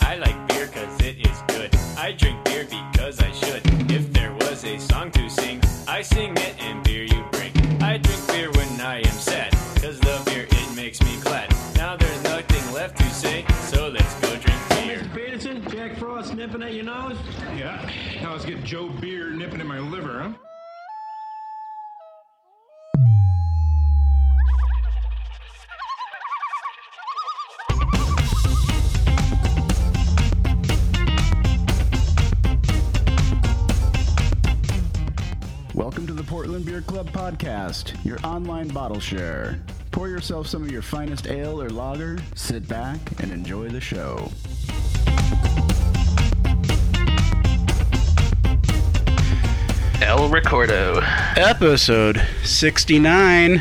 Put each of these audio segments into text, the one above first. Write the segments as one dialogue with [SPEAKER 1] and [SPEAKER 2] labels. [SPEAKER 1] I like beer cause it is good. I drink beer because I should. If there was a song to sing, I sing it and beer you bring. I drink beer when I am sad, cause the beer it makes me glad. Now there's nothing left to say, so let's go drink beer.
[SPEAKER 2] Mr. Peterson, Jack Frost nipping at your nose.
[SPEAKER 3] Yeah. Now let's get Joe Beer nipping in my liver, huh?
[SPEAKER 4] Welcome to the Portland Beer Club podcast, your online bottle share. Pour yourself some of your finest ale or lager, sit back, and enjoy the show.
[SPEAKER 5] El Recordo.
[SPEAKER 6] Episode 69.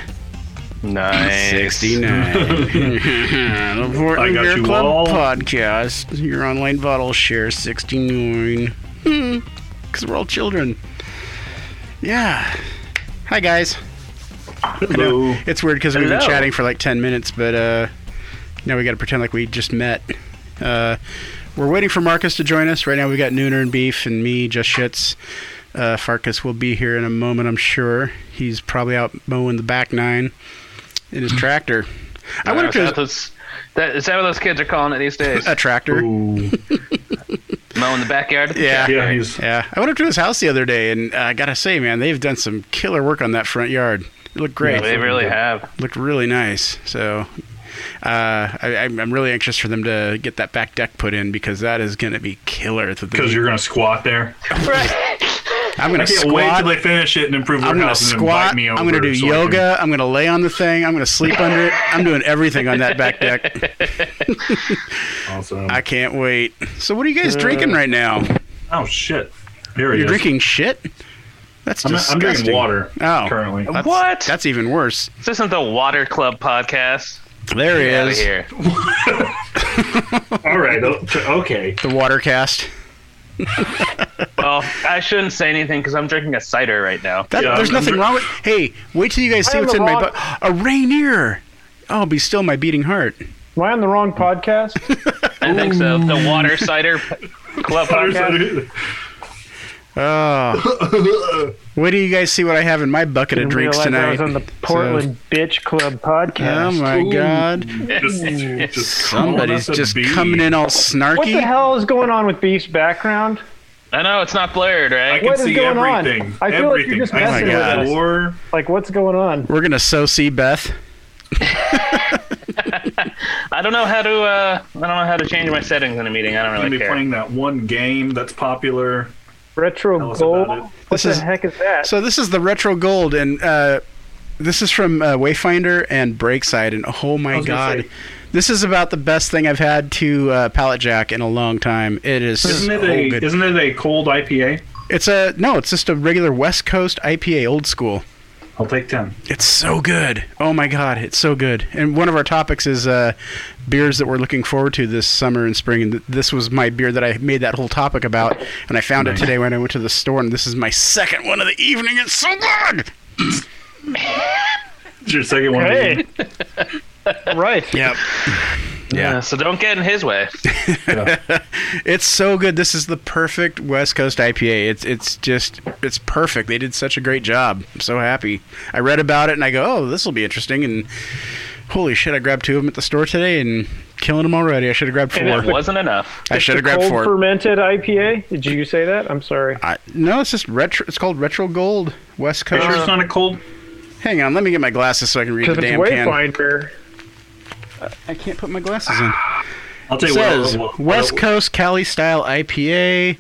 [SPEAKER 5] Nice.
[SPEAKER 6] 69. the Portland
[SPEAKER 7] got
[SPEAKER 6] Beer
[SPEAKER 7] you
[SPEAKER 6] Club
[SPEAKER 7] all.
[SPEAKER 6] podcast. Your online bottle share 69. Because we're all children. Yeah. Hi, guys.
[SPEAKER 7] Hello.
[SPEAKER 6] It's weird because we've been
[SPEAKER 5] Hello.
[SPEAKER 6] chatting for like 10 minutes, but uh, now we got to pretend like we just met. Uh, we're waiting for Marcus to join us. Right now, we got Nooner and Beef and me, Just Shits. Uh, Farkas will be here in a moment, I'm sure. He's probably out mowing the back nine in his tractor. I wonder
[SPEAKER 5] Wow,
[SPEAKER 6] if
[SPEAKER 5] is that,
[SPEAKER 6] there's
[SPEAKER 5] what those- that, is that what those kids are calling it these days?
[SPEAKER 6] a tractor.
[SPEAKER 7] Ooh.
[SPEAKER 5] Mow in the backyard?
[SPEAKER 6] Yeah.
[SPEAKER 7] Yeah, he's
[SPEAKER 6] Yeah, I went up to his house the other day, and uh, I gotta say, man, they've done some killer work on that front yard. It looked great.
[SPEAKER 5] They really have.
[SPEAKER 6] looked really nice. So uh, I, I'm I'm really anxious for them to get that back deck put in because that is going to be killer. It's the-
[SPEAKER 7] because you're gonna squat there.
[SPEAKER 6] I'm going
[SPEAKER 7] I
[SPEAKER 6] to
[SPEAKER 7] can't wait till
[SPEAKER 6] squat.
[SPEAKER 7] they finish it and improve their
[SPEAKER 6] I'm gonna
[SPEAKER 7] house and invite
[SPEAKER 6] squat.
[SPEAKER 7] me over.
[SPEAKER 6] I'm gonna do
[SPEAKER 7] so I can-
[SPEAKER 6] yoga. I'm gonna lay on the thing. I'm gonna sleep under it. I'm doing everything on that back deck.
[SPEAKER 7] Awesome.
[SPEAKER 6] I can't wait. So, what are you guys drinking
[SPEAKER 7] Uh,
[SPEAKER 6] right now?
[SPEAKER 7] oh shit! Here it
[SPEAKER 6] You're
[SPEAKER 7] is.
[SPEAKER 6] drinking shit. That's
[SPEAKER 7] I'm,
[SPEAKER 6] disgusting.
[SPEAKER 7] I'm drinking water
[SPEAKER 6] Oh.
[SPEAKER 7] currently.
[SPEAKER 6] That's,
[SPEAKER 5] What?
[SPEAKER 6] That's even worse.
[SPEAKER 5] This isn't the Water Club podcast.
[SPEAKER 6] There he
[SPEAKER 5] Get out of
[SPEAKER 6] is.
[SPEAKER 5] here.
[SPEAKER 7] All right. o- t- Okay.
[SPEAKER 6] The water cast.
[SPEAKER 5] Well, I shouldn't say anything because I'm drinking a cider right now.
[SPEAKER 6] That,
[SPEAKER 7] Yeah,
[SPEAKER 6] there's
[SPEAKER 7] I'm-
[SPEAKER 6] nothing
[SPEAKER 7] I'm-
[SPEAKER 6] wrong with. Hey, wait till you guys see
[SPEAKER 2] am
[SPEAKER 6] what's
[SPEAKER 2] the
[SPEAKER 6] in my
[SPEAKER 2] wrong-
[SPEAKER 6] butt. A Rainier. Oh, be still my beating heart.
[SPEAKER 2] Am I on the wrong podcast?
[SPEAKER 5] I think so. The Water Cider P- Club podcast.
[SPEAKER 6] Oh. wait till you guys see what I have in my bucket of
[SPEAKER 2] Didn't
[SPEAKER 6] drinks
[SPEAKER 2] realize I
[SPEAKER 6] tonight.
[SPEAKER 2] was on the Portland Bitch Club
[SPEAKER 6] oh
[SPEAKER 2] podcast.
[SPEAKER 6] my god.
[SPEAKER 7] Just- just
[SPEAKER 6] Somebody's
[SPEAKER 7] calling us a
[SPEAKER 6] just
[SPEAKER 7] bee.
[SPEAKER 6] coming in all
[SPEAKER 2] what the
[SPEAKER 6] snarky.
[SPEAKER 2] hell is going on with Beef's background?
[SPEAKER 5] I know it's not blurred,
[SPEAKER 7] I
[SPEAKER 5] right?
[SPEAKER 7] can
[SPEAKER 2] What is
[SPEAKER 7] see
[SPEAKER 2] going on?
[SPEAKER 7] everything.
[SPEAKER 2] I feel like you're
[SPEAKER 7] everything.
[SPEAKER 2] just
[SPEAKER 7] I
[SPEAKER 2] messing
[SPEAKER 7] see
[SPEAKER 6] with
[SPEAKER 7] the
[SPEAKER 6] us.
[SPEAKER 7] floor.
[SPEAKER 2] Like, what's going on?
[SPEAKER 6] We're gonna so see Beth.
[SPEAKER 5] I don't know how to. Uh, I don't know how to change my settings in a meeting. I don't
[SPEAKER 7] I'm
[SPEAKER 5] really
[SPEAKER 7] gonna be
[SPEAKER 5] care.
[SPEAKER 7] playing that one game that's popular. Tell
[SPEAKER 2] Retro
[SPEAKER 7] us
[SPEAKER 2] Gold?
[SPEAKER 7] about it.
[SPEAKER 2] What
[SPEAKER 6] This
[SPEAKER 2] the
[SPEAKER 6] is-
[SPEAKER 2] heck is that?
[SPEAKER 6] So this is the retro gold, and uh, this is from uh, Wayfinder and Breakside. And oh my
[SPEAKER 7] was gonna
[SPEAKER 6] god,
[SPEAKER 7] say-
[SPEAKER 6] this is about the best thing I've had to uh, Pallet Jack in a long time. It is
[SPEAKER 7] Isn't it
[SPEAKER 6] so
[SPEAKER 7] a
[SPEAKER 6] good.
[SPEAKER 7] isn't it a cold IPA?
[SPEAKER 6] It's a no. It's just a regular West Coast IPA, old school.
[SPEAKER 7] I'll take ten.
[SPEAKER 6] It's so good. Oh my god, it's so good. And one of our topics is uh, beers that we're looking forward to this summer and spring. And th- this was my beer that I made that whole topic about. And I found it today when I went to the store. And this is my second one of the evening. It's so good.
[SPEAKER 7] It's your second one.
[SPEAKER 2] Hey. right.
[SPEAKER 6] Yep.
[SPEAKER 5] Yeah, so don't get in his way.
[SPEAKER 6] It's so good. This is the perfect West Coast IPA. It's it's just it's perfect. They did such a great job. I'm so happy. I read about it and I go, oh, this will be interesting. And holy shit, I grabbed two of them at the store today and killing them already. I should have grabbed
[SPEAKER 5] And it
[SPEAKER 6] four.
[SPEAKER 5] wasn't enough.
[SPEAKER 6] I should have grabbed
[SPEAKER 2] Cold
[SPEAKER 6] four.
[SPEAKER 2] fermented IPA? Did you say that? I'm sorry.
[SPEAKER 6] I, no, it's just retro. It's called Retro Gold West
[SPEAKER 7] Are you
[SPEAKER 6] Coast.
[SPEAKER 7] sure
[SPEAKER 2] Uh,
[SPEAKER 7] it's not a cold?
[SPEAKER 6] Hang on, let me get my glasses so I can read the
[SPEAKER 2] Because it's
[SPEAKER 6] damn can.
[SPEAKER 2] Wayfinder.
[SPEAKER 6] I can't put my glasses in.
[SPEAKER 7] I'll tell you
[SPEAKER 6] says
[SPEAKER 7] what.
[SPEAKER 6] West
[SPEAKER 7] what-
[SPEAKER 6] Coast Cali style IPA,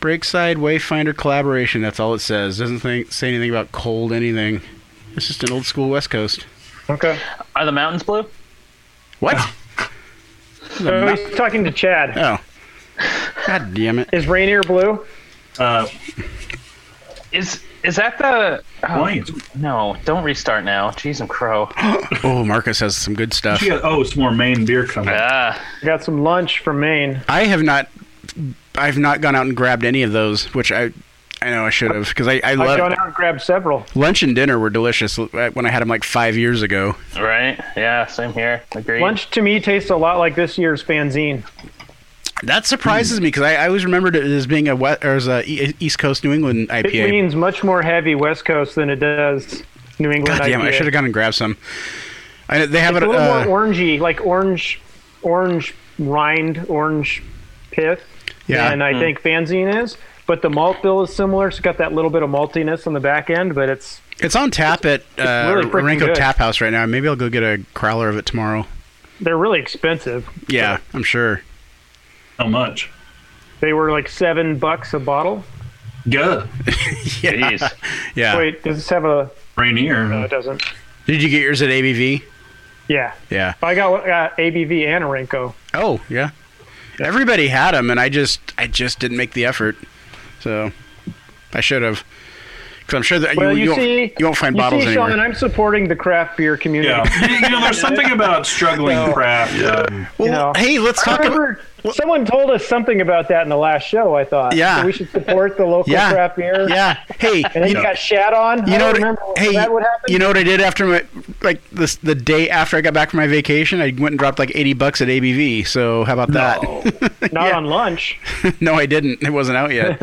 [SPEAKER 6] Breakside Wayfinder collaboration. That's all it says. Doesn't think, say anything about cold anything. It's just an old school West Coast.
[SPEAKER 2] Okay.
[SPEAKER 5] Are the mountains blue?
[SPEAKER 6] What?
[SPEAKER 2] So he's talking to Chad.
[SPEAKER 6] Oh, god damn it!
[SPEAKER 2] Is Rainier blue?
[SPEAKER 7] Uh,
[SPEAKER 5] Is is that the? Oh,
[SPEAKER 7] Lions.
[SPEAKER 5] no, don't restart now. Jeez and crow.
[SPEAKER 6] Oh, Marcus has some good stuff.
[SPEAKER 7] She got, oh, it's more Maine beer coming.
[SPEAKER 5] Ah,
[SPEAKER 2] I got some lunch from Maine.
[SPEAKER 6] I have not, I've not gone out and grabbed any of those, which I, I know I should have because I, I
[SPEAKER 2] I've gone
[SPEAKER 6] love
[SPEAKER 2] out and grabbed several.
[SPEAKER 6] lunch and dinner were delicious uh, when I had them like five years ago.
[SPEAKER 5] right. Yeah, same here. Agree.
[SPEAKER 2] Lunch to me tastes a lot like this year's fanzine.
[SPEAKER 6] That surprises
[SPEAKER 2] Hmm.
[SPEAKER 6] me because I, I always remembered it as being a wet or as a E- East Coast New England
[SPEAKER 2] It
[SPEAKER 6] IPA.
[SPEAKER 2] leans much more heavy West Coast than it does New England.
[SPEAKER 6] God damn!
[SPEAKER 2] IPA.
[SPEAKER 6] I should have gone and grabbed some. I, they have
[SPEAKER 2] It's
[SPEAKER 6] it.
[SPEAKER 2] a little
[SPEAKER 6] Uh,
[SPEAKER 2] more orangey, like orange, orange rind, orange pith.
[SPEAKER 6] Yeah.
[SPEAKER 2] And I think Fanzine is, but the malt bill is similar. It's got that little bit of maltiness on the back end, but it's
[SPEAKER 6] it's on tap at uh,
[SPEAKER 2] really freaking
[SPEAKER 6] Renko
[SPEAKER 2] good.
[SPEAKER 6] Tap House right now. Maybe I'll go get a crowler of it tomorrow.
[SPEAKER 2] they're really expensive.
[SPEAKER 6] Yeah, I'm sure.
[SPEAKER 7] How much?
[SPEAKER 2] They were like seven bucks a bottle.
[SPEAKER 7] Yeah.
[SPEAKER 5] Jeez.
[SPEAKER 6] Yeah.
[SPEAKER 2] Wait, does this have a?
[SPEAKER 7] Rainier.
[SPEAKER 2] No, it doesn't.
[SPEAKER 6] Did you get yours at ABV?
[SPEAKER 2] Yeah,
[SPEAKER 6] Yeah.
[SPEAKER 2] I got, I got ABV and a Renko.
[SPEAKER 6] Oh, yeah. Everybody had them, and I just I just didn't make the effort. So I should have. Because I'm sure that
[SPEAKER 2] Well,
[SPEAKER 6] you,
[SPEAKER 2] you,
[SPEAKER 6] you,
[SPEAKER 2] see,
[SPEAKER 6] won't, you won't find
[SPEAKER 2] you
[SPEAKER 6] bottles
[SPEAKER 2] see,
[SPEAKER 6] anywhere.
[SPEAKER 2] Sean, I'm supporting the craft beer community.
[SPEAKER 7] yeah. You- you know, there's something about struggling craft. Um,
[SPEAKER 6] well,
[SPEAKER 2] you know.
[SPEAKER 6] hey, let's
[SPEAKER 2] I
[SPEAKER 6] talk about.
[SPEAKER 2] remember someone told us something about that in the last show. I thought,
[SPEAKER 6] Yeah.
[SPEAKER 2] so we should support the local
[SPEAKER 6] Yeah.
[SPEAKER 2] craft beer.
[SPEAKER 6] Yeah. Hey,
[SPEAKER 2] and then
[SPEAKER 6] you
[SPEAKER 2] you
[SPEAKER 6] know,
[SPEAKER 2] got shat on.
[SPEAKER 6] you
[SPEAKER 2] I
[SPEAKER 6] know
[SPEAKER 2] don't
[SPEAKER 6] what?
[SPEAKER 2] remember when
[SPEAKER 6] hey,
[SPEAKER 2] that would happen.
[SPEAKER 6] you know what I did after my like this the day after I got back from my vacation? I went and dropped like eighty bucks at ABV. So how about that?
[SPEAKER 2] not on lunch.
[SPEAKER 6] no, I didn't. It wasn't out yet.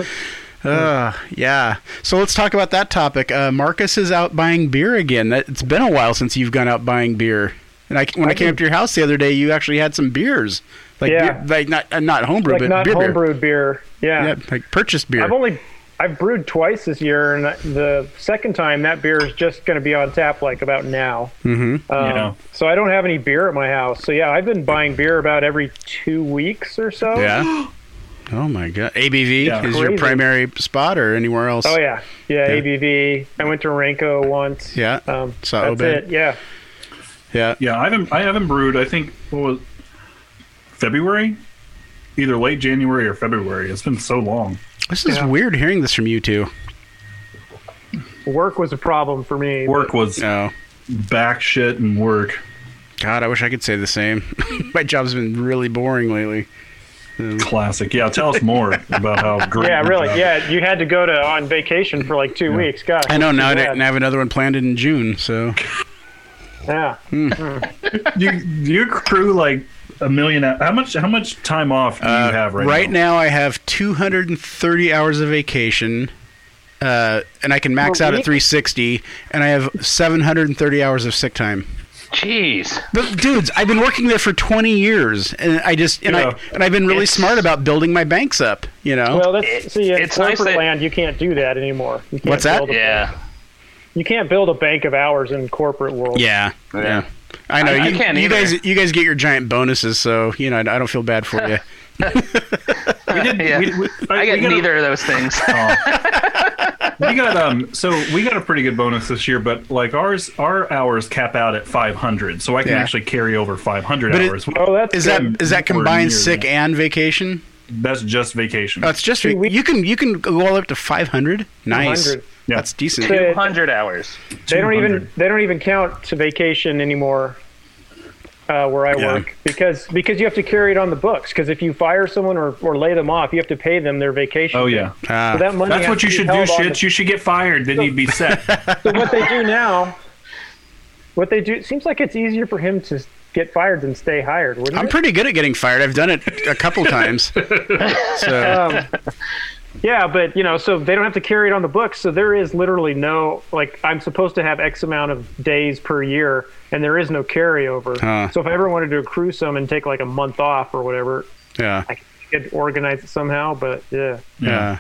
[SPEAKER 6] Uh, yeah. So let's talk about that topic. Uh, Marcus is out buying beer again. That, it's been a while since you've gone out buying beer. And I, when I, came up to your house the other day, you actually had some beers, like
[SPEAKER 2] Yeah.
[SPEAKER 6] beer, like not uh, not homebrew,
[SPEAKER 2] Like
[SPEAKER 6] but
[SPEAKER 2] not
[SPEAKER 6] beer, beer.
[SPEAKER 2] homebrewed beer. Yeah.
[SPEAKER 6] Yeah, like purchased beer.
[SPEAKER 2] I've only I've brewed twice this year, and the second time that beer is just going to be on tap like about now. Mm-hmm. Um,
[SPEAKER 7] You know.
[SPEAKER 2] So I don't have any beer at my house. So yeah, I've been buying beer about every two weeks or so.
[SPEAKER 6] yeah. Oh my god! ABV
[SPEAKER 7] Yeah.
[SPEAKER 6] is your
[SPEAKER 2] Crazy.
[SPEAKER 6] primary spot, or anywhere else?
[SPEAKER 2] Oh yeah, yeah.
[SPEAKER 6] Yeah.
[SPEAKER 2] ABV. I went to Renko once.
[SPEAKER 6] Yeah.
[SPEAKER 2] Um,
[SPEAKER 6] Saw
[SPEAKER 2] that's
[SPEAKER 6] Obed.
[SPEAKER 2] it. Yeah.
[SPEAKER 6] yeah.
[SPEAKER 7] yeah, I haven't I haven't brewed. I think what was February, either late January or February. It's been so long.
[SPEAKER 6] This is
[SPEAKER 2] Yeah.
[SPEAKER 6] weird hearing this from you two.
[SPEAKER 2] Work was a problem for me.
[SPEAKER 7] Work was
[SPEAKER 6] Oh
[SPEAKER 7] back shit and work.
[SPEAKER 6] God, I wish I could say the same. my job's been really boring lately.
[SPEAKER 7] Classic. Yeah, tell us more about how great.
[SPEAKER 2] Yeah,
[SPEAKER 7] your
[SPEAKER 2] really.
[SPEAKER 7] job-
[SPEAKER 2] Yeah, you had to go to on vacation for like two weeks. Gosh.
[SPEAKER 6] I know
[SPEAKER 2] that's
[SPEAKER 6] now. I
[SPEAKER 2] too
[SPEAKER 6] didn't
[SPEAKER 2] bad.
[SPEAKER 6] have another one planned in June, so
[SPEAKER 2] Yeah.
[SPEAKER 7] You you crew like a million. hou- How much how much time off do you
[SPEAKER 6] Uh,
[SPEAKER 7] have right, now?
[SPEAKER 6] now. I have 230 hours of vacation, uh, and I can max
[SPEAKER 2] Per
[SPEAKER 6] out at
[SPEAKER 2] week?
[SPEAKER 6] 360, and I have 730 hours of sick time.
[SPEAKER 5] Jeez.
[SPEAKER 6] But dudes, I've been working there for 20 years, and I just and
[SPEAKER 7] Yeah.
[SPEAKER 6] I and I've been really
[SPEAKER 5] It's-
[SPEAKER 6] smart about building my banks up. You know,
[SPEAKER 2] Well, that's
[SPEAKER 5] It-
[SPEAKER 2] see, in
[SPEAKER 5] it's nice
[SPEAKER 2] corporate
[SPEAKER 5] that-
[SPEAKER 2] land, you can't do that anymore. You can't
[SPEAKER 6] What's that?
[SPEAKER 2] build a-
[SPEAKER 5] Yeah.
[SPEAKER 2] You can't build a bank of hours in corporate world.
[SPEAKER 6] yeah, yeah. I know
[SPEAKER 5] I- I
[SPEAKER 6] you,
[SPEAKER 5] can't
[SPEAKER 6] you
[SPEAKER 5] either.
[SPEAKER 6] guys. You guys get your giant bonuses, so you know I don't feel bad for you.
[SPEAKER 5] yeah.
[SPEAKER 7] We- we-
[SPEAKER 5] I
[SPEAKER 7] we
[SPEAKER 5] get
[SPEAKER 7] gotta-
[SPEAKER 5] neither of those things.
[SPEAKER 7] we got um so we got a pretty good bonus this year but like ours our hours cap out at 500 so i can
[SPEAKER 6] Yeah.
[SPEAKER 7] actually carry over 500
[SPEAKER 6] But it-
[SPEAKER 7] hours
[SPEAKER 2] Oh, that's
[SPEAKER 6] Is
[SPEAKER 2] good.
[SPEAKER 6] that is that
[SPEAKER 7] For a
[SPEAKER 6] combined
[SPEAKER 7] year,
[SPEAKER 6] sick and vacation?
[SPEAKER 7] that's just vacation
[SPEAKER 6] That's just you can you can go all up to 500. Nice,
[SPEAKER 2] 200.
[SPEAKER 7] Yeah.
[SPEAKER 6] that's decent. Uh,
[SPEAKER 2] Sick.
[SPEAKER 5] 200 hours.
[SPEAKER 2] they don't
[SPEAKER 7] 200.
[SPEAKER 2] even they don't even count to vacation anymore uh, where I
[SPEAKER 6] Yeah.
[SPEAKER 2] work because because you have to carry it on the books because if you fire someone or, or lay them off you have to pay them their vacation.
[SPEAKER 7] oh yeah
[SPEAKER 6] Ah.
[SPEAKER 2] So that money
[SPEAKER 7] that's
[SPEAKER 2] has
[SPEAKER 7] what
[SPEAKER 2] to
[SPEAKER 7] you
[SPEAKER 2] be
[SPEAKER 7] should do
[SPEAKER 2] held on
[SPEAKER 7] shits
[SPEAKER 2] the-
[SPEAKER 7] you should get fired then you'd be set
[SPEAKER 2] So what they do now, what they do it seems like it's easier for him to get fired than stay hired. Wouldn't
[SPEAKER 6] I'm
[SPEAKER 2] it?
[SPEAKER 6] pretty good at getting fired. I've done it a couple times. So
[SPEAKER 2] Yeah, but you know, so they don't have to carry it on the books. So there is literally no like I'm supposed to have X amount of days per year, and there is no carryover.
[SPEAKER 6] Huh.
[SPEAKER 2] So if I ever wanted to accrue some and take like a month off or whatever,
[SPEAKER 6] yeah,
[SPEAKER 2] I could organize it somehow. But yeah,
[SPEAKER 6] yeah.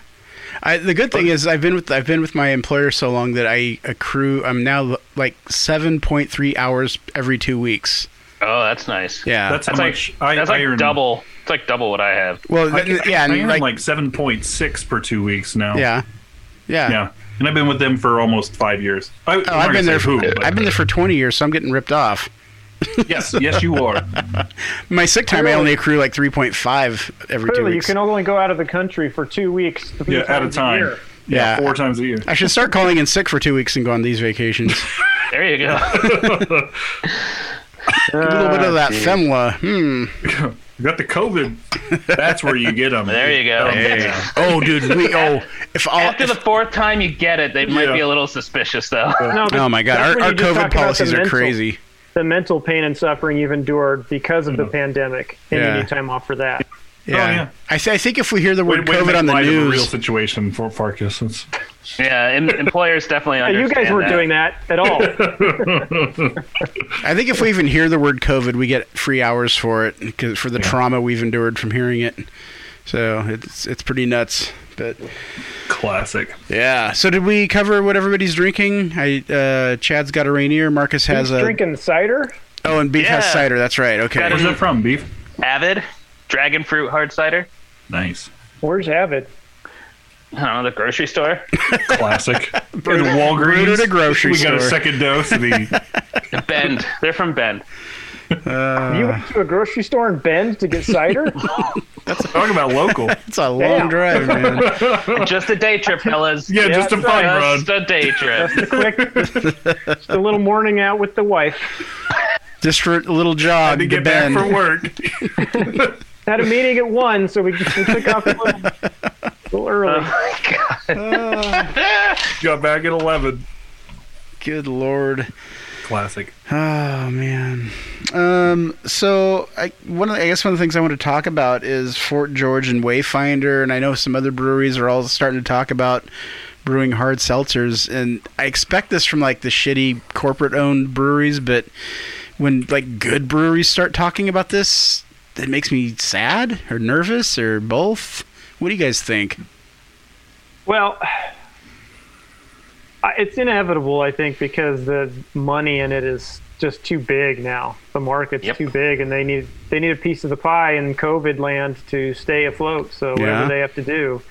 [SPEAKER 6] I, the good thing is I've been with I've been with my employer so long that I accrue. I'm now like 7.3 hours every two weeks.
[SPEAKER 5] Oh, that's nice.
[SPEAKER 6] Yeah,
[SPEAKER 7] that's how
[SPEAKER 5] That's
[SPEAKER 7] much
[SPEAKER 5] like,
[SPEAKER 7] I,
[SPEAKER 5] that's
[SPEAKER 7] I
[SPEAKER 5] like
[SPEAKER 7] earn,
[SPEAKER 5] double. It's like double what I have.
[SPEAKER 6] well,
[SPEAKER 7] I,
[SPEAKER 6] th-
[SPEAKER 7] I,
[SPEAKER 6] uh, yeah,
[SPEAKER 7] I
[SPEAKER 6] and
[SPEAKER 7] earn
[SPEAKER 6] like,
[SPEAKER 7] like, 7.6 per two weeks now
[SPEAKER 6] yeah, yeah,
[SPEAKER 7] yeah and i've been with them for almost five years I,
[SPEAKER 6] Oh, I've been there. For, I've been there for 20 years, so I'm getting ripped off.
[SPEAKER 7] yes yes you are
[SPEAKER 6] My sick time, I
[SPEAKER 2] Clearly-
[SPEAKER 6] only accrue like 3.5 every two
[SPEAKER 2] clearly you
[SPEAKER 6] weeks.
[SPEAKER 2] can only go out of the country for two weeks. three
[SPEAKER 7] yeah at a
[SPEAKER 2] times
[SPEAKER 7] time
[SPEAKER 2] year.
[SPEAKER 6] Yeah.
[SPEAKER 7] yeah, four times a year
[SPEAKER 6] I should start calling in sick for two weeks and go on these vacations.
[SPEAKER 5] There you go.
[SPEAKER 6] a little bit of
[SPEAKER 2] Ah,
[SPEAKER 6] that femla. Hmm.
[SPEAKER 7] You got the covid that's where you get them
[SPEAKER 5] There you go.
[SPEAKER 6] Oh, dude. We, oh, if all.
[SPEAKER 5] After the fourth time you get it, they might
[SPEAKER 7] Yeah.
[SPEAKER 5] be a little suspicious, though.
[SPEAKER 2] No,
[SPEAKER 6] Oh my God,
[SPEAKER 2] that's
[SPEAKER 6] our,
[SPEAKER 2] when
[SPEAKER 6] our
[SPEAKER 2] you just talk
[SPEAKER 6] COVID
[SPEAKER 2] about the
[SPEAKER 6] policies are
[SPEAKER 2] mental-
[SPEAKER 6] crazy.
[SPEAKER 2] The mental pain and suffering you've endured because of the pandemic, and
[SPEAKER 6] Yeah.
[SPEAKER 2] you need time off for that.
[SPEAKER 6] Yeah.
[SPEAKER 7] yeah.
[SPEAKER 6] I, th- I think if we hear the
[SPEAKER 7] Way,
[SPEAKER 6] word
[SPEAKER 7] way to
[SPEAKER 6] COVID
[SPEAKER 7] make
[SPEAKER 6] on the
[SPEAKER 7] light of the real
[SPEAKER 6] news,
[SPEAKER 7] situation for Farkas. That's-
[SPEAKER 5] Yeah, em- employers definitely
[SPEAKER 2] Yeah, you
[SPEAKER 5] understand.
[SPEAKER 2] guys weren't doing that at all.
[SPEAKER 6] I think if we even hear the word COVID, we get free hours for it 'cause- for the trauma we've endured from hearing it. So it's it's pretty nuts. But
[SPEAKER 7] Classic.
[SPEAKER 6] yeah. So did we cover what everybody's drinking? I uh, Chad's got a Rainier. Marcus has
[SPEAKER 2] He's
[SPEAKER 6] a
[SPEAKER 2] drinking cider.
[SPEAKER 6] oh, and Beef has
[SPEAKER 5] Yeah.
[SPEAKER 6] cider. That's right. Okay.
[SPEAKER 5] Got
[SPEAKER 7] Where's
[SPEAKER 5] it.
[SPEAKER 7] that from, Beef?
[SPEAKER 5] Avid, dragon fruit hard cider.
[SPEAKER 7] Nice.
[SPEAKER 2] Where's Avid?
[SPEAKER 5] I don't know the grocery store.
[SPEAKER 7] Classic. and Walgreens.
[SPEAKER 6] brewed at a grocery
[SPEAKER 7] we got a
[SPEAKER 6] store.
[SPEAKER 7] second dose of the
[SPEAKER 5] Bend. They're from Bend.
[SPEAKER 2] you went to a grocery store in Bend to get cider?
[SPEAKER 7] Talk about local.
[SPEAKER 6] It's a long drive, man.
[SPEAKER 5] Just a day trip, fellas.
[SPEAKER 7] Yeah, just a
[SPEAKER 2] that's
[SPEAKER 7] fun run.
[SPEAKER 5] Just a day trip.
[SPEAKER 2] Quick, just, just a little morning out with the wife.
[SPEAKER 6] Just for a little jog
[SPEAKER 7] To
[SPEAKER 6] to
[SPEAKER 7] get back
[SPEAKER 6] bend.
[SPEAKER 7] for work.
[SPEAKER 2] Had a meeting at one, so we, we took off a little, a little early.
[SPEAKER 7] Got back at 11.
[SPEAKER 6] Good lord.
[SPEAKER 7] Classic.
[SPEAKER 6] Oh man. Um, so I one of the, I guess one of the things I want to talk about is Fort George and Wayfinder, and I know some other breweries are all starting to talk about brewing hard seltzers, and I expect this from like the shitty corporate-owned breweries, but when like good breweries start talking about this, it makes me sad or nervous or both. What do you guys think?
[SPEAKER 2] Well, I- it's inevitable, I think, because the money in it is just too big now. The market's
[SPEAKER 5] Yep.
[SPEAKER 2] too big, and they need they need a piece of the pie in COVID land to stay afloat. So
[SPEAKER 6] Yeah.
[SPEAKER 2] whatever they have to do.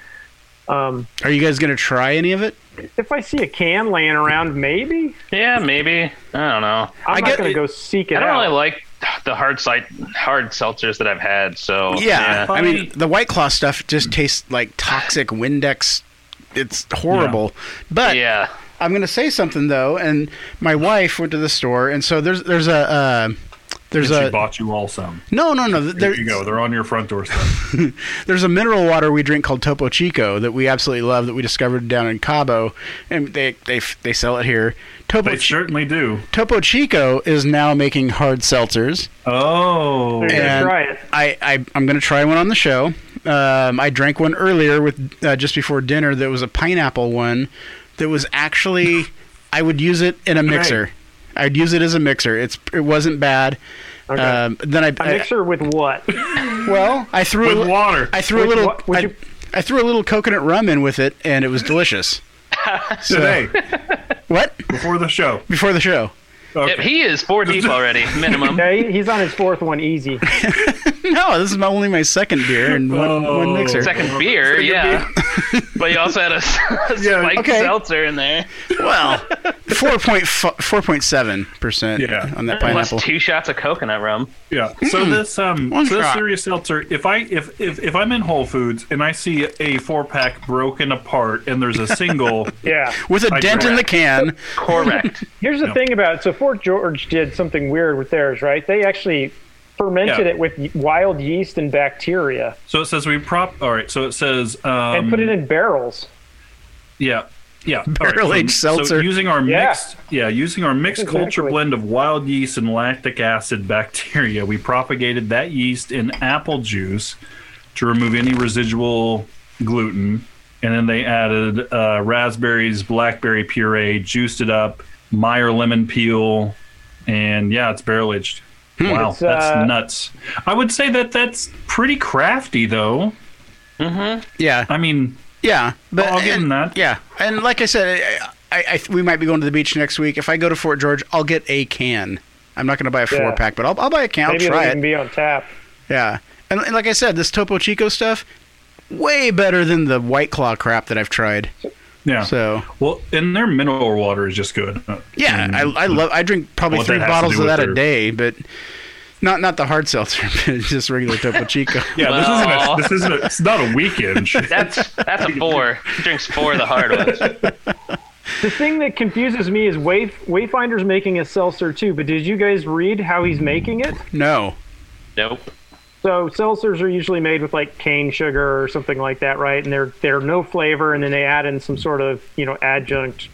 [SPEAKER 2] Um,
[SPEAKER 6] Are you guys gonna try any of it?
[SPEAKER 2] if I see a can laying around, maybe
[SPEAKER 5] yeah, maybe. I don't know.
[SPEAKER 2] I'm
[SPEAKER 6] I get-
[SPEAKER 2] not going to go seek it
[SPEAKER 5] I don't
[SPEAKER 2] out.
[SPEAKER 5] really like the hard site hard seltzers that I've had. So
[SPEAKER 6] Yeah, I mean the White Claw stuff just tastes like toxic Windex. It's horrible. But
[SPEAKER 5] yeah,
[SPEAKER 6] I'm gonna say something though, and my wife went to the store, and so there's there's a uh, there's
[SPEAKER 7] She
[SPEAKER 6] a
[SPEAKER 7] bought you all some.
[SPEAKER 6] no no no there,
[SPEAKER 7] There you go. They're on your front doorstep.
[SPEAKER 6] there's a mineral water we drink called Topo Chico that we absolutely love that we discovered down in Cabo, and they they they sell it here. Topo
[SPEAKER 7] They
[SPEAKER 6] Chi-
[SPEAKER 7] certainly do.
[SPEAKER 6] Topo Chico is now making hard seltzers.
[SPEAKER 7] Oh.
[SPEAKER 2] They're gonna
[SPEAKER 6] and
[SPEAKER 2] try it.
[SPEAKER 6] I, I I'm gonna try one on the show. Um, I drank one earlier with uh, just before dinner. That was a pineapple one. That was actually I would use it in a mixer. I'd use it as a mixer. It's it wasn't bad. Um, then I,
[SPEAKER 2] A mixer with what?
[SPEAKER 6] I- well I threw a
[SPEAKER 7] With
[SPEAKER 6] li-
[SPEAKER 7] water.
[SPEAKER 6] I threw a
[SPEAKER 2] Would you
[SPEAKER 6] little
[SPEAKER 2] wa- would
[SPEAKER 6] I,
[SPEAKER 2] you-
[SPEAKER 6] I threw a little coconut rum in with it and it was delicious. So-
[SPEAKER 7] Today,
[SPEAKER 6] what
[SPEAKER 7] before the show.
[SPEAKER 6] before the show?
[SPEAKER 5] Yep, he is four deep already, minimum.
[SPEAKER 2] Yeah, he- he's on his fourth one, easy.
[SPEAKER 6] No, this is my, only my second beer and one one
[SPEAKER 7] Oh.
[SPEAKER 6] mixer.
[SPEAKER 5] Second beer, yeah. but you also had a, s- a
[SPEAKER 7] Yeah,
[SPEAKER 5] spiked
[SPEAKER 6] okay.
[SPEAKER 5] seltzer in there,
[SPEAKER 6] Well, 4.7 percent
[SPEAKER 7] Yeah.
[SPEAKER 6] on that
[SPEAKER 5] plus
[SPEAKER 6] pineapple.
[SPEAKER 5] two shots of coconut rum.
[SPEAKER 7] Yeah. So this um
[SPEAKER 6] One
[SPEAKER 7] so this
[SPEAKER 6] shot.
[SPEAKER 7] serious seltzer, if I if, if if I'm in Whole Foods and I see a four pack broken apart and there's a single
[SPEAKER 2] Yeah.
[SPEAKER 6] with a
[SPEAKER 7] I
[SPEAKER 6] dent in the can.
[SPEAKER 7] correct.
[SPEAKER 5] Correct.
[SPEAKER 2] Here's the
[SPEAKER 7] No.
[SPEAKER 2] thing about so Fort George did something weird with theirs, right? They actually fermented
[SPEAKER 7] Yeah.
[SPEAKER 2] it with y- wild yeast and bacteria
[SPEAKER 7] so it says we prop all right, so it says um
[SPEAKER 2] and put it in barrels.
[SPEAKER 7] Yeah. Yeah. All
[SPEAKER 6] Barrel aged
[SPEAKER 7] so,
[SPEAKER 6] seltzer.
[SPEAKER 7] So using our
[SPEAKER 2] Yeah.
[SPEAKER 7] mixed yeah, using our mixed culture
[SPEAKER 2] Exactly.
[SPEAKER 7] blend of wild yeast and lactic acid bacteria, we propagated that yeast in apple juice to remove any residual gluten. And then they added uh, raspberries, blackberry puree, juiced it up, Meyer lemon peel, and yeah, it's barrel aged. Wow,
[SPEAKER 2] It's,
[SPEAKER 7] that's
[SPEAKER 2] uh,
[SPEAKER 7] nuts. I would say that that's pretty crafty, though.
[SPEAKER 6] Yeah,
[SPEAKER 7] I mean,
[SPEAKER 6] yeah. But
[SPEAKER 7] I'll give
[SPEAKER 6] and-
[SPEAKER 7] him that.
[SPEAKER 6] Yeah, and like I said, I, I, I, we might be going to the beach next week. If I go to Fort George, I'll get a can. I'm not going to buy a four
[SPEAKER 2] Yeah.
[SPEAKER 6] pack, but I'll, I'll buy a can. I'll
[SPEAKER 2] Maybe it'll
[SPEAKER 6] try
[SPEAKER 2] even
[SPEAKER 6] it.
[SPEAKER 2] be on tap.
[SPEAKER 6] yeah, and, and like I said, this Topo Chico stuff, way better than the White Claw crap that I've tried.
[SPEAKER 7] yeah.
[SPEAKER 6] So
[SPEAKER 7] Well, and their mineral water is just good.
[SPEAKER 6] yeah, I,
[SPEAKER 7] Mm-hmm.
[SPEAKER 6] I love. I drink probably
[SPEAKER 7] What
[SPEAKER 6] three
[SPEAKER 7] that has to
[SPEAKER 6] bottles
[SPEAKER 7] do
[SPEAKER 6] of
[SPEAKER 7] with
[SPEAKER 6] that a
[SPEAKER 7] their-
[SPEAKER 6] day, but not not the hard seltzer, but just regular Topo Chico.
[SPEAKER 7] Yeah,
[SPEAKER 5] Well-
[SPEAKER 7] this isn't. A, this isn't. A, it's not a weekend.
[SPEAKER 5] That's that's a four. He drinks four of the hard ones.
[SPEAKER 2] The thing that confuses me is Wayf- Wayfinder's making a seltzer too, but did you guys read how he's making it?
[SPEAKER 6] No.
[SPEAKER 5] Nope.
[SPEAKER 2] So seltzers are usually made with like cane sugar or something like that, right? And they're they're no flavor, and then they add in some sort of you know adjunct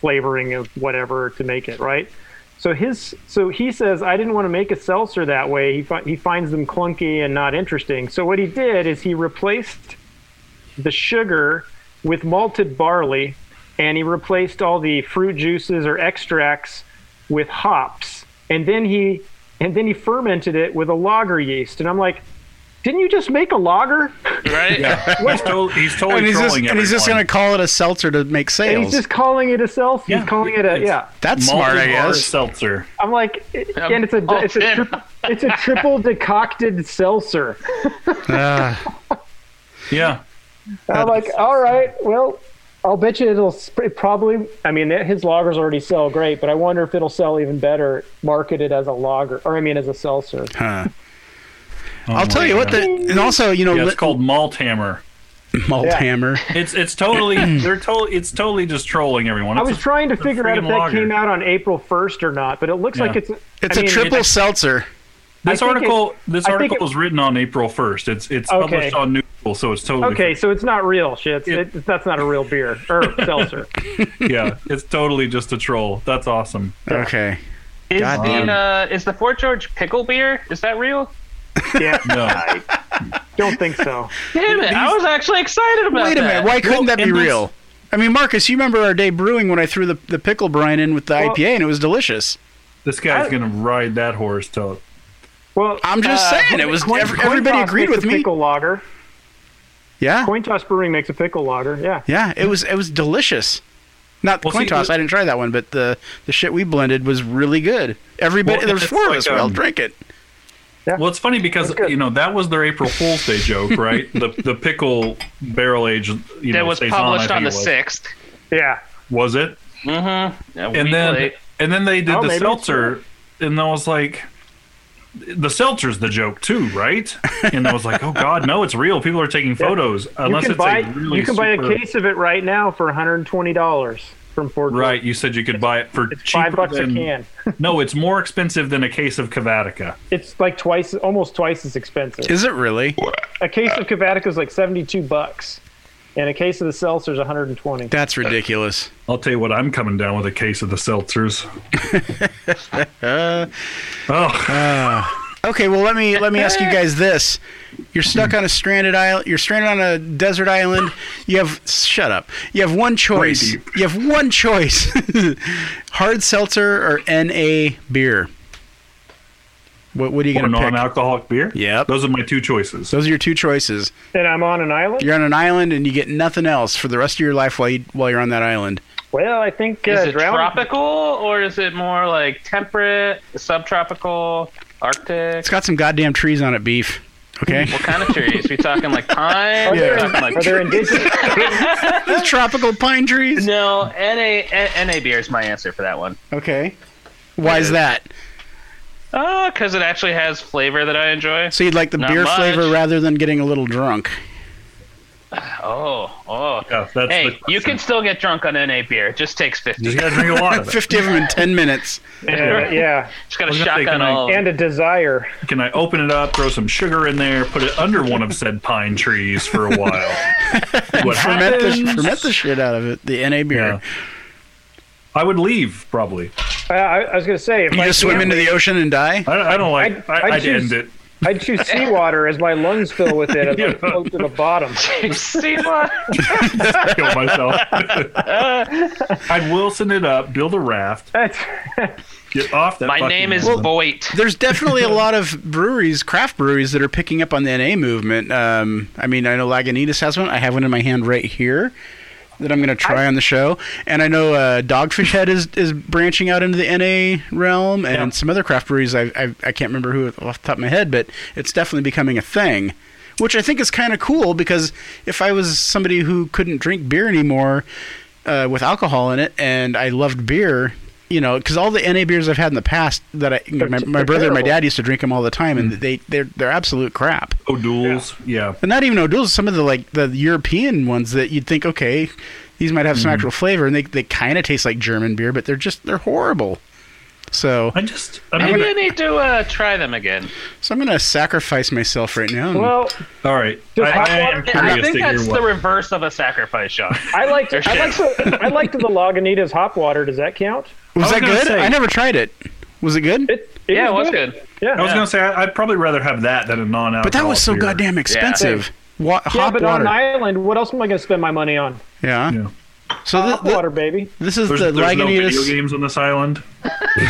[SPEAKER 2] flavoring of whatever to make it right. So his so he says I didn't want to make a seltzer that way. He fi- he finds them clunky and not interesting. So what he did is he replaced the sugar with malted barley, and he replaced all the fruit juices or extracts with hops, and then he and then he fermented it with a lager yeast. And I'm like, didn't you just make a lager?
[SPEAKER 5] right?
[SPEAKER 7] He's, to- he's totally
[SPEAKER 6] And he's just
[SPEAKER 7] trolling
[SPEAKER 6] and he's just gonna
[SPEAKER 7] everyone.
[SPEAKER 6] call it a seltzer to make
[SPEAKER 2] And
[SPEAKER 6] sales.
[SPEAKER 2] he's just calling it a seltzer.
[SPEAKER 7] Yeah.
[SPEAKER 2] He's calling it a
[SPEAKER 7] It's- Um,
[SPEAKER 2] yeah.
[SPEAKER 6] That's
[SPEAKER 7] Malted
[SPEAKER 6] smart, I
[SPEAKER 7] bar
[SPEAKER 6] guess.
[SPEAKER 7] Seltzer.
[SPEAKER 2] I'm like, it- and it's a
[SPEAKER 5] oh,
[SPEAKER 2] it's a
[SPEAKER 5] man.
[SPEAKER 2] triple, it's a triple decocted seltzer.
[SPEAKER 6] Ah,
[SPEAKER 7] Yeah.
[SPEAKER 2] I'm like, all right, well, I'll bet you it'll sp- it probably. I mean, that- his loggers already sell great, but I wonder if it'll sell even better marketed as a logger, or I mean, as a seltzer.
[SPEAKER 6] huh.
[SPEAKER 7] Oh
[SPEAKER 6] I'll tell you what. The, and also, you know,
[SPEAKER 7] Yeah, it's
[SPEAKER 6] li-
[SPEAKER 7] called Malt Hammer.
[SPEAKER 6] malt
[SPEAKER 2] Yeah.
[SPEAKER 6] hammer.
[SPEAKER 7] It's it's totally they're to- it's totally just trolling everyone.
[SPEAKER 2] I
[SPEAKER 7] It's
[SPEAKER 2] was
[SPEAKER 7] a-
[SPEAKER 2] trying to figure out if
[SPEAKER 7] freaking
[SPEAKER 2] that
[SPEAKER 7] lager.
[SPEAKER 2] came out on April 1st or not, but it looks
[SPEAKER 7] Yeah.
[SPEAKER 2] like it's.
[SPEAKER 6] It's
[SPEAKER 2] a
[SPEAKER 6] a triple seltzer.
[SPEAKER 7] this
[SPEAKER 2] I think
[SPEAKER 7] article this
[SPEAKER 2] I think
[SPEAKER 7] article
[SPEAKER 2] it-
[SPEAKER 7] was written on April first. It's it's
[SPEAKER 2] Okay.
[SPEAKER 7] published on Newell, so it's totally
[SPEAKER 2] Okay, so it's not real shit. It's, it, that's not a real beer or seltzer.
[SPEAKER 7] yeah. It's totally just a troll. That's awesome.
[SPEAKER 6] Okay.
[SPEAKER 5] Is
[SPEAKER 6] Goddamn.
[SPEAKER 5] the uh, is the Fort George pickle beer? Is that real?
[SPEAKER 2] Yeah,
[SPEAKER 7] No.
[SPEAKER 2] don't think so.
[SPEAKER 5] Damn it! I was actually excited about
[SPEAKER 6] Wait a
[SPEAKER 5] that.
[SPEAKER 6] minute. Why couldn't that be
[SPEAKER 7] and this-
[SPEAKER 6] real? I mean, Marcus, you remember our day brewing when I threw the, the pickle brine in with the IPA and it was delicious.
[SPEAKER 7] This guy's gonna ride that horse till
[SPEAKER 2] Well,
[SPEAKER 6] I'm just
[SPEAKER 2] uh,
[SPEAKER 6] saying it was.
[SPEAKER 2] Coin-
[SPEAKER 6] ev-
[SPEAKER 2] Coin
[SPEAKER 6] everybody
[SPEAKER 2] Toss
[SPEAKER 6] agreed
[SPEAKER 2] makes
[SPEAKER 6] with
[SPEAKER 2] a
[SPEAKER 6] me.
[SPEAKER 2] Pickle lager.
[SPEAKER 6] Yeah,
[SPEAKER 2] Coin Toss Brewing makes a pickle lager. Yeah.
[SPEAKER 6] yeah. It was it was delicious. Not the
[SPEAKER 7] Well,
[SPEAKER 6] coin
[SPEAKER 7] see,
[SPEAKER 6] toss.
[SPEAKER 7] it-
[SPEAKER 6] I didn't try that one, but the the shit we blended was really good. Everybody,
[SPEAKER 7] Well,
[SPEAKER 6] there was
[SPEAKER 7] it's
[SPEAKER 6] four of
[SPEAKER 7] like,
[SPEAKER 6] us. we all
[SPEAKER 7] um,
[SPEAKER 6] drank it.
[SPEAKER 7] Well, it's funny because you know that was their April Fool's Day joke, right? the the pickle barrel age you
[SPEAKER 5] That
[SPEAKER 7] know
[SPEAKER 5] was
[SPEAKER 7] saison, I
[SPEAKER 5] published
[SPEAKER 7] think
[SPEAKER 5] on
[SPEAKER 7] it
[SPEAKER 5] the
[SPEAKER 7] was.
[SPEAKER 5] sixth.
[SPEAKER 2] Yeah.
[SPEAKER 7] Was it? and then and then they did
[SPEAKER 2] Oh, maybe
[SPEAKER 7] the
[SPEAKER 2] it's
[SPEAKER 7] seltzer, and I was like, the seltzer's the joke too, right? And I was like, oh god, no, it's real. People are taking photos. Unless
[SPEAKER 2] you can
[SPEAKER 7] it's
[SPEAKER 2] buy
[SPEAKER 7] a really
[SPEAKER 2] you can
[SPEAKER 7] super,
[SPEAKER 2] buy a case of it right now for 120 dollars from Ford.
[SPEAKER 7] Right, you said you could buy it for cheaper
[SPEAKER 2] five bucks
[SPEAKER 7] than,
[SPEAKER 2] a can.
[SPEAKER 7] No, it's more expensive than a case of Cavatica.
[SPEAKER 2] It's like twice, almost twice as expensive.
[SPEAKER 6] Is it really?
[SPEAKER 2] A case of Cavatica is like 72 bucks, and a case of the seltzer is 120.
[SPEAKER 6] That's ridiculous.
[SPEAKER 7] I'll tell you what, I'm coming down with a case of the seltzers. oh,
[SPEAKER 6] Okay, well let me let me ask you guys this: You're stuck on a stranded island. You're stranded on a desert island. You have shut up. You have one choice.
[SPEAKER 7] deep.
[SPEAKER 6] You have one choice: hard seltzer or NA beer. What what are you
[SPEAKER 7] or
[SPEAKER 6] gonna pick?
[SPEAKER 7] non-alcoholic beer.
[SPEAKER 6] Yep.
[SPEAKER 7] those are my two choices.
[SPEAKER 6] Those are your two choices.
[SPEAKER 2] And I'm on an island.
[SPEAKER 6] You're on an island and you get nothing else for the rest of your life while you while you're on that island.
[SPEAKER 2] Well, I think uh,
[SPEAKER 5] is it
[SPEAKER 2] drown-
[SPEAKER 5] tropical or is it more like temperate, subtropical, arctic?
[SPEAKER 6] It's got some goddamn trees on it, beef. Okay,
[SPEAKER 5] What kind of trees? we talking like pine?
[SPEAKER 2] Yeah.
[SPEAKER 5] We talking like
[SPEAKER 2] Are there indigenous?
[SPEAKER 6] Those tropical pine trees.
[SPEAKER 5] no, NA, N- NA beer is my answer for that one.
[SPEAKER 6] Okay, why is that?
[SPEAKER 5] Oh, because it actually has flavor that I enjoy.
[SPEAKER 6] So you'd like the
[SPEAKER 5] Not
[SPEAKER 6] beer
[SPEAKER 5] much.
[SPEAKER 6] flavor rather than getting a little drunk.
[SPEAKER 5] Oh, oh.
[SPEAKER 7] Yeah, that's
[SPEAKER 5] hey,
[SPEAKER 7] the-
[SPEAKER 5] you can still get drunk on NA beer. It just takes 50.
[SPEAKER 7] You gotta drink a lot of it.
[SPEAKER 6] 50 of them in 10 minutes.
[SPEAKER 2] yeah, uh, yeah,
[SPEAKER 5] Just got to
[SPEAKER 7] was gonna say,
[SPEAKER 5] shotgun
[SPEAKER 7] can I-
[SPEAKER 5] all of them.
[SPEAKER 2] and a desire.
[SPEAKER 7] Can I open it up, throw some sugar in there, put it under one of said pine trees for a while? what
[SPEAKER 6] Ferment the,
[SPEAKER 7] happens?
[SPEAKER 6] ferment the shit out of it, the NA beer.
[SPEAKER 7] Yeah. I would leave probably.
[SPEAKER 2] I, I, I was gonna say, if
[SPEAKER 6] You
[SPEAKER 2] I
[SPEAKER 6] just swim
[SPEAKER 2] can't-
[SPEAKER 6] into the ocean and die?
[SPEAKER 7] I, I don't like.
[SPEAKER 2] I'd-
[SPEAKER 7] I, I'd,
[SPEAKER 2] I'd
[SPEAKER 7] end
[SPEAKER 2] choose-
[SPEAKER 7] it.
[SPEAKER 2] I'd choose seawater as my lungs fill with it as I
[SPEAKER 7] Yeah.
[SPEAKER 2] float to the bottom.
[SPEAKER 5] See what?
[SPEAKER 7] Kill myself. I'd Wilson it up, build a raft,
[SPEAKER 2] That's,
[SPEAKER 7] get off that.
[SPEAKER 5] My
[SPEAKER 7] fucking
[SPEAKER 5] name is
[SPEAKER 7] island.
[SPEAKER 5] Voight.
[SPEAKER 6] There's definitely a lot of breweries, craft breweries, that are picking up on the NA movement. Um, I mean, I know Lagunitas has one. I have one in my hand right here that I'm going to try on the show. And I know uh, Dogfish Head is, is branching out into the NA realm and some other craft breweries. I, I, I can't remember who off the top of my head, but it's definitely becoming a thing. Which I think is kind of cool because if I was somebody who couldn't drink beer anymore uh, with alcohol in it and I loved beer, you know, because all the NA beers I've had in the past that I, my, my
[SPEAKER 2] they're
[SPEAKER 6] brother and my
[SPEAKER 2] terrible.
[SPEAKER 6] dad used to drink them all the time, and
[SPEAKER 7] Hmm.
[SPEAKER 6] they they're they're absolute crap.
[SPEAKER 7] O'Doul's. Yeah.
[SPEAKER 6] And not even O'Doul's. Some of the like the European ones that you'd think, okay, these might have
[SPEAKER 7] Hmm.
[SPEAKER 6] some actual flavor, and they they kind of taste like German beer, but they're just they're horrible. So
[SPEAKER 7] I just. I mean,
[SPEAKER 5] Maybe I need to uh, try them again.
[SPEAKER 6] so I'm gonna sacrifice myself right now. and-
[SPEAKER 2] well,
[SPEAKER 7] all right. I,
[SPEAKER 2] Just hot
[SPEAKER 7] I am
[SPEAKER 2] water-
[SPEAKER 7] curious
[SPEAKER 5] I think
[SPEAKER 7] to hear
[SPEAKER 5] that's the
[SPEAKER 7] what.
[SPEAKER 5] reverse of a sacrifice shot.
[SPEAKER 2] I liked I
[SPEAKER 5] shit.
[SPEAKER 2] liked the I liked the Lagunitas hop water. Does that count?
[SPEAKER 6] was
[SPEAKER 7] I was
[SPEAKER 6] that
[SPEAKER 7] gonna
[SPEAKER 6] good?
[SPEAKER 7] say-
[SPEAKER 6] I never tried it. Was it good?
[SPEAKER 2] It, it
[SPEAKER 5] yeah, it was good.
[SPEAKER 2] Yeah,
[SPEAKER 7] I was gonna say I, I'd probably rather have that than a non-alcoholic.
[SPEAKER 6] But that was so
[SPEAKER 7] beer.
[SPEAKER 6] goddamn expensive. Wa-
[SPEAKER 2] yeah,
[SPEAKER 6] hop
[SPEAKER 2] but on
[SPEAKER 6] water.
[SPEAKER 2] an island, what else am I going to spend my money on?
[SPEAKER 6] yeah.
[SPEAKER 7] Yeah.
[SPEAKER 6] So th-
[SPEAKER 2] Hop
[SPEAKER 6] th-
[SPEAKER 2] water, baby.
[SPEAKER 6] this is
[SPEAKER 7] There's,
[SPEAKER 6] the
[SPEAKER 7] there's no
[SPEAKER 6] Lagunitas.
[SPEAKER 7] video games on this island.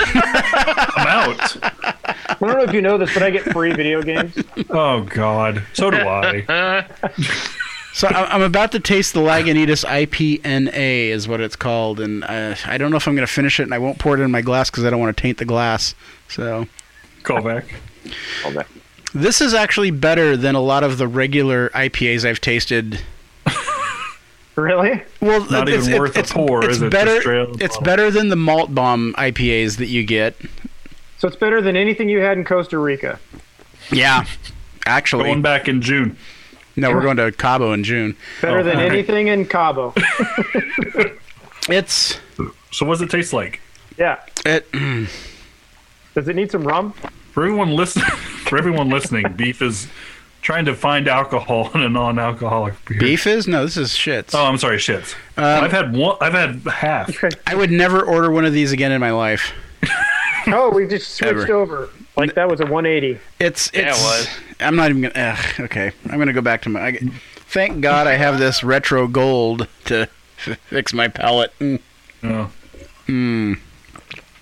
[SPEAKER 7] I'm out.
[SPEAKER 2] I don't know if you know this, but I get free video games.
[SPEAKER 7] Oh God. So do I.
[SPEAKER 6] So I- I'm about to taste the Lagunitas IPNA is what it's called, and uh, I don't know if I'm going to finish it, and I won't pour it in my glass because I don't want to taint the glass. So
[SPEAKER 7] Call back.
[SPEAKER 6] this is actually better than a lot of the regular IPAs I've tasted.
[SPEAKER 2] Really?
[SPEAKER 6] Well,
[SPEAKER 7] Not
[SPEAKER 6] it's,
[SPEAKER 7] even
[SPEAKER 6] it's-
[SPEAKER 7] worth a
[SPEAKER 6] it's-
[SPEAKER 7] pour,
[SPEAKER 6] It's
[SPEAKER 7] is it? Just
[SPEAKER 6] better.
[SPEAKER 7] straight out of the
[SPEAKER 6] It's
[SPEAKER 7] bottle.
[SPEAKER 6] better than the malt bomb IPAs that you get.
[SPEAKER 2] So it's better than anything you had in Costa Rica.
[SPEAKER 6] Yeah, actually,
[SPEAKER 7] Going back in June.
[SPEAKER 6] no, we're going to Cabo in June.
[SPEAKER 2] Better
[SPEAKER 7] Oh,
[SPEAKER 2] than
[SPEAKER 7] all right.
[SPEAKER 2] anything in Cabo.
[SPEAKER 6] It's
[SPEAKER 7] So what does it taste like?
[SPEAKER 2] Yeah.
[SPEAKER 6] it.
[SPEAKER 2] Does it need some rum?
[SPEAKER 7] For everyone listening, for everyone listening, beef is trying to find alcohol in a non-alcoholic beer.
[SPEAKER 6] Beef is no, this is shits.
[SPEAKER 7] Oh, I'm sorry, shits.
[SPEAKER 6] Um,
[SPEAKER 7] I've had one. I've had half.
[SPEAKER 6] I would never order one of these again in my life.
[SPEAKER 2] Oh, we just switched
[SPEAKER 6] Ever.
[SPEAKER 2] over. Like that was a 180.
[SPEAKER 6] It's it's.
[SPEAKER 5] it was.
[SPEAKER 6] I'm not even gonna. Ugh, okay, I'm gonna go back to my. I, thank God I have this retro gold to f- fix my palate. Mm,
[SPEAKER 7] No.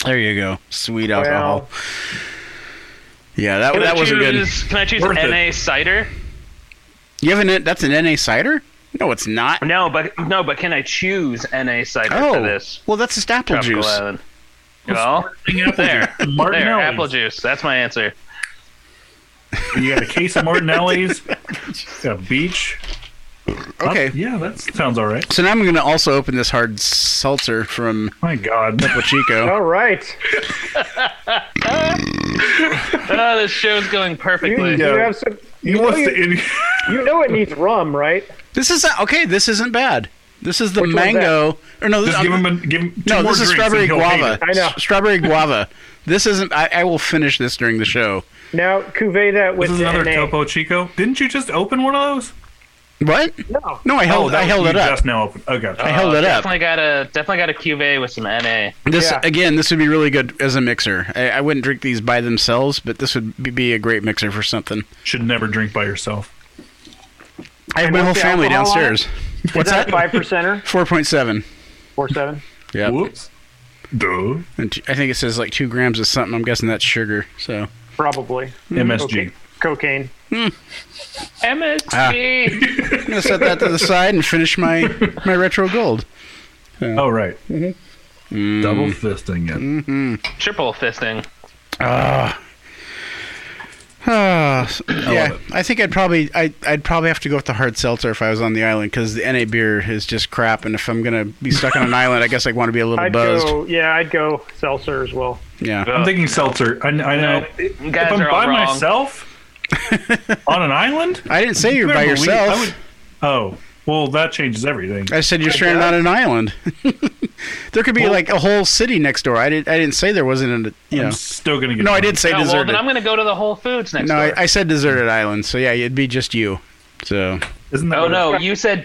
[SPEAKER 6] there you go, sweet alcohol.
[SPEAKER 2] Well,
[SPEAKER 6] yeah, that
[SPEAKER 5] Can
[SPEAKER 6] that
[SPEAKER 5] I
[SPEAKER 6] wasn't good.
[SPEAKER 5] choose- Can I choose
[SPEAKER 7] Worth it.
[SPEAKER 5] NA cider?
[SPEAKER 6] You have an that's an NA cider? No, it's not.
[SPEAKER 5] No, but no, but can I choose NA cider for
[SPEAKER 6] Oh,
[SPEAKER 5] this?
[SPEAKER 6] well, that's just apple
[SPEAKER 5] Tropical
[SPEAKER 6] juice.
[SPEAKER 5] Island. Well, there, there,
[SPEAKER 7] Martinelli's.
[SPEAKER 5] apple juice. That's my answer.
[SPEAKER 7] You got a case of Martinelli's, a beach.
[SPEAKER 6] Okay,
[SPEAKER 7] Yeah, that sounds all right.
[SPEAKER 6] so now I'm gonna also open this hard seltzer from
[SPEAKER 7] My God.
[SPEAKER 6] Pachico.
[SPEAKER 2] all right.
[SPEAKER 5] Oh, this show's going
[SPEAKER 2] You,
[SPEAKER 5] perfectly.
[SPEAKER 2] you
[SPEAKER 7] Yeah.
[SPEAKER 2] have some. You,
[SPEAKER 7] He
[SPEAKER 2] know,
[SPEAKER 7] wants
[SPEAKER 2] you,
[SPEAKER 7] to. In-
[SPEAKER 2] you know it needs rum, right?
[SPEAKER 6] This is okay. This isn't bad. This is the
[SPEAKER 2] Which one's
[SPEAKER 6] mango. Or no, this,
[SPEAKER 7] just
[SPEAKER 6] I'm-
[SPEAKER 7] give him. A, give him two
[SPEAKER 6] no,
[SPEAKER 7] more
[SPEAKER 6] this is
[SPEAKER 7] drinks
[SPEAKER 6] strawberry
[SPEAKER 7] and he'll hate
[SPEAKER 6] guava.
[SPEAKER 7] it.
[SPEAKER 2] I know.
[SPEAKER 6] S- Strawberry guava. This isn't. I, I will finish this during the show.
[SPEAKER 2] Now convey that with
[SPEAKER 7] This is another
[SPEAKER 2] NA.
[SPEAKER 7] Topo Chico. Didn't you just open one of those?
[SPEAKER 6] What?
[SPEAKER 2] No.
[SPEAKER 6] No, I held.
[SPEAKER 7] Oh, that
[SPEAKER 6] I
[SPEAKER 7] was
[SPEAKER 6] held
[SPEAKER 7] you
[SPEAKER 6] it up. Uh-huh.
[SPEAKER 7] Just uh, now open. Okay.
[SPEAKER 6] I held it up.
[SPEAKER 5] Uh, Definitely got a definitely got a cuvee with some NA.
[SPEAKER 6] This
[SPEAKER 2] Yeah.
[SPEAKER 6] again. This would be really good as a mixer. I, I wouldn't drink these by themselves, but this would be- be a great mixer for something.
[SPEAKER 7] Should never drink by yourself.
[SPEAKER 6] I have my whole
[SPEAKER 2] what's the alcohol on
[SPEAKER 6] family
[SPEAKER 2] it?
[SPEAKER 6] downstairs. What's
[SPEAKER 2] Is that
[SPEAKER 6] that?
[SPEAKER 2] a five percenter?
[SPEAKER 6] Four point seven.
[SPEAKER 2] Four seven.
[SPEAKER 6] Yeah.
[SPEAKER 7] Whoops. Duh.
[SPEAKER 6] And t- I think it says like two grams of something. I'm guessing that's sugar. So
[SPEAKER 2] Probably.
[SPEAKER 7] MSG.
[SPEAKER 2] Okay. Cocaine.
[SPEAKER 5] MSG.
[SPEAKER 6] I'm gonna set that to the side and finish my my retro gold.
[SPEAKER 7] Oh right. Mm-hmm.
[SPEAKER 6] Mm.
[SPEAKER 7] Double fisting it.
[SPEAKER 5] Triple fisting.
[SPEAKER 6] Ah, s- yeah,
[SPEAKER 7] it.
[SPEAKER 6] I think I'd probably I I'd probably have to go with the hard seltzer if I was on the island because the NA beer is just crap. And if I'm gonna be stuck on an island, I guess I want to be a little
[SPEAKER 2] I'd
[SPEAKER 6] buzzed.
[SPEAKER 2] go. Yeah, I'd go seltzer as well.
[SPEAKER 6] Yeah,
[SPEAKER 7] I'm thinking seltzer. I, I know. If
[SPEAKER 5] You guys
[SPEAKER 7] I'm
[SPEAKER 5] are all
[SPEAKER 7] by
[SPEAKER 5] wrong.
[SPEAKER 7] myself on an island,
[SPEAKER 6] I didn't say you're
[SPEAKER 7] better
[SPEAKER 6] by
[SPEAKER 7] believe-
[SPEAKER 6] yourself. I,
[SPEAKER 7] I would- oh well, that changes everything.
[SPEAKER 6] said you're stranded on an island. there could be like a whole city next door. I didn't I didn't say there wasn't a you know.
[SPEAKER 7] I'm still gonna get.
[SPEAKER 6] No, I did say
[SPEAKER 5] No, Oh, well,
[SPEAKER 6] deserted.
[SPEAKER 5] then I'm gonna go to the Whole Foods next
[SPEAKER 6] no,
[SPEAKER 5] door.
[SPEAKER 6] I, I said deserted island. So yeah, it'd be just you. So
[SPEAKER 7] Isn't that
[SPEAKER 5] Oh
[SPEAKER 7] what-
[SPEAKER 5] no, you said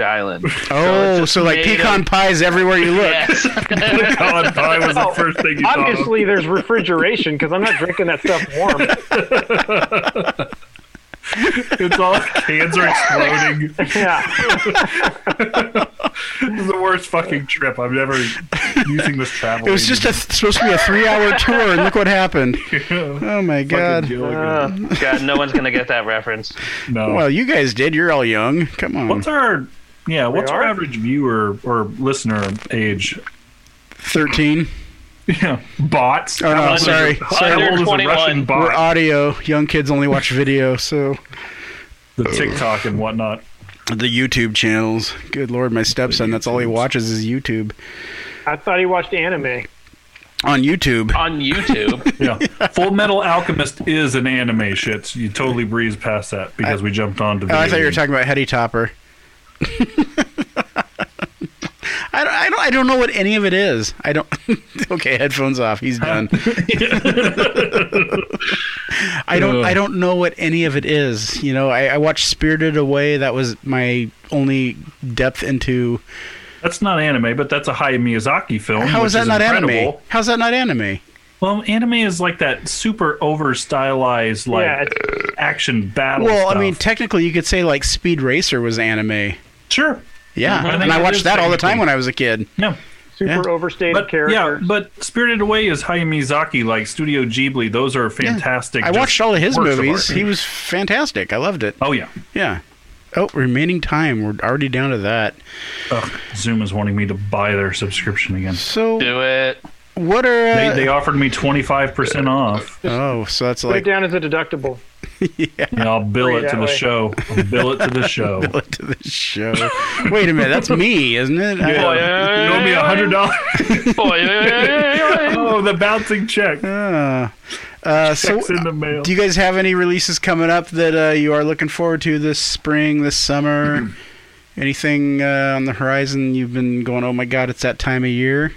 [SPEAKER 5] island.
[SPEAKER 6] oh, so,
[SPEAKER 5] just
[SPEAKER 6] like
[SPEAKER 5] made
[SPEAKER 6] pecan
[SPEAKER 5] of-
[SPEAKER 6] pies everywhere you look.
[SPEAKER 5] Yes.
[SPEAKER 7] God, pie was the first thing you thought of.
[SPEAKER 2] Obviously, there's refrigeration because I'm not drinking that stuff warm.
[SPEAKER 7] It's all cans are exploding. this
[SPEAKER 2] Yeah.
[SPEAKER 7] is the worst fucking trip. I'm never using this travel.
[SPEAKER 6] It was just a, supposed to be a three-hour tour, and look what happened. Oh my god.
[SPEAKER 7] Uh,
[SPEAKER 5] Oh, God, no one's gonna get that reference.
[SPEAKER 7] no.
[SPEAKER 6] Well, you guys did. You're all young. Come on.
[SPEAKER 7] What's our yeah? What's our
[SPEAKER 2] are?
[SPEAKER 7] average viewer or listener age?
[SPEAKER 6] 13.
[SPEAKER 7] Yeah, bots.
[SPEAKER 6] Oh, no,
[SPEAKER 7] How old is-
[SPEAKER 6] sorry.
[SPEAKER 7] How
[SPEAKER 5] Sorry.
[SPEAKER 7] old is a
[SPEAKER 5] 21.
[SPEAKER 7] Russian
[SPEAKER 6] We're
[SPEAKER 7] bot?
[SPEAKER 6] audio. Young kids only watch video, so.
[SPEAKER 7] The TikTok and whatnot.
[SPEAKER 6] The YouTube channels. Good lord, my stepson, that's all he watches is YouTube.
[SPEAKER 2] I thought he watched anime.
[SPEAKER 6] On YouTube.
[SPEAKER 5] On YouTube.
[SPEAKER 7] Yeah, Full Metal Alchemist is an anime shit. so you totally breezed past that because we jumped
[SPEAKER 6] Oh,
[SPEAKER 7] onto. Video
[SPEAKER 6] I thought you were
[SPEAKER 7] games.
[SPEAKER 6] talking about Hetty Topper. I, don't, I, don't, I don't know what any of it is. I don't. okay, headphones off. He's done. I don't. I don't know what any of it is. You know, I, I watched Spirited Away. That was my only depth into.
[SPEAKER 7] That's not anime, but that's a Hayao Miyazaki film.
[SPEAKER 6] How
[SPEAKER 7] which
[SPEAKER 6] is that not
[SPEAKER 7] incredible.
[SPEAKER 6] anime? How's that not anime?
[SPEAKER 7] Well, anime is like that super over stylized, like
[SPEAKER 2] Yeah, it's-
[SPEAKER 7] action battle.
[SPEAKER 6] Well, I
[SPEAKER 7] stuff.
[SPEAKER 6] mean, technically, you could say like Speed Racer was anime.
[SPEAKER 7] sure,
[SPEAKER 6] Yeah,
[SPEAKER 7] I think
[SPEAKER 6] and I
[SPEAKER 7] it
[SPEAKER 6] watched
[SPEAKER 7] is
[SPEAKER 6] that all the time
[SPEAKER 7] technically.
[SPEAKER 6] when I was a kid.
[SPEAKER 7] yeah.
[SPEAKER 2] super
[SPEAKER 6] Yeah.
[SPEAKER 2] overstated
[SPEAKER 7] But yeah,
[SPEAKER 2] character.
[SPEAKER 7] but Spirited Away is Hayao Miyazaki, like Studio Ghibli. Those are fantastic.
[SPEAKER 6] I
[SPEAKER 7] just
[SPEAKER 6] watched all of his
[SPEAKER 7] works art.
[SPEAKER 6] movies. He was fantastic. I loved it.
[SPEAKER 7] oh yeah,
[SPEAKER 6] Yeah. Oh, remaining time. We're already down to that.
[SPEAKER 7] Ugh, Zoom is wanting me to buy their subscription again.
[SPEAKER 6] So
[SPEAKER 5] Do it.
[SPEAKER 6] what are?
[SPEAKER 7] They,
[SPEAKER 6] Uh,
[SPEAKER 7] they offered me twenty five percent off.
[SPEAKER 6] oh, so that's
[SPEAKER 2] Put it
[SPEAKER 6] like
[SPEAKER 2] down as a deductible.
[SPEAKER 7] Yeah, I'll bill
[SPEAKER 2] Free
[SPEAKER 7] it to
[SPEAKER 2] that
[SPEAKER 7] the
[SPEAKER 2] way.
[SPEAKER 7] show. I'll bill it to the show.
[SPEAKER 6] to the show. Wait a minute, that's me, isn't it?
[SPEAKER 7] Yeah. You owe me a hundred dollars.
[SPEAKER 5] dollars.
[SPEAKER 7] Oh, the bouncing check.
[SPEAKER 6] Uh, uh, so,
[SPEAKER 7] Checks in the mail.
[SPEAKER 6] do you guys have any releases coming up that uh, you are looking forward to this spring, this summer? Anything uh, on the horizon? You've been going, oh my god, it's that time of year.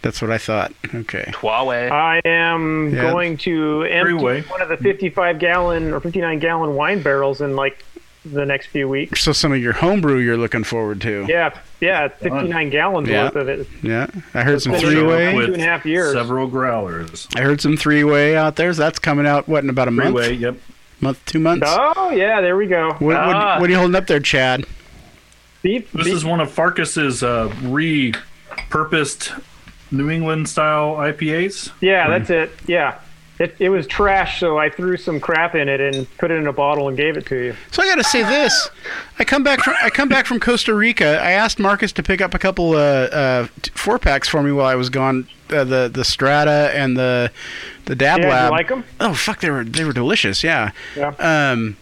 [SPEAKER 6] That's what I thought. Okay. Uh,
[SPEAKER 5] Huawei.
[SPEAKER 2] I am
[SPEAKER 6] Yeah.
[SPEAKER 2] going to empty
[SPEAKER 7] Freeway.
[SPEAKER 2] one of the 55 gallon or 59 gallon wine barrels in like the next few weeks.
[SPEAKER 6] So some of your homebrew you're looking forward to.
[SPEAKER 2] Yeah, yeah, it's 59 gallons
[SPEAKER 6] Yeah.
[SPEAKER 2] worth of it.
[SPEAKER 6] Yeah. I heard some
[SPEAKER 2] Been
[SPEAKER 6] three
[SPEAKER 2] around
[SPEAKER 6] way.
[SPEAKER 2] with- two and a half years.
[SPEAKER 7] Several growlers.
[SPEAKER 6] I heard some three way out there. So that's coming out what in about a month?
[SPEAKER 7] Freeway. Yep.
[SPEAKER 6] Month, two months.
[SPEAKER 2] Oh yeah, there we go.
[SPEAKER 6] What,
[SPEAKER 5] Ah.
[SPEAKER 6] what, what are you holding up there, Chad?
[SPEAKER 2] Beep,
[SPEAKER 7] This
[SPEAKER 2] beep.
[SPEAKER 7] is one of Farkas's uh, repurposed New England style IPAs.
[SPEAKER 2] yeah, that's it. Yeah. It, it was trash, so I threw some crap in it and put it in a bottle and gave it to you.
[SPEAKER 6] So I got to say this: I come back from I come back from Costa Rica. I asked Marcus to pick up a couple uh, uh, four packs for me while I was gone. Uh, the the Strata and the the Dab
[SPEAKER 2] Yeah, you
[SPEAKER 6] Lab.
[SPEAKER 2] like 'em?
[SPEAKER 6] Oh fuck, they were they were delicious. Yeah.
[SPEAKER 2] Yeah.
[SPEAKER 6] Um,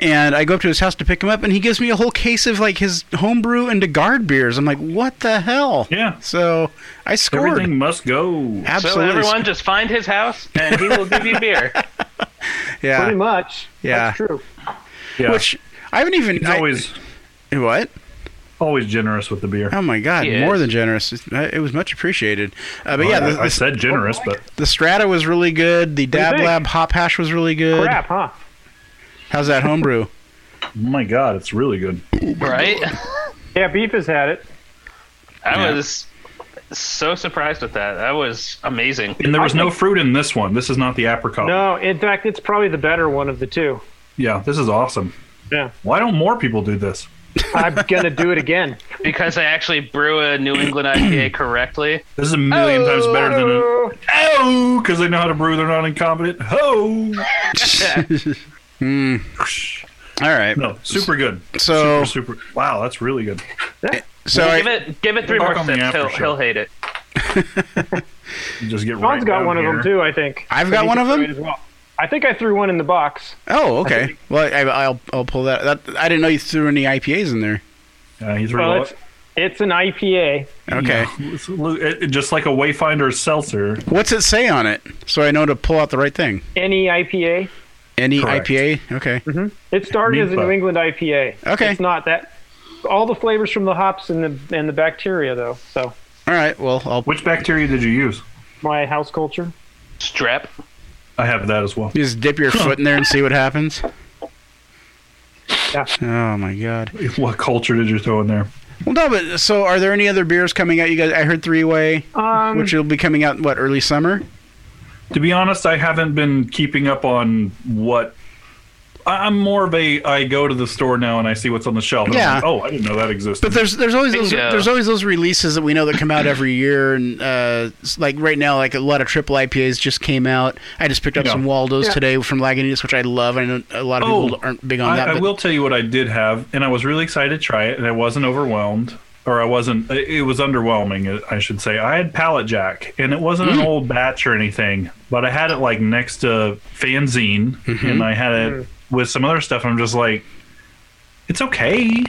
[SPEAKER 6] and I go up to his house to pick him up, and he gives me a whole case of like his homebrew and Degard beers. I'm like, what the hell?
[SPEAKER 7] Yeah.
[SPEAKER 6] So I scored.
[SPEAKER 7] Everything must go.
[SPEAKER 5] So
[SPEAKER 6] Absolutely.
[SPEAKER 5] everyone just find his house and he will give you beer.
[SPEAKER 2] Pretty
[SPEAKER 6] yeah.
[SPEAKER 2] much.
[SPEAKER 6] Yeah.
[SPEAKER 2] That's true.
[SPEAKER 7] Yeah.
[SPEAKER 6] Which I haven't even.
[SPEAKER 7] He's
[SPEAKER 6] I-
[SPEAKER 7] always
[SPEAKER 6] what?
[SPEAKER 7] always generous with the beer.
[SPEAKER 6] Oh my god,
[SPEAKER 5] He
[SPEAKER 6] more
[SPEAKER 5] is.
[SPEAKER 6] than generous. It, it was much appreciated. Uh, but yeah,
[SPEAKER 7] I,
[SPEAKER 6] the,
[SPEAKER 7] Oh, I
[SPEAKER 6] the,
[SPEAKER 7] said generous, but
[SPEAKER 6] the Strata was really good. The Dab
[SPEAKER 2] think?
[SPEAKER 6] Lab Hop Hash was really good.
[SPEAKER 2] Crap, huh?
[SPEAKER 6] How's that homebrew?
[SPEAKER 7] my God, it's really good.
[SPEAKER 5] Right?
[SPEAKER 2] Yeah, Beef has had it.
[SPEAKER 5] I was so surprised with that. That was amazing.
[SPEAKER 7] And there was no fruit in this one. This is not the apricot.
[SPEAKER 2] No, in fact, it's probably the better one of the two.
[SPEAKER 7] Yeah, this is awesome.
[SPEAKER 2] Yeah.
[SPEAKER 7] Why don't more people do this?
[SPEAKER 2] I'm going to do it again.
[SPEAKER 5] Because I actually brew a New England IPA correctly.
[SPEAKER 7] This is a million times better than a oh, because they know how to brew. They're not incompetent. Ho!
[SPEAKER 6] All right.
[SPEAKER 7] No, super good.
[SPEAKER 6] So-
[SPEAKER 7] super, super. Wow, that's really good.
[SPEAKER 6] So
[SPEAKER 5] give
[SPEAKER 6] I,
[SPEAKER 5] it give it three
[SPEAKER 7] Fuck
[SPEAKER 5] more
[SPEAKER 7] on the
[SPEAKER 5] sips. He'll,
[SPEAKER 7] aftershow.
[SPEAKER 5] he'll hate it.
[SPEAKER 7] You just get.
[SPEAKER 2] Sean's
[SPEAKER 7] right
[SPEAKER 2] got
[SPEAKER 7] down
[SPEAKER 2] one
[SPEAKER 7] here.
[SPEAKER 2] of them, too, I think.
[SPEAKER 6] I've got
[SPEAKER 2] He
[SPEAKER 6] one of
[SPEAKER 2] threw it
[SPEAKER 6] them.
[SPEAKER 2] as well. I think I threw one in the box.
[SPEAKER 6] Oh, okay. Well, I, I'll I'll pull that. that. I didn't know you threw any IPAs in there.
[SPEAKER 7] Yeah, Uh, he's
[SPEAKER 2] Well,
[SPEAKER 7] really
[SPEAKER 2] it's, it's an IPA.
[SPEAKER 6] Okay.
[SPEAKER 7] It's lu- it- it- just like a Wayfinder seltzer.
[SPEAKER 6] What's it say on it? So I know to pull out the right thing.
[SPEAKER 2] Any IPA.
[SPEAKER 6] Any
[SPEAKER 7] Correct. Mm-hmm.
[SPEAKER 6] IPA? Okay.
[SPEAKER 2] It started
[SPEAKER 7] Meat
[SPEAKER 2] as a
[SPEAKER 7] bun.
[SPEAKER 2] New England IPA.
[SPEAKER 6] Okay.
[SPEAKER 2] It's not that. All the flavors from the hops and the and the bacteria though. So
[SPEAKER 6] All right. Well, I'll
[SPEAKER 7] Which bacteria did you use?
[SPEAKER 2] my house culture.
[SPEAKER 5] Strep.
[SPEAKER 7] I have that as well.
[SPEAKER 6] just dip your foot in there and see what happens.
[SPEAKER 2] Yeah.
[SPEAKER 6] Oh my god.
[SPEAKER 7] What culture did you throw in there?
[SPEAKER 6] Well, no, but so are there any other beers coming out? You guys, I heard Three Way,
[SPEAKER 2] Um,
[SPEAKER 6] which will be coming out what early summer.
[SPEAKER 7] To be honest, I haven't been keeping up on what. I- I'm more of a. I go to the store now and I see what's on the shelf. and I'm
[SPEAKER 6] Yeah.
[SPEAKER 7] like, oh, I didn't know that existed.
[SPEAKER 6] But there's there's always those,
[SPEAKER 5] Bingo.
[SPEAKER 6] there's always those releases that we know that come out every year, and uh, s- like right now, like a lot of triple IPAs just came out. I just picked up
[SPEAKER 7] Yeah.
[SPEAKER 6] some Waldos
[SPEAKER 2] Yeah.
[SPEAKER 6] today from Lagunitas, which I love. I know a lot of
[SPEAKER 7] Oh,
[SPEAKER 6] people aren't big on
[SPEAKER 7] I,
[SPEAKER 6] that.
[SPEAKER 7] I
[SPEAKER 6] but
[SPEAKER 7] will tell you what I did have, and I was really excited to try it, and I wasn't overwhelmed, or I wasn't. It it was underwhelming, uh, I should say. I had Pallet Jack, and it wasn't an old batch or anything, but I had it like next to Fanzine, and I had it with some other stuff. I'm just like, it's okay.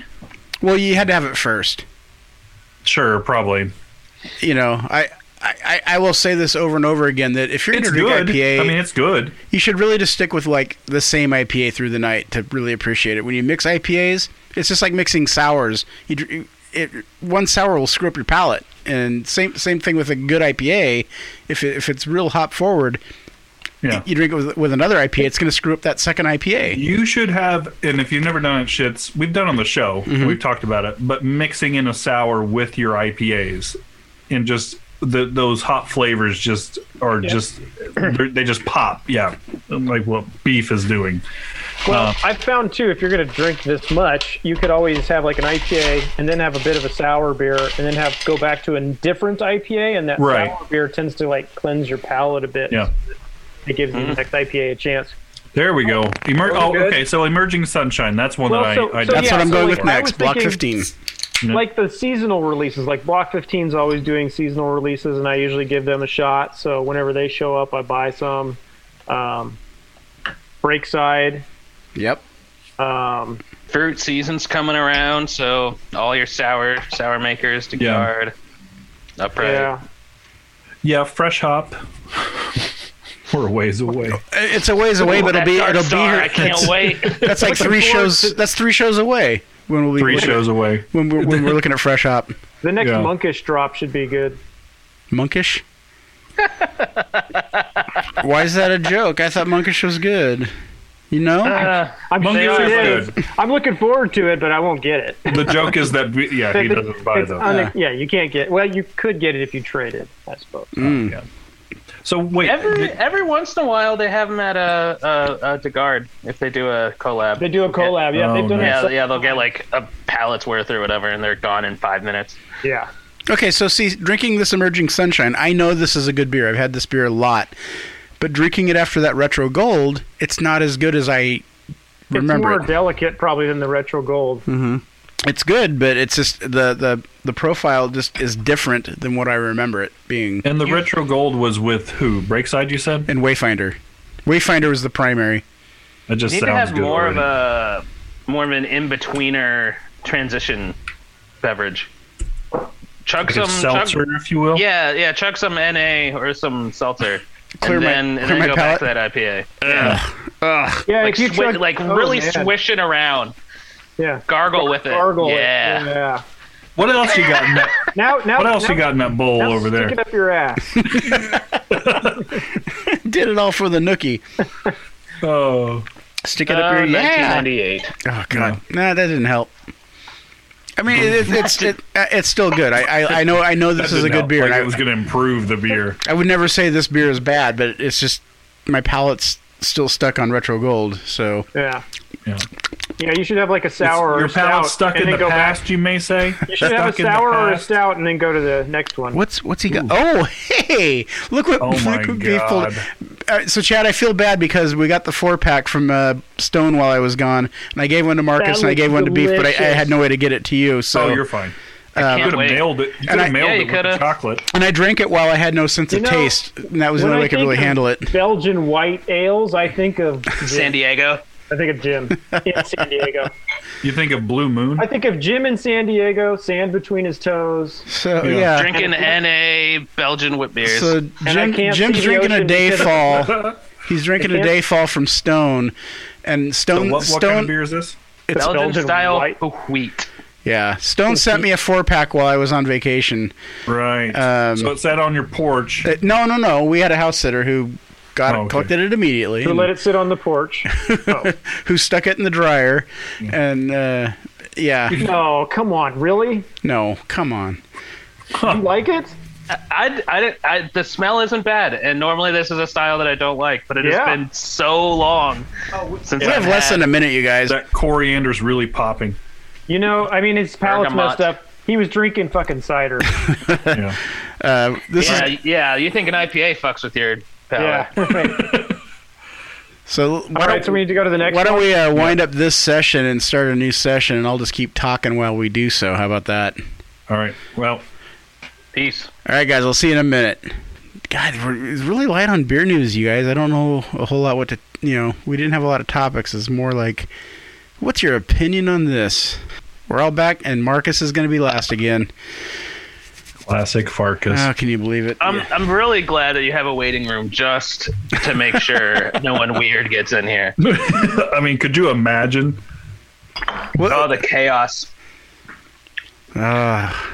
[SPEAKER 6] Well, you had to have it first.
[SPEAKER 7] Sure, probably.
[SPEAKER 6] You know, I. I, I- I will say this over and over again that if you're
[SPEAKER 7] It's
[SPEAKER 6] going to drink
[SPEAKER 7] good.
[SPEAKER 6] IPA,
[SPEAKER 7] I mean, it's good.
[SPEAKER 6] you should really just stick with like the same IPA through the night to really appreciate it. When you mix IPAs, it's just like mixing sours. You, dr- you- it, one sour will screw up your palate, and same same thing with a good IPA. If it, if it's real hop forward,
[SPEAKER 7] Yeah.
[SPEAKER 6] you drink it with, with another IPA, it's going to screw up that second IPA.
[SPEAKER 7] You should have, and if you've never done it, shits, we've done on the
[SPEAKER 2] Mm-hmm.
[SPEAKER 7] show, we've talked about it, but mixing in a sour with your IPAs and just the, those hot flavors just are just they're- they just pop. Yeah, like what beef is doing.
[SPEAKER 2] Well, I've found too, if you're going to drink this much, you could always have like an IPA and then have a bit of a sour beer and then have go back to a different IPA, and that
[SPEAKER 7] Right.
[SPEAKER 2] sour beer tends to like cleanse your palate a bit.
[SPEAKER 7] Yeah. Mm-hmm.
[SPEAKER 2] It gives you the next IPA a chance.
[SPEAKER 7] There we go. Emer-
[SPEAKER 2] we're
[SPEAKER 7] oh,
[SPEAKER 2] good.
[SPEAKER 7] okay. So emerging sunshine. That's one
[SPEAKER 2] Well,
[SPEAKER 7] that I.
[SPEAKER 2] so-
[SPEAKER 7] I
[SPEAKER 2] so
[SPEAKER 6] That's
[SPEAKER 2] Yeah,
[SPEAKER 6] what I'm
[SPEAKER 2] so
[SPEAKER 6] going
[SPEAKER 2] like,
[SPEAKER 6] with
[SPEAKER 2] I
[SPEAKER 6] next.
[SPEAKER 2] was
[SPEAKER 6] Block
[SPEAKER 2] thinking-
[SPEAKER 6] 15.
[SPEAKER 2] Like the seasonal releases, like Block 15 is always doing seasonal releases, and I usually give them a shot. So whenever they show up, I buy some. Um, Breakside,
[SPEAKER 6] Yep.
[SPEAKER 2] um,
[SPEAKER 5] Fruit season's coming around, so all your sour sour makers to
[SPEAKER 7] Yeah.
[SPEAKER 5] guard. Upright.
[SPEAKER 2] yeah.
[SPEAKER 7] yeah, fresh hop. We're a ways away.
[SPEAKER 6] It's a ways away,
[SPEAKER 5] Ooh,
[SPEAKER 6] but it'll
[SPEAKER 5] that
[SPEAKER 6] be
[SPEAKER 5] Dark
[SPEAKER 6] it'll be
[SPEAKER 5] Star,
[SPEAKER 6] here.
[SPEAKER 5] I can't
[SPEAKER 6] that's,
[SPEAKER 5] wait.
[SPEAKER 6] that's like three shows. That's three shows away when we'll be
[SPEAKER 7] Three
[SPEAKER 6] looking-
[SPEAKER 7] shows away.
[SPEAKER 6] when we're, when we're looking at fresh hop
[SPEAKER 2] The next
[SPEAKER 7] Yeah.
[SPEAKER 2] Monkish drop should be good.
[SPEAKER 6] monkish. Why is that a joke? I thought monkish was good. You know,
[SPEAKER 5] Uh,
[SPEAKER 2] I'm
[SPEAKER 7] Monkish
[SPEAKER 2] sure
[SPEAKER 7] is
[SPEAKER 2] it is. I'm looking forward to it, but I won't get it.
[SPEAKER 7] The joke is that we- yeah, he
[SPEAKER 2] It's-
[SPEAKER 7] doesn't buy
[SPEAKER 2] it's
[SPEAKER 7] those.
[SPEAKER 2] une- yeah, you can't get. Well, you could get it if you trade it, I suppose.
[SPEAKER 5] Mm.
[SPEAKER 7] so wait,
[SPEAKER 5] every
[SPEAKER 7] th-
[SPEAKER 5] every once in a while they have them at a a, a DeGard if they do a collab.
[SPEAKER 2] They do a collab. Yeah,
[SPEAKER 7] Oh,
[SPEAKER 2] they've done
[SPEAKER 5] Yeah,
[SPEAKER 2] it.
[SPEAKER 5] yeah, they'll get like a pallet's worth or whatever, and they're gone in five minutes.
[SPEAKER 2] Yeah.
[SPEAKER 6] Okay, so see, drinking this emerging sunshine, I know this is a good beer. I've had this beer a lot, but drinking it after that retro gold, it's not as good as I remember.
[SPEAKER 2] it's more
[SPEAKER 6] it.
[SPEAKER 2] delicate probably than the retro gold.
[SPEAKER 5] Mm.
[SPEAKER 6] it's good, but it's just the the the profile just is different than what I remember it being.
[SPEAKER 7] and the retro gold was with who? Breakside, you said.
[SPEAKER 6] And Wayfinder, Wayfinder was the primary.
[SPEAKER 7] That just
[SPEAKER 5] Need to
[SPEAKER 7] sounds
[SPEAKER 5] have
[SPEAKER 7] good.
[SPEAKER 5] more
[SPEAKER 7] already.
[SPEAKER 5] of a more of an in betweener transition beverage. Chug
[SPEAKER 7] Like a
[SPEAKER 5] some chug-
[SPEAKER 7] seltzer, if you will.
[SPEAKER 5] yeah, yeah, chug some NA or some seltzer.
[SPEAKER 6] Clear
[SPEAKER 5] and
[SPEAKER 6] my-
[SPEAKER 5] then,
[SPEAKER 6] clear
[SPEAKER 5] and then
[SPEAKER 6] my
[SPEAKER 5] go
[SPEAKER 6] palate.
[SPEAKER 5] back to that IPA. Yeah.
[SPEAKER 2] Yeah,
[SPEAKER 5] Like,
[SPEAKER 2] if you
[SPEAKER 5] swi-
[SPEAKER 2] tried-
[SPEAKER 5] like
[SPEAKER 2] oh,
[SPEAKER 5] really
[SPEAKER 2] man.
[SPEAKER 5] swish it around.
[SPEAKER 2] Yeah.
[SPEAKER 5] Gargle with it.
[SPEAKER 2] Gargle. it.
[SPEAKER 5] yeah.
[SPEAKER 2] yeah.
[SPEAKER 7] What else you got? In that,
[SPEAKER 2] Now, now.
[SPEAKER 7] what else
[SPEAKER 2] now,
[SPEAKER 7] you got in that bowl
[SPEAKER 2] now
[SPEAKER 7] over there?
[SPEAKER 2] Stick it up your ass.
[SPEAKER 6] Did it all for the nookie.
[SPEAKER 7] Oh,
[SPEAKER 6] Stick it
[SPEAKER 5] Uh,
[SPEAKER 6] up your yeah.
[SPEAKER 5] 1998.
[SPEAKER 6] Oh god, nah, that didn't help. I mean, it, it's it, uh, it's still good. I, I I know I know this
[SPEAKER 7] that
[SPEAKER 6] is a
[SPEAKER 7] didn't
[SPEAKER 6] good
[SPEAKER 7] help.
[SPEAKER 6] beer.
[SPEAKER 7] Like,
[SPEAKER 6] and I,
[SPEAKER 7] it was going to improve the beer.
[SPEAKER 6] I would never say this beer is bad, but it's just my palate's still stuck on retro gold. So
[SPEAKER 2] Yeah.
[SPEAKER 7] Yeah.
[SPEAKER 2] Yeah, you should have like a sour
[SPEAKER 7] Your
[SPEAKER 2] or a stout
[SPEAKER 7] palate's stuck
[SPEAKER 2] and
[SPEAKER 7] in
[SPEAKER 2] then
[SPEAKER 7] the
[SPEAKER 2] go
[SPEAKER 7] past, you may say.
[SPEAKER 2] back. You should have a
[SPEAKER 7] Stuck in the
[SPEAKER 2] sour or a
[SPEAKER 7] past.
[SPEAKER 2] stout and then go to the next one.
[SPEAKER 6] what's what's he got? Oh, hey! Look what
[SPEAKER 7] Oh my
[SPEAKER 6] look what beef pulled-
[SPEAKER 7] God.
[SPEAKER 6] Uh, so Chad, I feel bad because we got the four pack from uh, Stone while I was gone, and I gave one to Marcus
[SPEAKER 2] That
[SPEAKER 6] and I
[SPEAKER 2] looks
[SPEAKER 6] gave one to Beef, but I, I
[SPEAKER 2] delicious.
[SPEAKER 6] had no way to get it to you. So
[SPEAKER 7] Oh, you're fine.
[SPEAKER 5] I
[SPEAKER 7] You
[SPEAKER 5] can't
[SPEAKER 7] could have
[SPEAKER 5] wait.
[SPEAKER 7] nailed it. You could
[SPEAKER 6] I-
[SPEAKER 7] have nailed
[SPEAKER 5] Yeah, you
[SPEAKER 7] it with the
[SPEAKER 5] coulda.
[SPEAKER 7] chocolate.
[SPEAKER 6] and I drank it while I had no sense
[SPEAKER 2] You
[SPEAKER 6] of
[SPEAKER 2] know,
[SPEAKER 6] taste, and that was the
[SPEAKER 2] when I
[SPEAKER 6] only way I could
[SPEAKER 2] think
[SPEAKER 6] really
[SPEAKER 2] of
[SPEAKER 6] handle it.
[SPEAKER 2] Belgian white ales. I think of Jim.
[SPEAKER 5] San Diego.
[SPEAKER 2] I think of Jim in San Diego.
[SPEAKER 7] You think of Blue Moon?
[SPEAKER 2] I think of Jim in San Diego, sand between his toes.
[SPEAKER 6] So
[SPEAKER 7] Yeah.
[SPEAKER 6] yeah.
[SPEAKER 5] Drinking NA Belgian whip beers.
[SPEAKER 6] So
[SPEAKER 2] I
[SPEAKER 6] Jim,
[SPEAKER 2] can't
[SPEAKER 6] Jim's
[SPEAKER 2] see the
[SPEAKER 6] drinking a
[SPEAKER 2] ocean
[SPEAKER 6] day
[SPEAKER 2] because-
[SPEAKER 6] fall. He's drinking a
[SPEAKER 2] can't-
[SPEAKER 6] day fall from Stone, and
[SPEAKER 7] So
[SPEAKER 6] Stone
[SPEAKER 7] what, what
[SPEAKER 6] Stone
[SPEAKER 7] kind of beer is this?
[SPEAKER 6] it's
[SPEAKER 5] Belgian,
[SPEAKER 2] Belgian
[SPEAKER 5] style
[SPEAKER 2] white.
[SPEAKER 5] wheat.
[SPEAKER 6] Yeah, Stone sent me a four pack while I was on vacation.
[SPEAKER 7] Right.
[SPEAKER 6] Um,
[SPEAKER 7] so it sat on your porch.
[SPEAKER 6] Uh, no, no, no. We had a house sitter who got
[SPEAKER 7] Oh,
[SPEAKER 6] it,
[SPEAKER 7] okay.
[SPEAKER 6] collected it immediately,
[SPEAKER 2] Who
[SPEAKER 6] and
[SPEAKER 2] let it sit on the porch?
[SPEAKER 6] Hmm.
[SPEAKER 2] Oh.
[SPEAKER 6] who stuck it in the dryer,
[SPEAKER 2] Mm.
[SPEAKER 6] and uh, yeah,
[SPEAKER 2] No, come on, really?
[SPEAKER 6] no, come on.
[SPEAKER 2] You like it?
[SPEAKER 5] I, I, I, the smell isn't bad, and normally this is a style that I don't like, but it
[SPEAKER 2] Yeah.
[SPEAKER 5] has been so long since
[SPEAKER 6] We
[SPEAKER 5] I've
[SPEAKER 6] have less
[SPEAKER 5] had-
[SPEAKER 6] than a minute, you guys.
[SPEAKER 7] That coriander's really popping.
[SPEAKER 2] You know, I mean, his palate's
[SPEAKER 5] Bergamot.
[SPEAKER 2] messed up. He was drinking fucking cider.
[SPEAKER 7] Yeah.
[SPEAKER 6] Uh, this
[SPEAKER 5] Yeah,
[SPEAKER 6] is
[SPEAKER 5] yeah. You think an IPA fucks with your palate?
[SPEAKER 2] yeah. All
[SPEAKER 6] so. Why
[SPEAKER 2] right, so
[SPEAKER 6] don't,
[SPEAKER 2] we need to go to the next
[SPEAKER 6] why don't
[SPEAKER 2] one.
[SPEAKER 6] we uh, wind up this session and start a new session, and I'll just keep talking while we do so. How about that?
[SPEAKER 7] All right. Well,
[SPEAKER 5] Peace.
[SPEAKER 6] All right, guys. I'll see you in a minute. God, we're, it's really light on beer news, you guys. I don't know a whole lot what to. You know, we didn't have a lot of topics. It's more like, what's your opinion on this? We're all back, and Marcus is going to be last again.
[SPEAKER 7] classic Farkas.
[SPEAKER 6] Oh, can you believe it?
[SPEAKER 5] I'm,
[SPEAKER 7] Um,
[SPEAKER 6] Yeah.
[SPEAKER 5] I'm really glad that you have a waiting room just to make sure no one weird gets in here.
[SPEAKER 7] I mean, could you imagine?
[SPEAKER 5] Oh, the chaos.
[SPEAKER 6] Ah.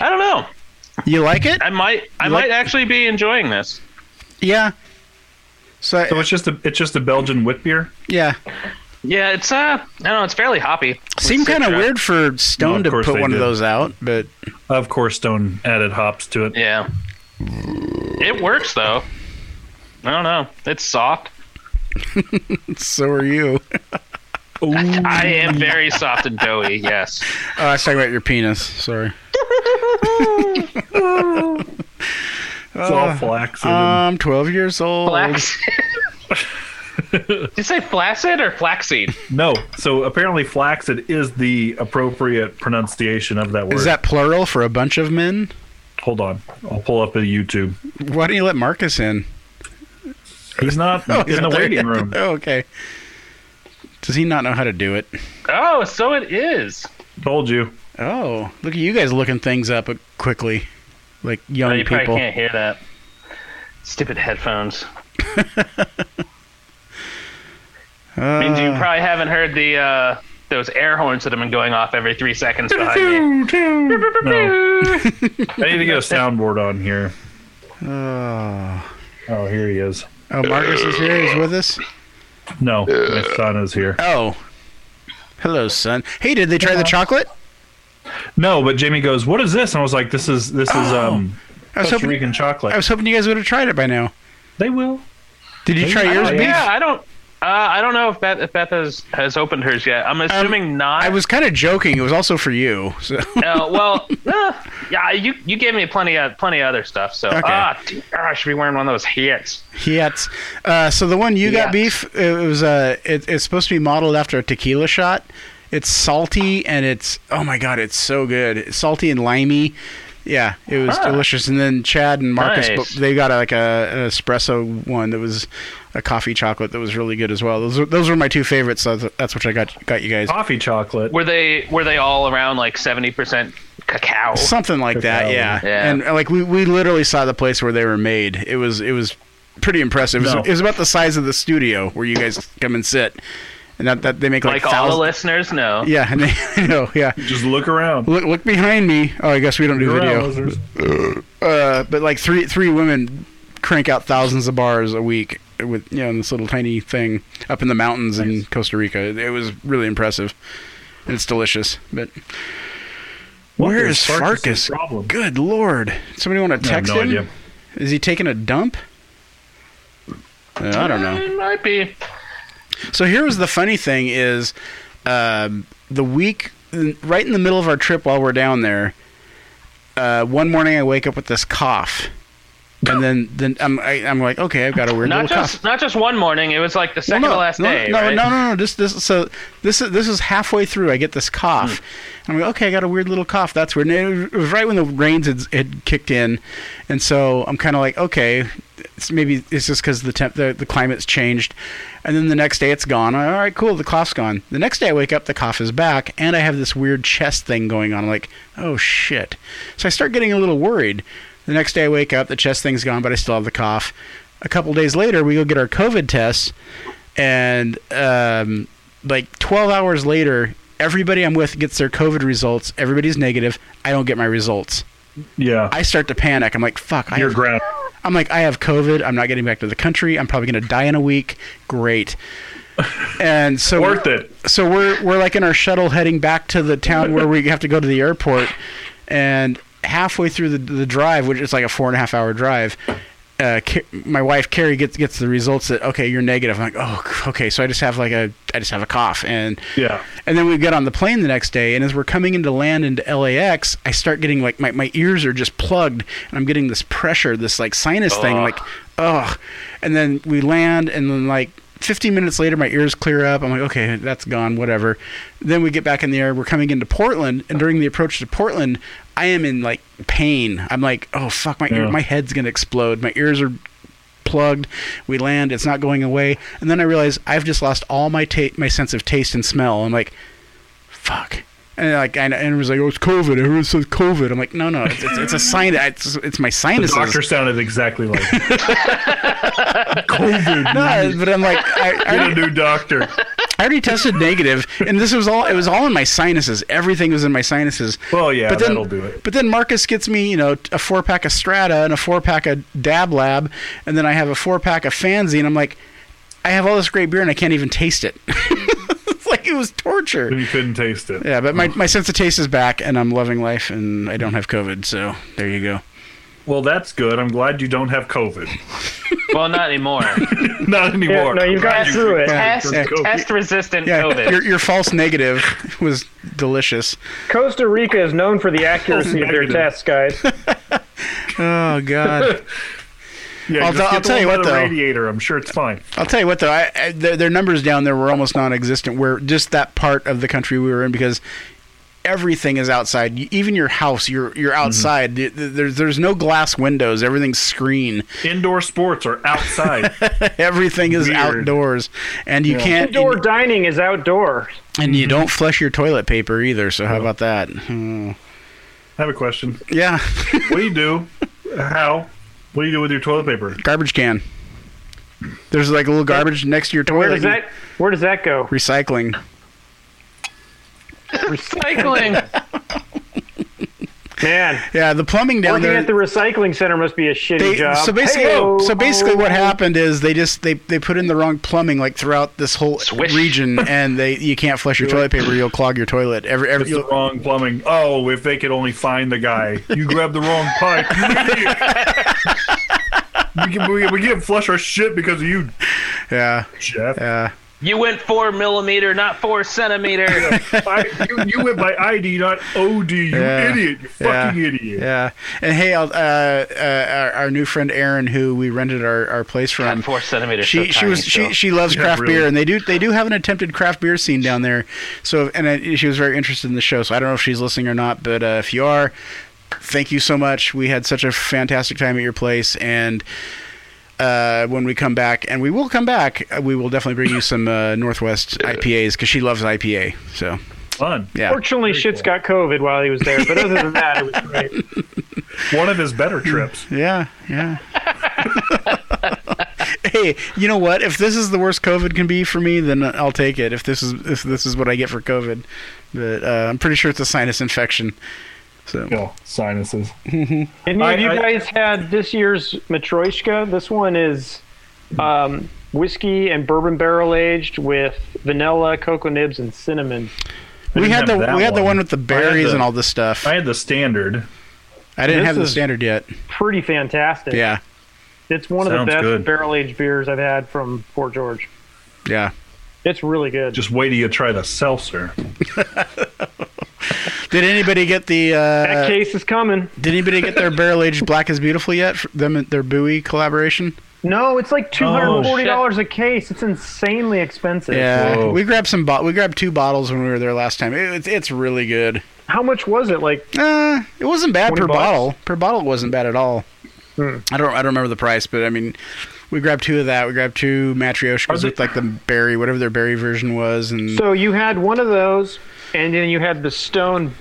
[SPEAKER 5] I don't know.
[SPEAKER 6] you like it?
[SPEAKER 5] I might, I
[SPEAKER 6] You like-
[SPEAKER 5] might actually be enjoying this.
[SPEAKER 6] Yeah. So, I-
[SPEAKER 7] So it's just a it's just a Belgian wit beer.
[SPEAKER 6] yeah,
[SPEAKER 5] Yeah, it's uh, I don't know, it's fairly hoppy.
[SPEAKER 6] Seemed kind of weird for Stone
[SPEAKER 7] of
[SPEAKER 6] to
[SPEAKER 7] course
[SPEAKER 6] put
[SPEAKER 7] they
[SPEAKER 6] one of
[SPEAKER 7] did.
[SPEAKER 6] those out, but
[SPEAKER 7] Of course, Stone added hops to it.
[SPEAKER 5] Yeah, it works though. I don't know, it's soft.
[SPEAKER 6] so are you.
[SPEAKER 5] I am very soft and doughy. Yes.
[SPEAKER 6] Oh, I was talking about your penis. Sorry.
[SPEAKER 7] It's all
[SPEAKER 6] Uh,
[SPEAKER 7] flaccid. and
[SPEAKER 6] I'm 12 Um, years old.
[SPEAKER 5] Flax. Did you say flaccid or flaxseed?
[SPEAKER 7] no, so apparently flaccid is the appropriate pronunciation of that word.
[SPEAKER 6] Is that plural for a bunch of men?
[SPEAKER 7] Hold on, I'll pull up a YouTube.
[SPEAKER 6] Why don't you let Marcus in?
[SPEAKER 7] He's not in the waiting room.
[SPEAKER 6] Oh, okay. Does he not know how to do it?
[SPEAKER 5] Oh, so it is.
[SPEAKER 7] Told you.
[SPEAKER 6] Oh, look at you guys looking things up quickly, like young
[SPEAKER 5] Oh, you probably
[SPEAKER 6] people.
[SPEAKER 5] can't hear that. Stupid headphones. Means you probably haven't heard the uh, those air horns that have been going off every three seconds behind me.
[SPEAKER 7] No. I need to get a soundboard on here.
[SPEAKER 6] Oh.
[SPEAKER 7] Oh, here he is.
[SPEAKER 6] oh, Marcus is here. He's with us.
[SPEAKER 7] No, my son is here.
[SPEAKER 6] Oh, hello, son. Hey, did they try the chocolate?
[SPEAKER 7] No, but Jamie goes, "What is this?" And I was like, "This is this is um
[SPEAKER 6] I was
[SPEAKER 7] Costa
[SPEAKER 6] hoping
[SPEAKER 7] Rican chocolate."
[SPEAKER 6] Oh. I was hoping you guys would have tried it by now.
[SPEAKER 7] they will.
[SPEAKER 6] Did you
[SPEAKER 7] Hey,
[SPEAKER 6] try
[SPEAKER 7] I
[SPEAKER 6] yours,
[SPEAKER 7] don't-
[SPEAKER 6] Beef?
[SPEAKER 5] Yeah, I don't. Uh, I don't know if Beth if Beth has, has opened hers yet. I'm assuming not.
[SPEAKER 6] Um, I was kind of joking. It was also for you. So.
[SPEAKER 5] Uh, well, uh, yeah, you you gave me plenty of plenty of other stuff. So
[SPEAKER 6] Okay.
[SPEAKER 5] ah, dude, ah, I should be wearing one of those hats.
[SPEAKER 6] Yet, uh, so the one you got
[SPEAKER 5] Yet.
[SPEAKER 6] beef, it was uh, it, it's supposed to be modeled after a tequila shot. It's salty and it's oh my god, it's so good. It's salty and limey. Yeah, it was
[SPEAKER 5] Huh.
[SPEAKER 6] delicious. And then Chad and Marcus,
[SPEAKER 5] Nice.
[SPEAKER 6] bo- they got uh, like a, an espresso one that was a coffee chocolate that was really good as well. Those were, those were my two favorites. So that's that's what I got got you guys.
[SPEAKER 7] Coffee chocolate.
[SPEAKER 5] Were they were they all around like seventy percent cacao?
[SPEAKER 6] Something like that,
[SPEAKER 7] Cacao.
[SPEAKER 6] yeah.
[SPEAKER 5] Yeah.
[SPEAKER 6] And uh, like we, we literally saw the place where they were made. It was it was pretty impressive. It was,
[SPEAKER 7] No.
[SPEAKER 6] it was about the size of the studio where you guys come and sit. And that, that they make like,
[SPEAKER 5] Like, all the
[SPEAKER 6] thousand-
[SPEAKER 5] listeners know.
[SPEAKER 6] Yeah, and they you know, yeah.
[SPEAKER 7] Just look around.
[SPEAKER 6] Look look behind me. Oh, I guess we don't do
[SPEAKER 7] Look around,
[SPEAKER 6] video.
[SPEAKER 7] losers.
[SPEAKER 6] Uh, but like three three women crank out thousands of bars a week with you know in this little tiny thing up in the mountains in Costa Rica. It, it was really impressive. And it's delicious. But
[SPEAKER 7] What
[SPEAKER 6] where is
[SPEAKER 7] Farkas'
[SPEAKER 6] Farkas?
[SPEAKER 7] Problem.
[SPEAKER 6] Good lord! Somebody want to
[SPEAKER 7] I have
[SPEAKER 6] text
[SPEAKER 7] no
[SPEAKER 6] him?
[SPEAKER 7] idea.
[SPEAKER 6] Is he taking a dump? Uh, I don't know.
[SPEAKER 5] Mm, It might be.
[SPEAKER 6] So here was the funny thing: is um, the week right in the middle of our trip while we're down there. Uh, one morning, I wake up with this cough, and then then I'm I, I'm like, okay, I've got a weird
[SPEAKER 5] Not
[SPEAKER 6] little
[SPEAKER 5] just
[SPEAKER 6] cough.
[SPEAKER 5] not just one morning. It was like the
[SPEAKER 6] Well,
[SPEAKER 5] second to last
[SPEAKER 6] no,
[SPEAKER 5] day.
[SPEAKER 6] no,
[SPEAKER 5] right?
[SPEAKER 6] no, no, no. This, this, so this is this is halfway through. I get this
[SPEAKER 5] Hmm.
[SPEAKER 6] cough, and I'm like, okay, I got a weird little cough. That's weird. And it was right when the rains had, had kicked in, and so I'm kind of like, okay, it's maybe it's just because the temp, the, the climate's changed. And then the next day, it's gone. All right, cool. The cough's gone. The next day, I wake up, the cough is back, and I have this weird chest thing going on. I'm like, oh shit. So I start getting a little worried. The next day, I wake up, the chest thing's gone, but I still have the cough. A couple days later, we go get our COVID tests and um, like 12 hours later everybody i'm with gets their covid results everybody's negative i don't get my results
[SPEAKER 7] Yeah,
[SPEAKER 6] i start to panic i'm like fuck I
[SPEAKER 7] you're
[SPEAKER 6] have,
[SPEAKER 7] ground.
[SPEAKER 6] i'm like i have covid i'm not getting back to the country i'm probably going to die in a week great and so
[SPEAKER 7] Worth it.
[SPEAKER 6] so we're we're like in our shuttle heading back to the town where we have to go to the airport, and halfway through the the drive, which is like a four and a half hour drive, uh, Ca- my wife Carrie gets gets the results that okay you're negative. I'm like oh okay, so I just have like a I just have a cough and
[SPEAKER 7] Yeah.
[SPEAKER 6] and then we get on the plane the next day, and as we're coming into land into LAX, I start getting like my, my ears are just plugged, and I'm getting this pressure, this like sinus thing, like ugh. And then we land, and then like 15 minutes later, my ears clear up. I'm like, okay, that's gone, whatever. Then we get back in the air. We're coming into Portland, and during the approach to Portland, I am in like pain. I'm like, oh fuck, my ear,
[SPEAKER 7] Yeah.
[SPEAKER 6] my head's gonna explode. My ears are plugged. We land. It's not going away. And then I realize I've just lost all my ta- my sense of taste and smell. I'm like, fuck. And like, I, and it was like, oh, it's COVID. Everyone says COVID. I'm like, no, no, it's, it's, it's a sign. It's, it's my
[SPEAKER 7] The
[SPEAKER 6] sinuses.
[SPEAKER 7] doctor sounded exactly like that.
[SPEAKER 6] no, but I'm like, I, I,
[SPEAKER 7] get a
[SPEAKER 6] already,
[SPEAKER 7] new doctor.
[SPEAKER 6] I already tested negative, and this was all. It was all in my sinuses. Everything was in my sinuses.
[SPEAKER 7] Well, yeah,
[SPEAKER 6] but then,
[SPEAKER 7] that'll do it.
[SPEAKER 6] But then Marcus gets me, you know, a four pack of Strata and a four pack of Dab Lab, and then I have a four pack of Fanzine. I'm like, I have all this great beer and I can't even taste it. like it was torture.
[SPEAKER 7] You couldn't taste it.
[SPEAKER 6] Yeah, but my, my sense of taste is back, and I'm loving life, and I don't have COVID, so there you go.
[SPEAKER 7] Well, that's good. I'm glad you don't have COVID.
[SPEAKER 5] Well, not anymore.
[SPEAKER 2] Yeah,
[SPEAKER 7] Not anymore.
[SPEAKER 2] no, you've got through it.
[SPEAKER 5] test
[SPEAKER 6] Yeah.
[SPEAKER 5] test resistant
[SPEAKER 6] Yeah,
[SPEAKER 5] COVID.
[SPEAKER 6] your your false negative was delicious.
[SPEAKER 2] Costa Rica is known for the accuracy of their
[SPEAKER 7] Negative.
[SPEAKER 2] tests, guys.
[SPEAKER 6] Oh God.
[SPEAKER 7] Yeah,
[SPEAKER 6] I'll
[SPEAKER 7] just
[SPEAKER 6] t-
[SPEAKER 7] get
[SPEAKER 6] I'll
[SPEAKER 7] the
[SPEAKER 6] tell
[SPEAKER 7] one
[SPEAKER 6] you
[SPEAKER 7] by
[SPEAKER 6] what,
[SPEAKER 7] the
[SPEAKER 6] though.
[SPEAKER 7] radiator. I'm sure it's fine.
[SPEAKER 6] I'll tell you what, though, I, I, their, their numbers down there were almost non-existent. Where just that part of the country we were in, because everything is outside. You- Even your house, you're you're
[SPEAKER 2] Mm-hmm.
[SPEAKER 6] outside. Th- th- There's there's no glass windows. Everything's screen.
[SPEAKER 7] Indoor sports are outside.
[SPEAKER 6] Everything is
[SPEAKER 7] Weird.
[SPEAKER 6] outdoors, and you can't
[SPEAKER 2] Indoor dining is outdoor.
[SPEAKER 6] and you don't flush your toilet paper either. So how about that? Hmm.
[SPEAKER 7] I have a question.
[SPEAKER 6] Yeah,
[SPEAKER 7] What do you do? How? What do you do with your toilet paper?
[SPEAKER 6] garbage can. There's like a little garbage next to your
[SPEAKER 2] Where
[SPEAKER 6] toilet.
[SPEAKER 2] does that Where does that go?
[SPEAKER 6] Recycling.
[SPEAKER 5] Recycling.
[SPEAKER 2] Man,
[SPEAKER 6] Yeah, the plumbing down
[SPEAKER 2] working
[SPEAKER 6] there.
[SPEAKER 2] at the recycling center must be a shitty
[SPEAKER 6] they,
[SPEAKER 2] job.
[SPEAKER 6] So basically, oh,
[SPEAKER 2] Hey-oh.
[SPEAKER 6] so basically, what happened is they just they, they put in the wrong plumbing like throughout this whole
[SPEAKER 5] Swish.
[SPEAKER 6] region, and they you can't flush your toilet paper. You'll clog your toilet. Every every
[SPEAKER 7] It's the wrong plumbing. Oh, if they could only find the guy. You grabbed the wrong pipe. You idiot. We, can, we, we can't flush our shit because of you,
[SPEAKER 6] yeah
[SPEAKER 7] Jeff.
[SPEAKER 6] yeah.
[SPEAKER 5] you went four millimeter, not four centimeter.
[SPEAKER 7] I, you, you went by ID, not OD. You
[SPEAKER 6] Yeah.
[SPEAKER 7] idiot. You
[SPEAKER 6] Yeah.
[SPEAKER 7] fucking idiot.
[SPEAKER 6] Yeah, and hey, I'll, uh, uh, our, our new friend Erin, who we rented our, our place from,
[SPEAKER 5] Not four centimeters.
[SPEAKER 6] she she was she, she loves
[SPEAKER 7] Yeah,
[SPEAKER 6] craft
[SPEAKER 7] really.
[SPEAKER 6] beer, and they do they do have an attempted craft beer scene down there. So and I, she was very interested in the show. So I don't know if she's listening or not, but uh, if you are, thank you so much. We had such a fantastic time at your place, and uh, when we come back, and we will come back, uh, we will definitely bring you some uh, Northwest IPAs because she loves IPA. So
[SPEAKER 7] Fun.
[SPEAKER 6] yeah,
[SPEAKER 2] Fortunately, shit's got COVID while he was there, but other than that, it was great.
[SPEAKER 7] One of his better trips.
[SPEAKER 6] Yeah, yeah. hey, you know what? If this is the worst COVID can be for me, then I'll take it. If this is if this is what I get for COVID, but uh, I'm pretty sure it's a sinus infection. So
[SPEAKER 7] Yeah, sinuses.
[SPEAKER 2] Any
[SPEAKER 7] I-
[SPEAKER 2] of you
[SPEAKER 7] I-
[SPEAKER 2] guys had this year's Matryoshka? This one is um, whiskey and bourbon barrel aged with vanilla, cocoa nibs, and cinnamon.
[SPEAKER 6] we
[SPEAKER 7] didn't
[SPEAKER 6] had
[SPEAKER 7] have
[SPEAKER 6] the we
[SPEAKER 7] that
[SPEAKER 6] had the
[SPEAKER 7] one.
[SPEAKER 6] one with the berries
[SPEAKER 7] the-
[SPEAKER 6] and all this stuff.
[SPEAKER 7] I
[SPEAKER 6] I,
[SPEAKER 7] had the standard.
[SPEAKER 6] didn't
[SPEAKER 2] this
[SPEAKER 6] have the
[SPEAKER 2] is-
[SPEAKER 6] standard yet.
[SPEAKER 2] Pretty fantastic.
[SPEAKER 6] Yeah,
[SPEAKER 2] It's one of
[SPEAKER 7] Sounds
[SPEAKER 2] the best
[SPEAKER 7] good.
[SPEAKER 2] barrel aged beers I've had from Fort George.
[SPEAKER 6] yeah.
[SPEAKER 2] It's really good.
[SPEAKER 7] Just wait till you try the seltzer.
[SPEAKER 6] Did anybody get the
[SPEAKER 2] that
[SPEAKER 6] uh,
[SPEAKER 2] case is coming.
[SPEAKER 6] Did anybody get their barrel aged Black is Beautiful yet? For them their Bowie collaboration.
[SPEAKER 2] No, it's like two hundred
[SPEAKER 7] Oh,
[SPEAKER 2] and forty
[SPEAKER 5] shit.
[SPEAKER 2] dollars a case. It's insanely expensive.
[SPEAKER 6] Yeah,
[SPEAKER 7] Whoa.
[SPEAKER 6] we grabbed some. Bo- we grabbed two bottles when we were there last time. It, it's it's really good.
[SPEAKER 2] How much was it? Like
[SPEAKER 6] Uh, it wasn't bad
[SPEAKER 2] 20
[SPEAKER 6] per
[SPEAKER 2] bucks?
[SPEAKER 6] bottle. Per bottle, it wasn't bad at all. I don't, I don't remember the price, but I mean, we grabbed two of that. We grabbed two matryoshkas
[SPEAKER 7] they-
[SPEAKER 6] with like the berry, whatever their berry version was, and
[SPEAKER 2] so you had one of those, and then you had the stone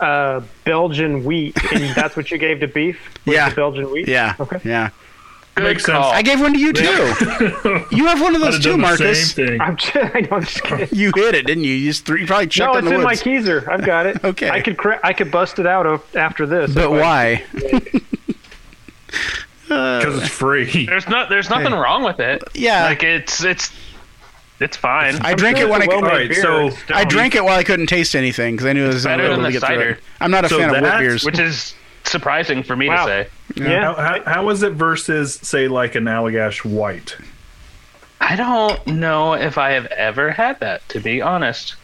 [SPEAKER 2] uh, Belgian wheat, and that's what you gave to beef. was
[SPEAKER 6] Yeah.
[SPEAKER 2] the Belgian wheat.
[SPEAKER 6] yeah,
[SPEAKER 2] Okay.
[SPEAKER 6] yeah.
[SPEAKER 7] Makes sense.
[SPEAKER 5] call.
[SPEAKER 6] I gave one to you too. you have one of those
[SPEAKER 7] I'd've
[SPEAKER 6] too,
[SPEAKER 7] done the
[SPEAKER 6] Marcus.
[SPEAKER 7] same thing.
[SPEAKER 2] I'm just, I know, I'm just kidding.
[SPEAKER 6] You hit it, didn't you? You just threw, you probably checked
[SPEAKER 2] no,
[SPEAKER 6] in
[SPEAKER 2] it's
[SPEAKER 6] the
[SPEAKER 2] in my
[SPEAKER 6] woods.
[SPEAKER 2] keyser. I've got it.
[SPEAKER 6] Okay.
[SPEAKER 2] I could cra- I could bust it out of, after this.
[SPEAKER 6] but
[SPEAKER 2] if I-
[SPEAKER 6] why?
[SPEAKER 7] Because it's free.
[SPEAKER 5] There's not. There's nothing wrong with it.
[SPEAKER 6] Yeah.
[SPEAKER 5] Like it's it's it's fine.
[SPEAKER 6] I drank
[SPEAKER 2] sure
[SPEAKER 6] it when I
[SPEAKER 2] it's a
[SPEAKER 6] could.
[SPEAKER 2] well-made
[SPEAKER 7] Alright,
[SPEAKER 2] beer.
[SPEAKER 7] so
[SPEAKER 2] It's
[SPEAKER 6] I
[SPEAKER 2] stone.
[SPEAKER 6] drank it while I couldn't taste anything because I knew I was
[SPEAKER 5] better
[SPEAKER 6] able
[SPEAKER 5] than
[SPEAKER 6] to
[SPEAKER 5] the
[SPEAKER 6] get through it.
[SPEAKER 5] cider.
[SPEAKER 6] I'm not a
[SPEAKER 7] So
[SPEAKER 6] fan of wheat
[SPEAKER 7] that's-
[SPEAKER 6] beers.
[SPEAKER 5] which is surprising for me
[SPEAKER 2] Wow.
[SPEAKER 5] to say.
[SPEAKER 2] Yeah.
[SPEAKER 7] How, how, how is it versus, say, like an Allagash White?
[SPEAKER 5] I don't know if I have ever had that, to be honest.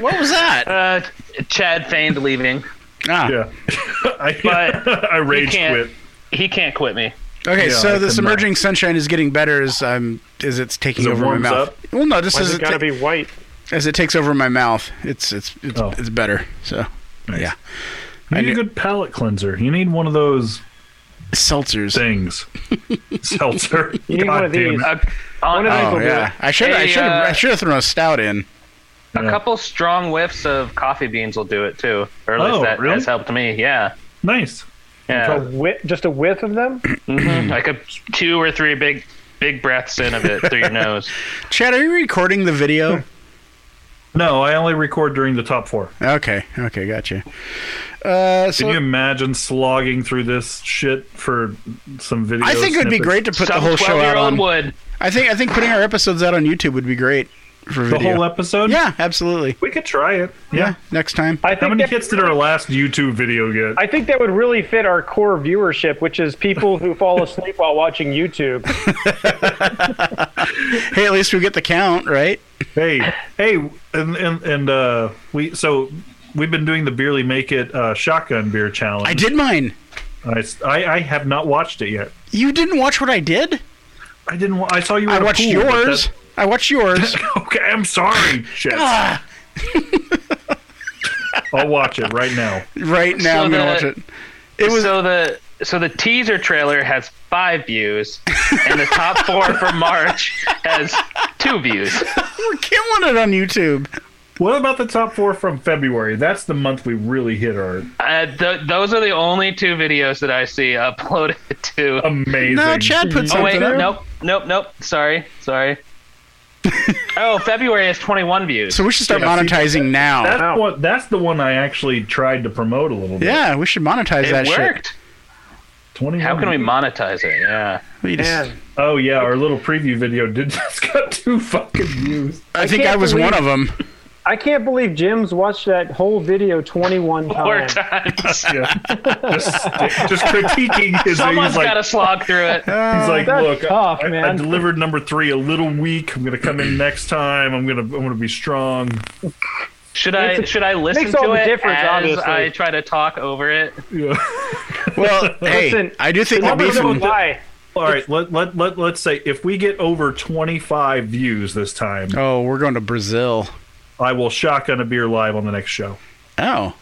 [SPEAKER 6] What was that?
[SPEAKER 5] Uh, Chad feigned leaving.
[SPEAKER 6] Ah.
[SPEAKER 7] Yeah. I,
[SPEAKER 5] But
[SPEAKER 7] I rage
[SPEAKER 5] can't-
[SPEAKER 7] quit.
[SPEAKER 5] He can't quit me.
[SPEAKER 6] Okay,
[SPEAKER 7] Yeah,
[SPEAKER 6] so
[SPEAKER 7] like
[SPEAKER 6] this
[SPEAKER 7] the mouth.
[SPEAKER 6] emerging sunshine is getting better as I'm as it's taking
[SPEAKER 7] As it
[SPEAKER 6] over my
[SPEAKER 7] warms
[SPEAKER 6] mouth.
[SPEAKER 7] up?
[SPEAKER 6] Well, no, just
[SPEAKER 2] Why's
[SPEAKER 6] as
[SPEAKER 2] it
[SPEAKER 6] it,
[SPEAKER 2] gotta
[SPEAKER 6] ta-
[SPEAKER 2] be white?
[SPEAKER 6] as it takes over my mouth, it's it's it's,
[SPEAKER 7] Oh.
[SPEAKER 6] it's better. So yeah,
[SPEAKER 7] You
[SPEAKER 6] I
[SPEAKER 7] need
[SPEAKER 6] knew-
[SPEAKER 7] a good palate cleanser. You need one of those
[SPEAKER 6] seltzers.
[SPEAKER 7] things. Seltzer.
[SPEAKER 2] You need one of
[SPEAKER 7] damn
[SPEAKER 2] these.
[SPEAKER 7] it.
[SPEAKER 5] A, on-
[SPEAKER 2] One of these
[SPEAKER 6] Oh
[SPEAKER 2] will do
[SPEAKER 6] yeah,
[SPEAKER 2] it.
[SPEAKER 6] Uh, I should I
[SPEAKER 5] Hey,
[SPEAKER 6] should have
[SPEAKER 5] uh,
[SPEAKER 6] I should have thrown a stout in.
[SPEAKER 5] a
[SPEAKER 7] Yeah.
[SPEAKER 5] couple strong whiffs of coffee beans will do it too, or at least
[SPEAKER 7] Oh,
[SPEAKER 5] that
[SPEAKER 7] really?
[SPEAKER 5] has helped me. Yeah,
[SPEAKER 7] Nice.
[SPEAKER 6] Uh,
[SPEAKER 2] A
[SPEAKER 5] yeah.
[SPEAKER 2] whiff, just a whiff of them.
[SPEAKER 5] Mhm. like a two or three big big breaths in of it through your nose.
[SPEAKER 7] Hmm.
[SPEAKER 6] Chad, are you recording the video?
[SPEAKER 7] No, I only record during the top four.
[SPEAKER 6] Okay, okay, gotcha. Uh,
[SPEAKER 7] Can you
[SPEAKER 6] so
[SPEAKER 7] imagine slogging through this shit for some video?
[SPEAKER 6] I think it would be
[SPEAKER 7] snippets?
[SPEAKER 6] great to put
[SPEAKER 5] Some
[SPEAKER 6] the whole show out
[SPEAKER 5] twelve-year-old
[SPEAKER 6] on.
[SPEAKER 5] would.
[SPEAKER 6] I think I think putting our episodes out on YouTube would be great for
[SPEAKER 7] The
[SPEAKER 6] video.
[SPEAKER 7] whole episode?
[SPEAKER 6] yeah, absolutely.
[SPEAKER 7] We could try it.
[SPEAKER 6] Yeah. next time.
[SPEAKER 2] I think
[SPEAKER 7] How many
[SPEAKER 2] that-
[SPEAKER 7] hits did our last YouTube video get?
[SPEAKER 2] I think that would really fit our core viewership, which is people who fall asleep while watching YouTube.
[SPEAKER 6] hey, at least we get the count right.
[SPEAKER 7] hey, hey, and and, and uh, we so we've been doing the Beerly Make It uh, Shotgun Beer Challenge.
[SPEAKER 6] I did mine.
[SPEAKER 7] I, s- I- I have not watched it yet.
[SPEAKER 6] You didn't watch what I did.
[SPEAKER 7] I didn't. wa- I saw you.
[SPEAKER 6] I
[SPEAKER 7] in a
[SPEAKER 6] watched
[SPEAKER 7] pool, but
[SPEAKER 6] yours. I watched yours.
[SPEAKER 7] that- okay, I'm sorry. Shit.
[SPEAKER 6] Ah,
[SPEAKER 7] I'll watch it right now.
[SPEAKER 6] right now,
[SPEAKER 5] So
[SPEAKER 6] I'm gonna
[SPEAKER 5] the-
[SPEAKER 6] watch it. It was
[SPEAKER 5] so the so the teaser trailer has five views, and the top four for March has two views.
[SPEAKER 6] we're killing it on YouTube.
[SPEAKER 7] What about the top four from February? That's the month we really hit our
[SPEAKER 5] Uh, th- those are the only two videos that I see uploaded to.
[SPEAKER 7] amazing.
[SPEAKER 6] No, Chad put
[SPEAKER 5] oh
[SPEAKER 6] something
[SPEAKER 5] wait,
[SPEAKER 6] up.
[SPEAKER 5] nope, nope, nope. Sorry, sorry. oh, February has 21 views.
[SPEAKER 6] So we should start
[SPEAKER 7] Yeah, see,
[SPEAKER 6] monetizing now.
[SPEAKER 7] That's, what, that's the one I actually tried to promote a little bit.
[SPEAKER 6] yeah, we should monetize
[SPEAKER 5] It
[SPEAKER 6] that
[SPEAKER 5] worked.
[SPEAKER 7] 21.
[SPEAKER 5] How can we monetize it? Yeah.
[SPEAKER 6] shit. We just-
[SPEAKER 2] Man,
[SPEAKER 7] Oh yeah, our little preview video did just got two fucking views.
[SPEAKER 6] I think
[SPEAKER 2] can't
[SPEAKER 6] I, was
[SPEAKER 2] believe-
[SPEAKER 6] one of them.
[SPEAKER 2] I can't believe Jim's watched that whole video 21
[SPEAKER 6] Oh.
[SPEAKER 5] Four
[SPEAKER 2] times.
[SPEAKER 5] times.
[SPEAKER 7] Yeah. just, just critiquing his
[SPEAKER 5] Someone's
[SPEAKER 7] he's like,
[SPEAKER 5] got to slog through it.
[SPEAKER 7] he's like,
[SPEAKER 2] That's
[SPEAKER 7] look, I-
[SPEAKER 2] tough,
[SPEAKER 7] I, I
[SPEAKER 2] man."
[SPEAKER 7] delivered number three a little weak. I'm gonna come in next time. I'm gonna I'm gonna be strong.
[SPEAKER 5] Should I
[SPEAKER 2] Makes-
[SPEAKER 5] should I listen
[SPEAKER 2] makes all
[SPEAKER 5] to
[SPEAKER 2] the
[SPEAKER 5] it
[SPEAKER 2] difference,
[SPEAKER 5] as
[SPEAKER 2] obviously.
[SPEAKER 5] I try to talk over it?
[SPEAKER 7] Yeah.
[SPEAKER 6] Well, hey,
[SPEAKER 2] Listen,
[SPEAKER 6] I do think the
[SPEAKER 2] Robert
[SPEAKER 6] beef.
[SPEAKER 2] doesn't lie.
[SPEAKER 7] All right, let let let let's say if we get over 25 views this time,
[SPEAKER 6] Oh, we're going to Brazil.
[SPEAKER 7] I will shotgun a beer live on the next show.
[SPEAKER 6] Oh,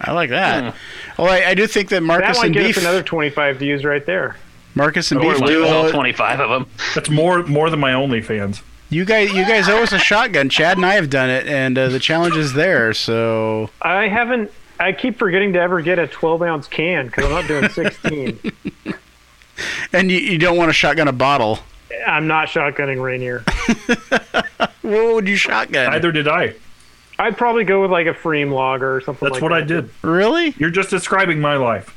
[SPEAKER 6] I like that. Well, I, I do think that
[SPEAKER 2] Hmm. That
[SPEAKER 6] Marcus
[SPEAKER 2] might
[SPEAKER 6] and
[SPEAKER 2] get
[SPEAKER 6] Beef,
[SPEAKER 2] us another Oh, 25 views right there.
[SPEAKER 6] Marcus and
[SPEAKER 5] Or
[SPEAKER 6] Beef, do
[SPEAKER 5] lose all
[SPEAKER 6] owe-
[SPEAKER 5] 25 of them.
[SPEAKER 7] That's more more than my OnlyFans.
[SPEAKER 6] you guys, you guys owe us a shotgun. Chad and I have done it, and uh, the challenge is there. So
[SPEAKER 2] I haven't. I keep forgetting to ever get a 12 ounce can because I'm not doing 16.
[SPEAKER 6] And you, you don't want to shotgun a bottle.
[SPEAKER 2] I'm not shotgunning Rainier.
[SPEAKER 6] What would you shotgun?
[SPEAKER 7] Neither did I.
[SPEAKER 2] I'd probably go with like a Freem logger or something. like
[SPEAKER 7] That's what
[SPEAKER 2] that.
[SPEAKER 7] I did.
[SPEAKER 6] really?
[SPEAKER 7] You're just describing my life.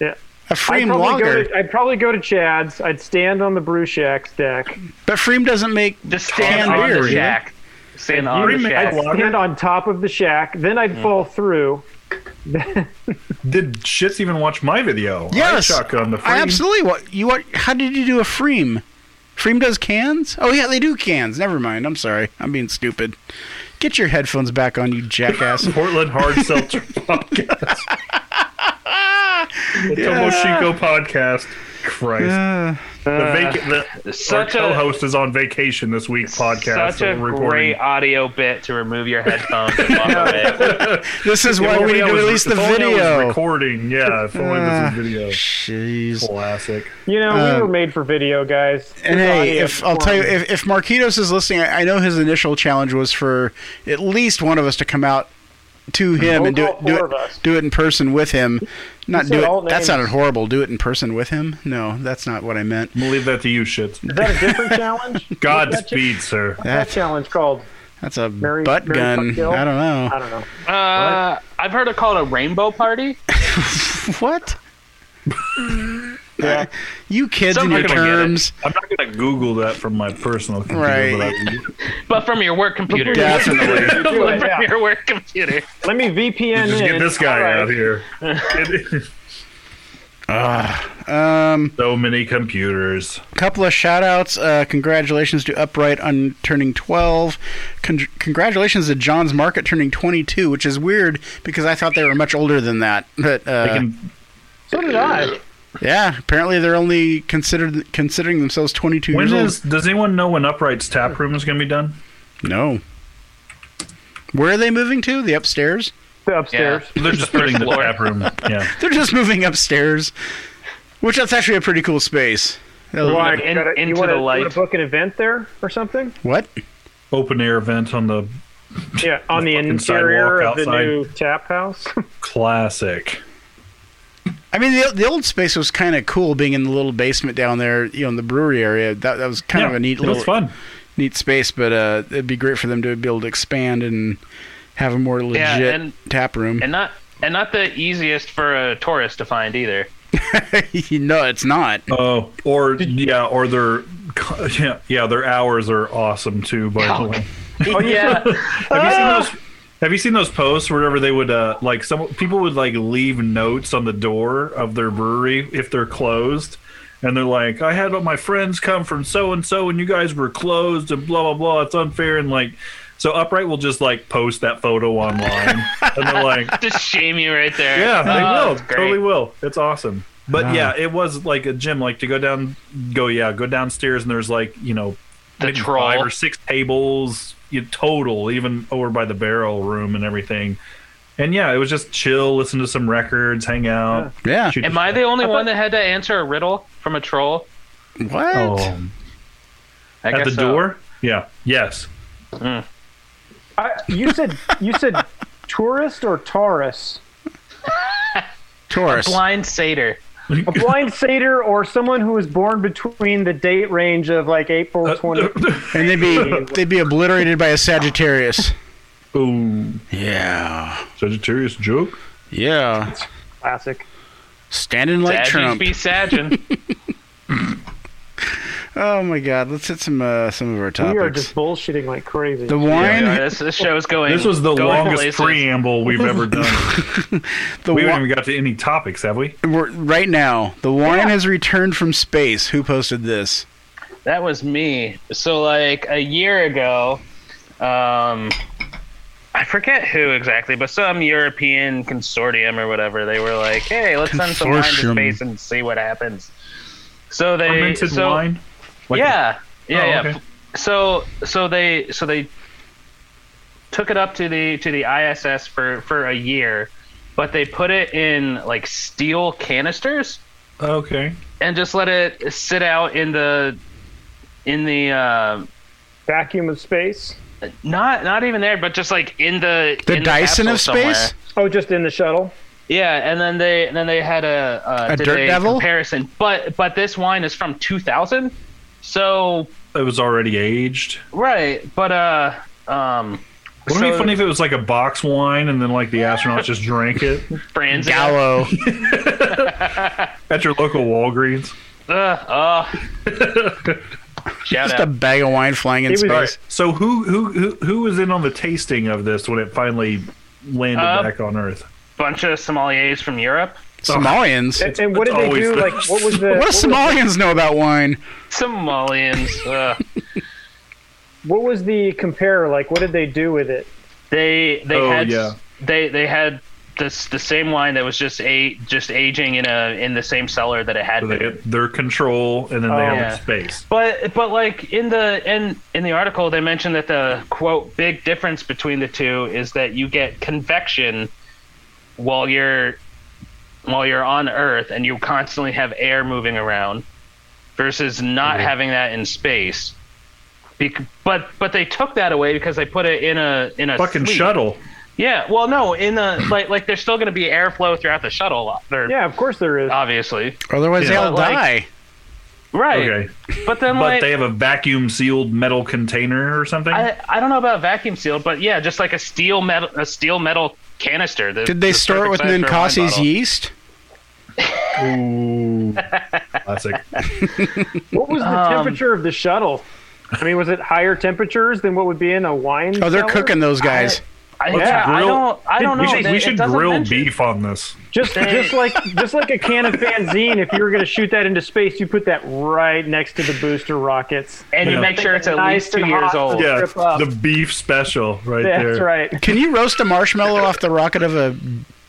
[SPEAKER 2] Yeah.
[SPEAKER 6] A
[SPEAKER 2] I'd
[SPEAKER 6] Freem
[SPEAKER 2] probably, go
[SPEAKER 6] lager.
[SPEAKER 2] to, I'd probably go to Chad's. I'd stand on the Brew Shack's deck.
[SPEAKER 6] but Freem doesn't make.
[SPEAKER 5] Just stand
[SPEAKER 6] Canned
[SPEAKER 5] on
[SPEAKER 6] beer,
[SPEAKER 5] the
[SPEAKER 6] yeah.
[SPEAKER 5] shack. Stand on the
[SPEAKER 7] Pretty much-
[SPEAKER 5] shack.
[SPEAKER 7] I love-
[SPEAKER 2] Stand on top of the shack. Then I'd fall through.
[SPEAKER 7] Did shits even watch my video?
[SPEAKER 6] Yes.
[SPEAKER 7] I shotgun the
[SPEAKER 6] I
[SPEAKER 7] frame.
[SPEAKER 6] absolutely. What you what? How did you do a Freem? Freem does cans. Oh yeah, they do cans. Never mind. I'm sorry. I'm being stupid. Get your headphones back on, you jackass.
[SPEAKER 7] Portland Hard Seltzer podcast. the
[SPEAKER 6] Yeah.
[SPEAKER 7] Tomoshiko podcast. Christ.
[SPEAKER 6] Uh,
[SPEAKER 7] the vaca- the,
[SPEAKER 5] Such
[SPEAKER 7] our
[SPEAKER 5] a
[SPEAKER 7] co-host is on vacation this week. Podcast. uh,
[SPEAKER 5] such
[SPEAKER 7] so
[SPEAKER 5] a
[SPEAKER 7] we're recording.
[SPEAKER 5] great audio bit to remove your headphones and walk away.
[SPEAKER 6] this is why
[SPEAKER 7] If
[SPEAKER 6] we
[SPEAKER 7] only
[SPEAKER 6] need
[SPEAKER 7] I
[SPEAKER 6] to
[SPEAKER 7] was-
[SPEAKER 6] release the
[SPEAKER 7] if only I was
[SPEAKER 6] video. Ah.
[SPEAKER 7] recording, yeah. If only this was video.
[SPEAKER 6] Jeez.
[SPEAKER 7] Classic.
[SPEAKER 2] You know, we were made for video, guys.
[SPEAKER 6] Uh, And
[SPEAKER 2] There's
[SPEAKER 6] hey,
[SPEAKER 2] audio
[SPEAKER 6] if I'll tell you,
[SPEAKER 2] form.
[SPEAKER 6] if, if Marquitos is listening, I, I know his initial challenge was for at least one of us to come out to him
[SPEAKER 2] We'll
[SPEAKER 6] and do
[SPEAKER 2] call
[SPEAKER 6] it, do
[SPEAKER 2] four of us.
[SPEAKER 6] it, do it in person with him. Not
[SPEAKER 2] said
[SPEAKER 6] do
[SPEAKER 2] all
[SPEAKER 6] it. That
[SPEAKER 2] names.
[SPEAKER 6] sounded horrible. Do it in person with him. No, that's not what I meant.
[SPEAKER 7] We'll leave that to you, shit.
[SPEAKER 2] Is that a different challenge?
[SPEAKER 7] Godspeed, sir.
[SPEAKER 2] That
[SPEAKER 6] That,
[SPEAKER 2] challenge called
[SPEAKER 6] that's a
[SPEAKER 2] Mary-
[SPEAKER 6] butt
[SPEAKER 2] Mary
[SPEAKER 6] gun.
[SPEAKER 2] fuck Jill?
[SPEAKER 6] I don't
[SPEAKER 2] I
[SPEAKER 6] know
[SPEAKER 2] don't know.
[SPEAKER 5] Uh, I've heard it called a rainbow party.
[SPEAKER 6] what.
[SPEAKER 2] Yeah.
[SPEAKER 6] You kids and
[SPEAKER 5] Somebody
[SPEAKER 6] your
[SPEAKER 5] gonna get it.
[SPEAKER 6] terms.
[SPEAKER 7] I'm not gonna Google that from my personal computer,
[SPEAKER 6] Right.
[SPEAKER 7] but
[SPEAKER 5] But from your work computer.
[SPEAKER 6] Definitely.
[SPEAKER 5] from
[SPEAKER 2] Yeah.
[SPEAKER 5] your work computer.
[SPEAKER 2] Let me VPN
[SPEAKER 7] I just
[SPEAKER 2] in.
[SPEAKER 7] get this guy
[SPEAKER 2] All right.
[SPEAKER 7] out here.
[SPEAKER 6] Um,
[SPEAKER 7] so many computers.
[SPEAKER 6] couple of shout outs. Uh, congratulations to Upright on turning 12. Con- congratulations to John's Market turning 22, which is weird because I thought they were much older than that. But uh,
[SPEAKER 7] Can-
[SPEAKER 2] So did I.
[SPEAKER 6] yeah, apparently they're only considered considering themselves 22
[SPEAKER 7] when
[SPEAKER 6] years
[SPEAKER 7] is? Does anyone know when Upright's tap room is gonna be done?
[SPEAKER 6] old. No. Where are they moving to? The upstairs?
[SPEAKER 2] The upstairs.
[SPEAKER 7] They're just putting the
[SPEAKER 5] floor.
[SPEAKER 7] tap room. Yeah.
[SPEAKER 6] They're just moving upstairs, which that's actually a pretty cool space. They'll-
[SPEAKER 5] Why?
[SPEAKER 2] You
[SPEAKER 5] In-
[SPEAKER 2] gotta- you
[SPEAKER 5] into
[SPEAKER 2] wanna-
[SPEAKER 5] the
[SPEAKER 2] you
[SPEAKER 5] light.
[SPEAKER 2] wanna book an event there or something?
[SPEAKER 6] What?
[SPEAKER 7] Open air event on the
[SPEAKER 2] Yeah, on the
[SPEAKER 7] fucking
[SPEAKER 2] interior
[SPEAKER 7] sidewalk
[SPEAKER 2] of the
[SPEAKER 7] outside.
[SPEAKER 2] new tap house.
[SPEAKER 7] classic.
[SPEAKER 6] I mean, the, the old space was kind of cool, being in the little basement down there, you know, in the brewery area. That, that was kind of a neat
[SPEAKER 7] it
[SPEAKER 6] little
[SPEAKER 7] was fun.
[SPEAKER 6] neat space, but uh, it'd be great for them to be able to expand and have a more legit
[SPEAKER 5] Yeah, and-
[SPEAKER 6] tap room.
[SPEAKER 5] and not and not the easiest for a tourist to find either.
[SPEAKER 6] no, it's not.
[SPEAKER 7] Oh, or yeah, or their yeah, yeah, their hours are awesome too. By the way,
[SPEAKER 5] Oh yeah,
[SPEAKER 7] have you seen those? Have you seen those posts wherever they would uh, like some people would like leave notes on the door of their brewery if they're closed, and they're like, "I had all my friends come from so and so, and you guys were closed, and blah blah blah. It's unfair." And like, so upright will just like post that photo online, and they're like,
[SPEAKER 5] just shame you right there.
[SPEAKER 7] Yeah, they
[SPEAKER 5] Oh,
[SPEAKER 7] will.
[SPEAKER 5] it's great.
[SPEAKER 7] Totally will. It's awesome. But yeah, it was like a gym, like to go down, go yeah, go downstairs, and there's like you know,
[SPEAKER 5] The
[SPEAKER 7] maybe
[SPEAKER 5] troll.
[SPEAKER 7] five or six tables you, total, even over by the barrel room and everything. And yeah, it was just chill, listen to some records, hang out.
[SPEAKER 6] Yeah.
[SPEAKER 7] shoot
[SPEAKER 5] Am I the only one that had to answer a riddle from a troll?
[SPEAKER 6] What?
[SPEAKER 7] the shit.
[SPEAKER 5] I
[SPEAKER 7] at the
[SPEAKER 5] guess uh, so.
[SPEAKER 7] door? Yeah. Yes.
[SPEAKER 2] I, you said you said tourist or Taurus?
[SPEAKER 6] Taurus.
[SPEAKER 5] Blind satyr.
[SPEAKER 2] A blind satyr or someone who was born between the date range of like
[SPEAKER 7] Uh,
[SPEAKER 2] April twenty.
[SPEAKER 6] And they'd be they'd be obliterated by a Sagittarius.
[SPEAKER 7] Ooh,
[SPEAKER 6] yeah.
[SPEAKER 7] Sagittarius joke.
[SPEAKER 6] Yeah.
[SPEAKER 2] Classic.
[SPEAKER 6] Standing like
[SPEAKER 5] Sad
[SPEAKER 6] Trump.
[SPEAKER 5] be Sagin.
[SPEAKER 6] Oh my God! Let's hit some uh, some of our
[SPEAKER 2] We
[SPEAKER 6] topics.
[SPEAKER 2] are just bullshitting like crazy.
[SPEAKER 6] the wine,
[SPEAKER 5] Yeah, this, this show's going.
[SPEAKER 7] This was the
[SPEAKER 5] going
[SPEAKER 7] longest
[SPEAKER 5] places.
[SPEAKER 7] preamble we've ever done.
[SPEAKER 6] the wi-
[SPEAKER 7] we haven't even got to any topics, have we?
[SPEAKER 6] we're, right now. The wine has returned from space. Who posted this?
[SPEAKER 5] That was me. So like a year ago, um, I forget who exactly, but some European consortium or whatever, they were like, "Hey, let's send some wine to
[SPEAKER 6] Consortium.
[SPEAKER 5] space and see what happens." So they
[SPEAKER 7] Fermented
[SPEAKER 5] so,
[SPEAKER 7] wine. Like a-
[SPEAKER 5] yeah, yeah,
[SPEAKER 7] Oh,
[SPEAKER 5] yeah.
[SPEAKER 7] okay.
[SPEAKER 5] So so they so they took it up to the to the ISS for for a year, but they put it in like steel canisters
[SPEAKER 7] Okay.
[SPEAKER 5] and just let it sit out in the in the uh,
[SPEAKER 2] Vacuum of space.
[SPEAKER 5] not not even there, but just like in the
[SPEAKER 6] The
[SPEAKER 5] in
[SPEAKER 6] Dyson of
[SPEAKER 5] capsule somewhere.
[SPEAKER 6] space.
[SPEAKER 2] Oh, just in the shuttle.
[SPEAKER 5] Yeah, and then they and then they had a uh,
[SPEAKER 6] A
[SPEAKER 5] did
[SPEAKER 6] Dirt
[SPEAKER 5] a
[SPEAKER 6] Devil?
[SPEAKER 5] comparison, but but this wine is from 2000, so
[SPEAKER 7] it was already aged.
[SPEAKER 5] right, but uh um.
[SPEAKER 7] Wouldn't it be
[SPEAKER 5] so-
[SPEAKER 7] funny if it was like a box wine and then like the astronauts just drank it
[SPEAKER 5] Brands
[SPEAKER 6] Gallo.
[SPEAKER 7] at your local Walgreens?
[SPEAKER 5] Uh, uh. Shout
[SPEAKER 6] just a
[SPEAKER 5] out.
[SPEAKER 6] bag of wine flying in
[SPEAKER 2] It was-
[SPEAKER 6] space.
[SPEAKER 7] All right. So who who who who was in on the tasting of this when it finally landed
[SPEAKER 5] Uh,
[SPEAKER 7] back on Earth?
[SPEAKER 5] bunch of sommeliers from Europe.
[SPEAKER 6] Somalians.
[SPEAKER 2] And, and what did
[SPEAKER 7] it's
[SPEAKER 2] they
[SPEAKER 7] always
[SPEAKER 2] do?
[SPEAKER 7] the-
[SPEAKER 2] Like, what was the
[SPEAKER 6] What do
[SPEAKER 2] uh, what, was,
[SPEAKER 6] Somalians know about wine?
[SPEAKER 5] Somalians. Uh,
[SPEAKER 2] what was the compare? Like, what did they do with it?
[SPEAKER 5] they they
[SPEAKER 7] Oh,
[SPEAKER 5] had
[SPEAKER 7] yeah.
[SPEAKER 5] they they had this the same wine that was just a just aging in a in the same cellar that it had
[SPEAKER 7] So they
[SPEAKER 5] been.
[SPEAKER 7] had their control and then they had
[SPEAKER 5] oh, yeah.
[SPEAKER 7] space.
[SPEAKER 5] But but like in the in in the article they mentioned that the quote big difference between the two is that you get convection while you're while you're on Earth and you constantly have air moving around versus not having that in space. Bec- but but they took that away because they put it in a in a
[SPEAKER 7] Fucking
[SPEAKER 5] suite.
[SPEAKER 7] shuttle.
[SPEAKER 5] Yeah, well no, in the like like there's still going to be airflow throughout the shuttle. There,
[SPEAKER 2] Yeah, of course there is.
[SPEAKER 5] obviously.
[SPEAKER 6] Otherwise, they
[SPEAKER 7] Yeah.
[SPEAKER 6] all
[SPEAKER 5] But, like,
[SPEAKER 6] die.
[SPEAKER 5] Right.
[SPEAKER 7] Okay.
[SPEAKER 5] But then
[SPEAKER 7] But
[SPEAKER 5] like
[SPEAKER 7] they have a vacuum sealed metal container or something.
[SPEAKER 5] I, I don't know about vacuum sealed, but yeah, just like a steel metal a steel metal canister. The,
[SPEAKER 6] Did they
[SPEAKER 5] the
[SPEAKER 6] store it
[SPEAKER 5] perfect
[SPEAKER 6] with
[SPEAKER 5] size for a wine
[SPEAKER 6] Ninkasi's
[SPEAKER 5] bottle.
[SPEAKER 6] yeast?
[SPEAKER 7] Ooh. Classic.
[SPEAKER 2] What was the temperature of the shuttle? I mean, was it higher temperatures than what would be in a wine?
[SPEAKER 6] Oh, they're
[SPEAKER 2] cellar?
[SPEAKER 6] cooking those guys.
[SPEAKER 5] I,
[SPEAKER 7] Let's
[SPEAKER 5] yeah, I
[SPEAKER 7] grill-
[SPEAKER 5] don't I don't know.
[SPEAKER 7] We should,
[SPEAKER 5] They-
[SPEAKER 7] we
[SPEAKER 5] it
[SPEAKER 7] should
[SPEAKER 5] doesn't
[SPEAKER 7] grill
[SPEAKER 5] mention-
[SPEAKER 7] beef on this.
[SPEAKER 2] Just, just like, just like a can of fanzine. If you were going to shoot that into space, you put that right next to the booster rockets.
[SPEAKER 5] and you
[SPEAKER 7] Yeah.
[SPEAKER 5] make sure it's at
[SPEAKER 2] Nice
[SPEAKER 5] least two
[SPEAKER 2] and
[SPEAKER 5] years
[SPEAKER 2] hot.
[SPEAKER 5] old.
[SPEAKER 2] Yeah.
[SPEAKER 7] Yeah,
[SPEAKER 2] Rip up.
[SPEAKER 7] the beef special right
[SPEAKER 2] That's
[SPEAKER 7] there.
[SPEAKER 2] right.
[SPEAKER 6] Can you roast a marshmallow off the rocket of a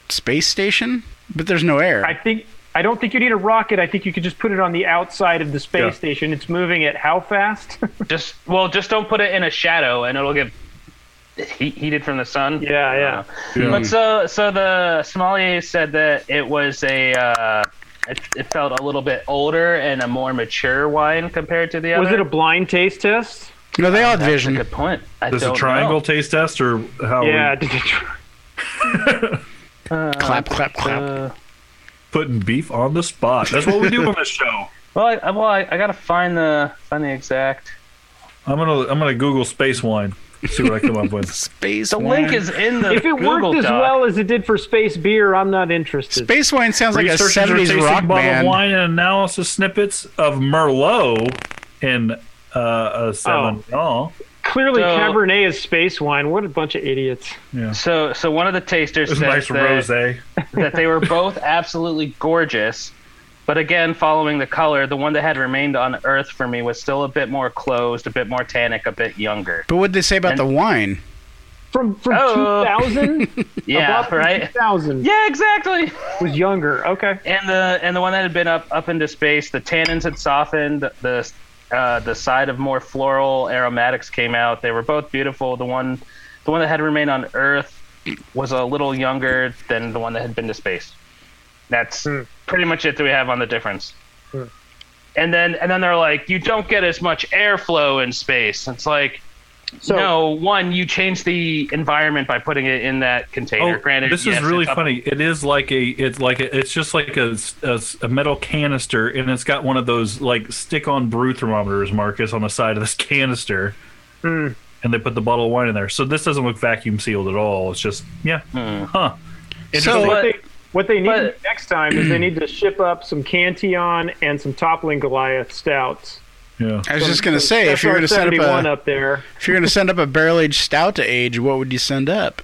[SPEAKER 6] space station? But there's no air.
[SPEAKER 2] I think I don't think you need a rocket. I think you could just put it on the outside of the space
[SPEAKER 7] Yeah.
[SPEAKER 2] station. It's moving at how fast?
[SPEAKER 5] Just well, just don't put it in a shadow, and it'll get heat, heated from the sun.
[SPEAKER 2] yeah, yeah.
[SPEAKER 5] But so so the sommelier said that it was a. Uh, it, it felt a little bit older and a more mature wine compared to the other.
[SPEAKER 2] Was it a blind taste test?
[SPEAKER 6] no, they all had
[SPEAKER 5] That's a
[SPEAKER 6] vision.
[SPEAKER 5] good point. I
[SPEAKER 7] This is
[SPEAKER 5] don't
[SPEAKER 7] a
[SPEAKER 5] know.
[SPEAKER 7] triangle taste test or
[SPEAKER 6] Oh,
[SPEAKER 7] how?
[SPEAKER 2] Yeah.
[SPEAKER 7] We,
[SPEAKER 2] did it-
[SPEAKER 5] Uh,
[SPEAKER 6] clap, clap, clap.
[SPEAKER 7] putting beef on the spot. That's what we do on this show.
[SPEAKER 5] Well, I, I- well, I, I gotta find the find the exact.
[SPEAKER 7] I'm gonna I'm gonna Google space wine. See what I come up with.
[SPEAKER 6] Space
[SPEAKER 5] The
[SPEAKER 6] wine.
[SPEAKER 5] link is in the
[SPEAKER 2] If it
[SPEAKER 5] Google
[SPEAKER 2] worked as
[SPEAKER 5] Doc.
[SPEAKER 2] well as it did for space beer, I'm not interested.
[SPEAKER 6] Space wine sounds like a
[SPEAKER 7] Researchers are
[SPEAKER 6] '70s
[SPEAKER 7] tasting
[SPEAKER 6] rock
[SPEAKER 7] bottle of
[SPEAKER 6] band.
[SPEAKER 7] wine and analysis snippets of Merlot in uh, a seven. Oh,
[SPEAKER 2] Clearly,
[SPEAKER 5] So-
[SPEAKER 2] Cabernet is space wine. What a bunch of idiots.
[SPEAKER 5] So, so one of the tasters
[SPEAKER 7] it's
[SPEAKER 5] says
[SPEAKER 7] a
[SPEAKER 5] that,
[SPEAKER 7] nice rosé.
[SPEAKER 5] that they were both absolutely gorgeous, but again, following the color, the one that had remained on Earth for me was still a bit more closed, a bit more tannic, a bit younger.
[SPEAKER 6] But what did they say about
[SPEAKER 5] And-
[SPEAKER 6] the wine?
[SPEAKER 2] From from
[SPEAKER 5] Oh.
[SPEAKER 2] 2000,
[SPEAKER 5] Yeah, right.
[SPEAKER 2] 2000
[SPEAKER 5] Yeah, exactly.
[SPEAKER 2] was younger. Okay,
[SPEAKER 5] And the and the one that had been up up into space, the tannins had softened. The uh, the side of more floral aromatics came out. They were both beautiful. The one the one that had remained on Earth was a little younger than the one that had been to space. That's pretty much it that we have on the difference. And then and then they're like, you don't get as much airflow in space. It's like.
[SPEAKER 2] So-
[SPEAKER 5] no, one, you change the environment by putting it in that container.
[SPEAKER 7] Oh,
[SPEAKER 5] Granted,
[SPEAKER 7] this
[SPEAKER 5] yes,
[SPEAKER 7] is really
[SPEAKER 5] it's up-
[SPEAKER 7] funny. It is like a it's like a, it's just like a, s- a s- a metal canister, and it's got one of those like stick-on brew thermometers, Marcus, on the side of this canister. And they put the bottle of wine in there, so this doesn't look vacuum sealed at all. It's just yeah,
[SPEAKER 5] Hmm.
[SPEAKER 7] huh?
[SPEAKER 6] So,
[SPEAKER 2] what they what they need
[SPEAKER 5] but-
[SPEAKER 2] to do next time is they need to ship up some Cantillon and some Toppling Goliath stouts.
[SPEAKER 7] Yeah.
[SPEAKER 6] I was just gonna say, if
[SPEAKER 2] That's
[SPEAKER 6] you're
[SPEAKER 2] our
[SPEAKER 6] gonna send up
[SPEAKER 2] 71
[SPEAKER 6] a,
[SPEAKER 2] up there,
[SPEAKER 6] if you're gonna send up a barrel aged stout to age, what would you send up?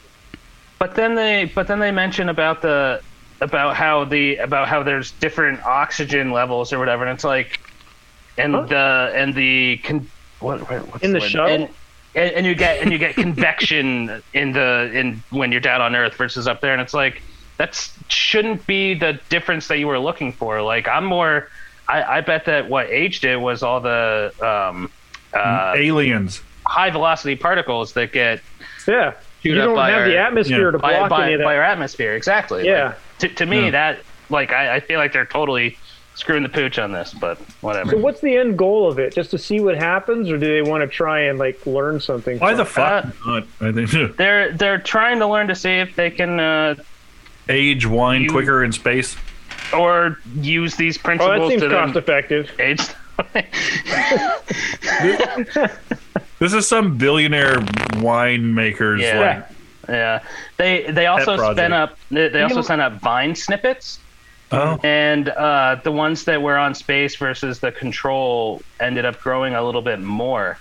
[SPEAKER 5] But then they but then they mention about the about how the about how there's different oxygen levels or whatever, and it's like and the and the con, what, what- what's
[SPEAKER 2] In the
[SPEAKER 5] word?
[SPEAKER 2] shuttle?
[SPEAKER 5] And, and, and you get and you get convection in the in when you're down on Earth versus up there, and it's like that's shouldn't be the difference that you were looking for. Like I'm more, I, I bet that what aged it was all the um, uh,
[SPEAKER 7] Aliens.
[SPEAKER 5] high velocity particles that get
[SPEAKER 2] yeah, you
[SPEAKER 5] up
[SPEAKER 2] don't
[SPEAKER 5] by
[SPEAKER 2] have the
[SPEAKER 5] our-
[SPEAKER 2] atmosphere
[SPEAKER 7] Yeah.
[SPEAKER 2] to
[SPEAKER 5] by,
[SPEAKER 2] block any
[SPEAKER 5] by,
[SPEAKER 2] of that.
[SPEAKER 5] by our atmosphere. Exactly.
[SPEAKER 2] Yeah.
[SPEAKER 5] Like, to, to me,
[SPEAKER 7] Yeah.
[SPEAKER 5] that like I, I feel like they're totally screwing the pooch on this, but whatever.
[SPEAKER 2] so what's the end goal of it? Just to see what happens, or do they want to try and like learn something?
[SPEAKER 7] Why
[SPEAKER 2] from
[SPEAKER 7] the
[SPEAKER 2] it?
[SPEAKER 7] fuck not? I think
[SPEAKER 5] they're they're trying to learn to see if they can uh,
[SPEAKER 7] age wine
[SPEAKER 5] You-
[SPEAKER 7] quicker in space.
[SPEAKER 5] or use these
[SPEAKER 2] Oh, that
[SPEAKER 5] principles
[SPEAKER 2] seems
[SPEAKER 5] to
[SPEAKER 2] cost
[SPEAKER 5] then
[SPEAKER 2] effective.
[SPEAKER 5] age.
[SPEAKER 7] This is some billionaire winemakers.
[SPEAKER 5] Yeah.
[SPEAKER 7] Like,
[SPEAKER 5] yeah, they they also
[SPEAKER 7] project.
[SPEAKER 5] spin up they, they also sent up vine snippets.
[SPEAKER 7] oh,
[SPEAKER 5] and uh, the ones that were on space versus the control ended up growing a little bit more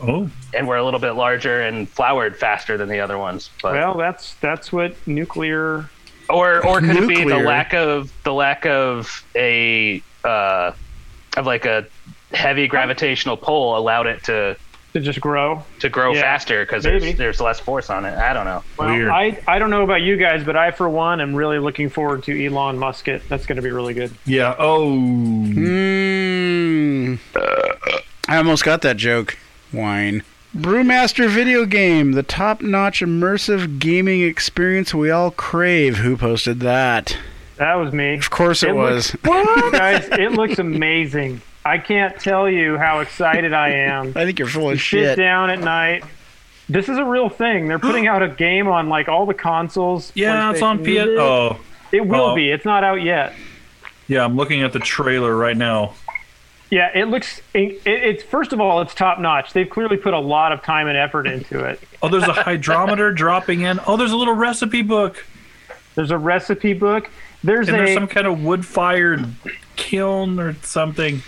[SPEAKER 7] oh,
[SPEAKER 5] and were a little bit larger and flowered faster than the other ones. But
[SPEAKER 2] Well, that's that's what nuclear.
[SPEAKER 5] or or could it be the
[SPEAKER 6] Nuclear.
[SPEAKER 5] lack of the lack of a uh, of like a heavy gravitational pull allowed it to
[SPEAKER 2] To just grow.
[SPEAKER 5] to grow
[SPEAKER 2] Yeah,
[SPEAKER 5] faster 'cause faster because
[SPEAKER 2] maybe.
[SPEAKER 5] there's there's less force on it. I don't know.
[SPEAKER 2] Well,
[SPEAKER 7] Weird.
[SPEAKER 2] I, I don't know about you guys, but I for one am really looking forward to Elon Musk. It that's going to be really good.
[SPEAKER 7] yeah. Oh,
[SPEAKER 6] Mm, I almost got that joke. Wine. Brewmaster video game, the top notch immersive gaming experience we all crave. Who posted that?
[SPEAKER 2] That was me.
[SPEAKER 6] Of course it, was.
[SPEAKER 2] Looks, guys, it looks amazing. I can't tell you how excited I am.
[SPEAKER 6] I think you're full of
[SPEAKER 2] Sit
[SPEAKER 6] shit.
[SPEAKER 2] down at night. This is a real thing. They're putting out a game on like all the consoles.
[SPEAKER 7] yeah. It's on
[SPEAKER 2] PlayStation.
[SPEAKER 7] PS. Oh,
[SPEAKER 2] It will
[SPEAKER 7] Oh.
[SPEAKER 2] be. It's not out yet.
[SPEAKER 7] yeah. I'm looking at the trailer right now.
[SPEAKER 2] Yeah, it looks. It, it's first of all, it's top notch. They've clearly put a lot of time and effort into it.
[SPEAKER 7] Oh, there's a hydrometer dropping in. Oh, there's a little recipe book,
[SPEAKER 2] There's a recipe book. There's
[SPEAKER 7] and
[SPEAKER 2] a
[SPEAKER 7] there's some kind of wood-fired kiln or something.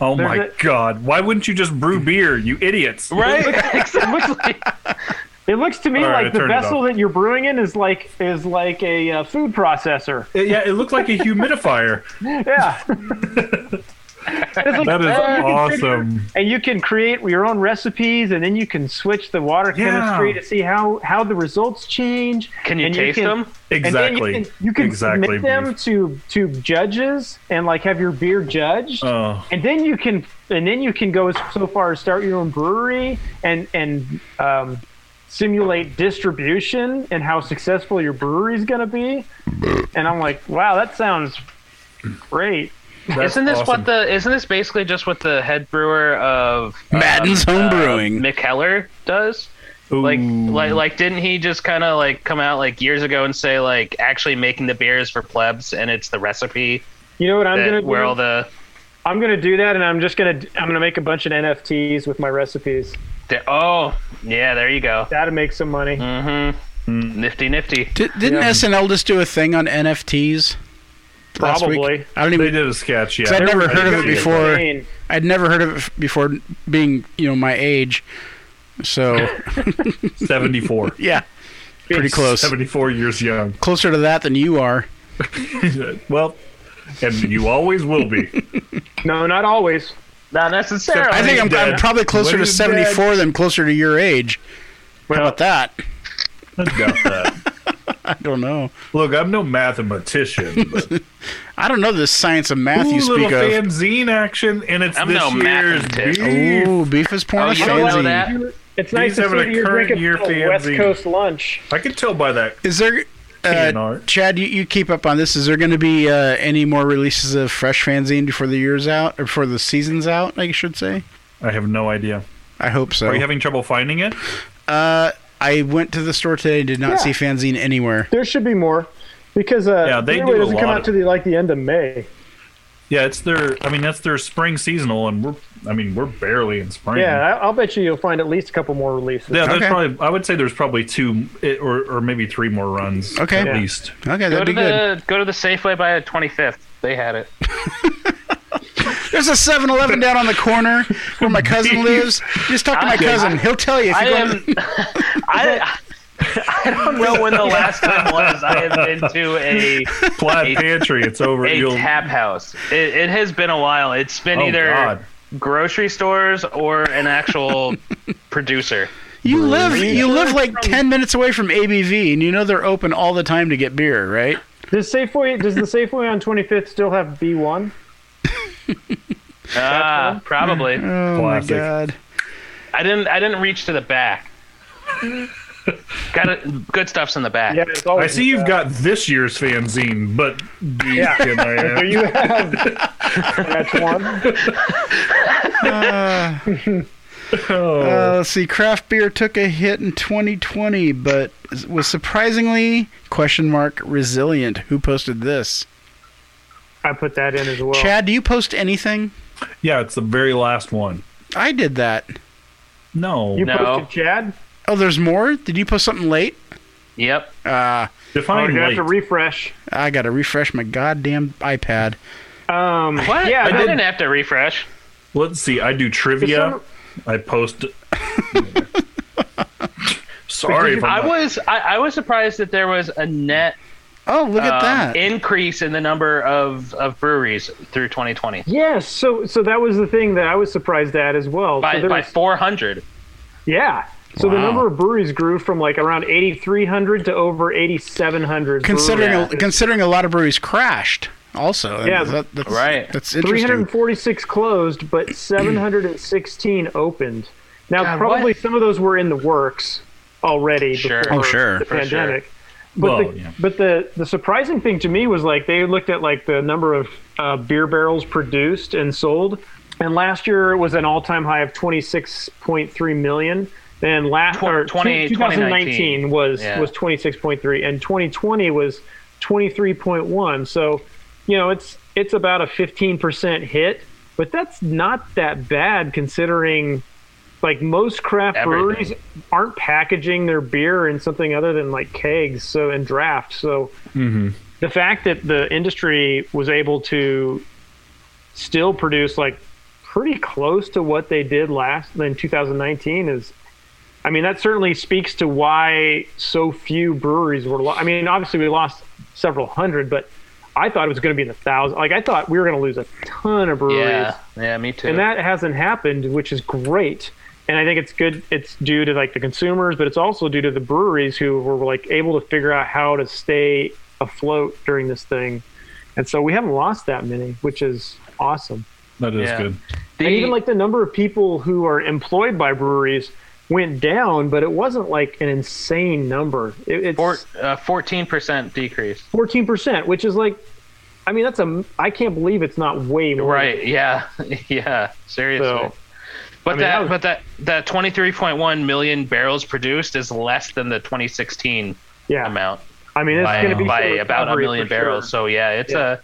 [SPEAKER 7] Oh
[SPEAKER 2] There's
[SPEAKER 7] my
[SPEAKER 2] a-
[SPEAKER 7] god! Why wouldn't you just brew beer, you idiots?
[SPEAKER 5] Right? it looks like
[SPEAKER 2] It looks to me
[SPEAKER 7] All right,
[SPEAKER 2] like
[SPEAKER 7] I
[SPEAKER 2] the
[SPEAKER 7] turned it
[SPEAKER 2] vessel
[SPEAKER 7] off.
[SPEAKER 2] that you're brewing in is like is like a uh, food processor.
[SPEAKER 7] It- yeah, it looked like a humidifier.
[SPEAKER 2] Yeah,
[SPEAKER 7] That is awesome.
[SPEAKER 2] and you can create your own recipes, and then you can switch the water
[SPEAKER 7] Yeah.
[SPEAKER 2] chemistry to see how how the results change.
[SPEAKER 5] Can you
[SPEAKER 2] and
[SPEAKER 5] taste them?
[SPEAKER 2] and then
[SPEAKER 7] Exactly.
[SPEAKER 2] You can, you can
[SPEAKER 7] exactly.
[SPEAKER 2] submit them
[SPEAKER 7] Beef.
[SPEAKER 2] to to judges and like have your beer judged.
[SPEAKER 7] Oh,
[SPEAKER 2] and then you can and then you can go as- so far as start your own brewery and and um, simulate distribution and how successful your brewery is going to be and i'm like wow that sounds great
[SPEAKER 7] that's
[SPEAKER 5] isn't this
[SPEAKER 7] awesome.
[SPEAKER 5] what the isn't this basically just what the head brewer of
[SPEAKER 6] Madden's home brewing.
[SPEAKER 5] Mick Heller does? Like,
[SPEAKER 7] Ooh.
[SPEAKER 5] like, like, didn't he just kind of like come out like years ago and say like actually making the beer is for plebs and it's the recipe
[SPEAKER 2] You know what I'm gonna
[SPEAKER 5] that where all
[SPEAKER 2] do?
[SPEAKER 5] the,
[SPEAKER 2] I'm gonna do that, and I'm just gonna I'm gonna make a bunch of NFTs with my recipes.
[SPEAKER 5] the oh yeah there you go
[SPEAKER 2] That'll make some money.
[SPEAKER 5] Mm. nifty nifty
[SPEAKER 6] Did, didn't SNL just do a thing on NFTs? last week?
[SPEAKER 2] Probably.
[SPEAKER 6] I don't
[SPEAKER 7] They
[SPEAKER 6] even.
[SPEAKER 7] did a sketch, yeah.
[SPEAKER 6] I'd never heard of it
[SPEAKER 2] It's
[SPEAKER 6] before.
[SPEAKER 2] insane.
[SPEAKER 6] I'd never heard of it f- before, being you know my age. So
[SPEAKER 7] 74.
[SPEAKER 6] yeah, pretty close.
[SPEAKER 7] 74 years young.
[SPEAKER 6] Closer to that than you are.
[SPEAKER 7] Well, and you always will be.
[SPEAKER 2] No, not always.
[SPEAKER 5] not necessarily
[SPEAKER 6] I think I'm, I'm
[SPEAKER 7] dead.
[SPEAKER 6] probably closer to
[SPEAKER 7] When he's
[SPEAKER 6] 74 than closer to your age. What
[SPEAKER 7] Well-
[SPEAKER 6] about that?
[SPEAKER 7] I doubt that.
[SPEAKER 6] I don't know.
[SPEAKER 7] Look, I'm no mathematician, but
[SPEAKER 6] I don't know this science of math
[SPEAKER 7] Ooh,
[SPEAKER 6] you speak
[SPEAKER 7] little
[SPEAKER 6] of.
[SPEAKER 7] fanzine action, and it's
[SPEAKER 5] I'm
[SPEAKER 7] this
[SPEAKER 5] no
[SPEAKER 7] year's
[SPEAKER 5] mathematician.
[SPEAKER 7] beef.
[SPEAKER 6] Ooh, beef is porn.
[SPEAKER 5] Oh, you don't know that?
[SPEAKER 2] It's nice to see
[SPEAKER 7] having a
[SPEAKER 2] that you're
[SPEAKER 7] current
[SPEAKER 2] drinking
[SPEAKER 7] year
[SPEAKER 2] a West
[SPEAKER 7] fanzine.
[SPEAKER 2] Coast lunch.
[SPEAKER 7] I can tell by that.
[SPEAKER 6] Is there,
[SPEAKER 7] Keenan
[SPEAKER 6] uh,
[SPEAKER 7] Art.
[SPEAKER 6] Chad? You, you keep up on this. Is there going to be uh, any more releases of Fresh Fanzine before the year's out, or before the season's out? I should say.
[SPEAKER 7] I have no idea.
[SPEAKER 6] I hope so. Uh,
[SPEAKER 7] Are you having trouble finding it?
[SPEAKER 6] I went to the store today and did not
[SPEAKER 2] Yeah.
[SPEAKER 6] see fanzine anywhere.
[SPEAKER 2] There should be more because uh,
[SPEAKER 7] Yeah, they
[SPEAKER 2] Freeway
[SPEAKER 7] do a
[SPEAKER 2] doesn't come
[SPEAKER 7] lot
[SPEAKER 2] out
[SPEAKER 7] of-
[SPEAKER 2] to the like the end of May.
[SPEAKER 7] Yeah, it's their. I mean, that's their spring seasonal, and we're. I mean, we're barely in spring.
[SPEAKER 2] Yeah, I, I'll bet you you'll find at least a couple more releases.
[SPEAKER 7] Yeah, there's
[SPEAKER 6] Okay.
[SPEAKER 7] probably. I would say there's probably two, eh, or or maybe three more runs.
[SPEAKER 6] Okay.
[SPEAKER 7] at
[SPEAKER 6] Yeah.
[SPEAKER 7] least.
[SPEAKER 6] Okay,
[SPEAKER 5] go
[SPEAKER 6] that'd
[SPEAKER 5] to
[SPEAKER 6] be good.
[SPEAKER 5] the go to the Safeway by the 25th they had it
[SPEAKER 6] There's a 7-Eleven down on the corner where my cousin lives. Just talk to my cousin; he'll tell you. If
[SPEAKER 5] I
[SPEAKER 6] you go
[SPEAKER 5] am I. I don't know when the last time was I have been to a
[SPEAKER 7] Flat pantry. It's over.
[SPEAKER 5] a
[SPEAKER 7] You'll.
[SPEAKER 5] tap house. It, it has been a while. It's been
[SPEAKER 7] Oh,
[SPEAKER 5] either
[SPEAKER 7] God.
[SPEAKER 5] grocery stores or an actual producer.
[SPEAKER 6] you live, you live like ten minutes away from ABV, and you know they're open all the time to get beer, right?
[SPEAKER 2] Does Safeway does the Safeway on 25th still have B1?
[SPEAKER 5] Ah, probably.
[SPEAKER 6] Oh
[SPEAKER 7] Classic.
[SPEAKER 6] my god!
[SPEAKER 5] I didn't. I didn't reach to the back. Got it. Good stuff's in the back.
[SPEAKER 2] Oh, Yeah, it's
[SPEAKER 7] I
[SPEAKER 2] always.
[SPEAKER 7] see you've got this year's fanzine, but these can I have?
[SPEAKER 2] Do you have that's one?
[SPEAKER 6] Uh, let's see. Craft beer took a hit in 2020, but was surprisingly question mark resilient. Who posted this?
[SPEAKER 2] I put that in as well.
[SPEAKER 6] Chad, do you post anything?
[SPEAKER 7] Yeah, it's the very last one.
[SPEAKER 6] I did that.
[SPEAKER 7] No.
[SPEAKER 2] you
[SPEAKER 5] No.
[SPEAKER 2] posted Chad.
[SPEAKER 6] Oh, there's more. Did you post something late?
[SPEAKER 5] Yep.
[SPEAKER 6] Uh,
[SPEAKER 2] Oh,
[SPEAKER 7] Define
[SPEAKER 2] you have
[SPEAKER 7] late.
[SPEAKER 2] to refresh.
[SPEAKER 6] I gotta refresh my goddamn iPad.
[SPEAKER 2] Um,
[SPEAKER 5] What?
[SPEAKER 2] Yeah,
[SPEAKER 5] I,
[SPEAKER 2] that-
[SPEAKER 5] didn't have to refresh.
[SPEAKER 7] Let's see. I do trivia.
[SPEAKER 2] For
[SPEAKER 7] I post. Sorry, if I'm
[SPEAKER 5] I
[SPEAKER 7] not-
[SPEAKER 5] was. I, I was surprised that there was a net
[SPEAKER 6] Oh, look at
[SPEAKER 5] um,
[SPEAKER 6] that.
[SPEAKER 5] increase in the number of of breweries through 2020
[SPEAKER 2] Yes, so so that was the thing that I was surprised at as well.
[SPEAKER 5] by
[SPEAKER 2] so there
[SPEAKER 5] by
[SPEAKER 2] was-
[SPEAKER 5] 400.
[SPEAKER 2] yeah. So the
[SPEAKER 6] Wow.
[SPEAKER 2] number of breweries grew from like around 8,300 to over 8,700.
[SPEAKER 6] considering
[SPEAKER 2] breweries.
[SPEAKER 6] a, considering a lot of breweries crashed. Also,
[SPEAKER 2] Yeah,
[SPEAKER 6] that- that's,
[SPEAKER 5] right.
[SPEAKER 6] That's interesting.
[SPEAKER 2] 346 closed, but 716 opened. Now,
[SPEAKER 5] God,
[SPEAKER 2] probably
[SPEAKER 5] what?
[SPEAKER 2] some of those were in the works already
[SPEAKER 5] Sure.
[SPEAKER 2] before
[SPEAKER 5] Oh,
[SPEAKER 6] sure.
[SPEAKER 2] the
[SPEAKER 5] For sure.
[SPEAKER 2] pandemic. But,
[SPEAKER 7] Well,
[SPEAKER 2] the,
[SPEAKER 7] yeah.
[SPEAKER 2] but the, the surprising thing to me was like they looked at like the number of uh, beer barrels produced and sold, and last year it was an all time high of 26.3 million. And last
[SPEAKER 5] Tw-
[SPEAKER 2] or
[SPEAKER 5] 20
[SPEAKER 2] 2019 was
[SPEAKER 5] Yeah.
[SPEAKER 2] was 26.3, and 2020 was 23.1. So you know it's it's about a 15% hit but that's not that bad considering like most craft
[SPEAKER 5] Everything.
[SPEAKER 2] breweries aren't packaging their beer in something other than like kegs so and draft so the fact that the industry was able to still produce like pretty close to what they did last in 2019 is I mean that certainly speaks to why so few breweries were lo- I mean obviously we lost several hundred but I thought it was going to be in the thousand like I thought we were going to lose a ton of breweries
[SPEAKER 5] Yeah, yeah, me too.
[SPEAKER 2] and that hasn't happened, which is great. And I think it's good. It's due to like the consumers, but it's also due to the breweries who were like able to figure out how to stay afloat during this thing. And so we haven't lost that many, which is awesome.
[SPEAKER 7] That is
[SPEAKER 5] Yeah.
[SPEAKER 7] good.
[SPEAKER 5] The-
[SPEAKER 2] And even like the number of people who are employed by breweries went down, but it wasn't like an insane number. It, it's
[SPEAKER 5] four- uh, 14% decrease.
[SPEAKER 2] fourteen percent, which is like, I mean, that's a. I can't believe it's not way more.
[SPEAKER 5] Right. Yeah. Yeah. Seriously.
[SPEAKER 2] So
[SPEAKER 5] But
[SPEAKER 2] mean,
[SPEAKER 5] that,
[SPEAKER 2] that was-
[SPEAKER 5] but that that 23.1 million barrels produced is less than the 2016
[SPEAKER 2] Yeah,
[SPEAKER 5] amount
[SPEAKER 2] I mean it's
[SPEAKER 5] by,
[SPEAKER 2] going to be
[SPEAKER 5] by
[SPEAKER 2] some
[SPEAKER 5] about a
[SPEAKER 2] recovery
[SPEAKER 5] million
[SPEAKER 2] for sure.
[SPEAKER 5] barrels. So yeah, it's
[SPEAKER 2] Yeah.
[SPEAKER 5] a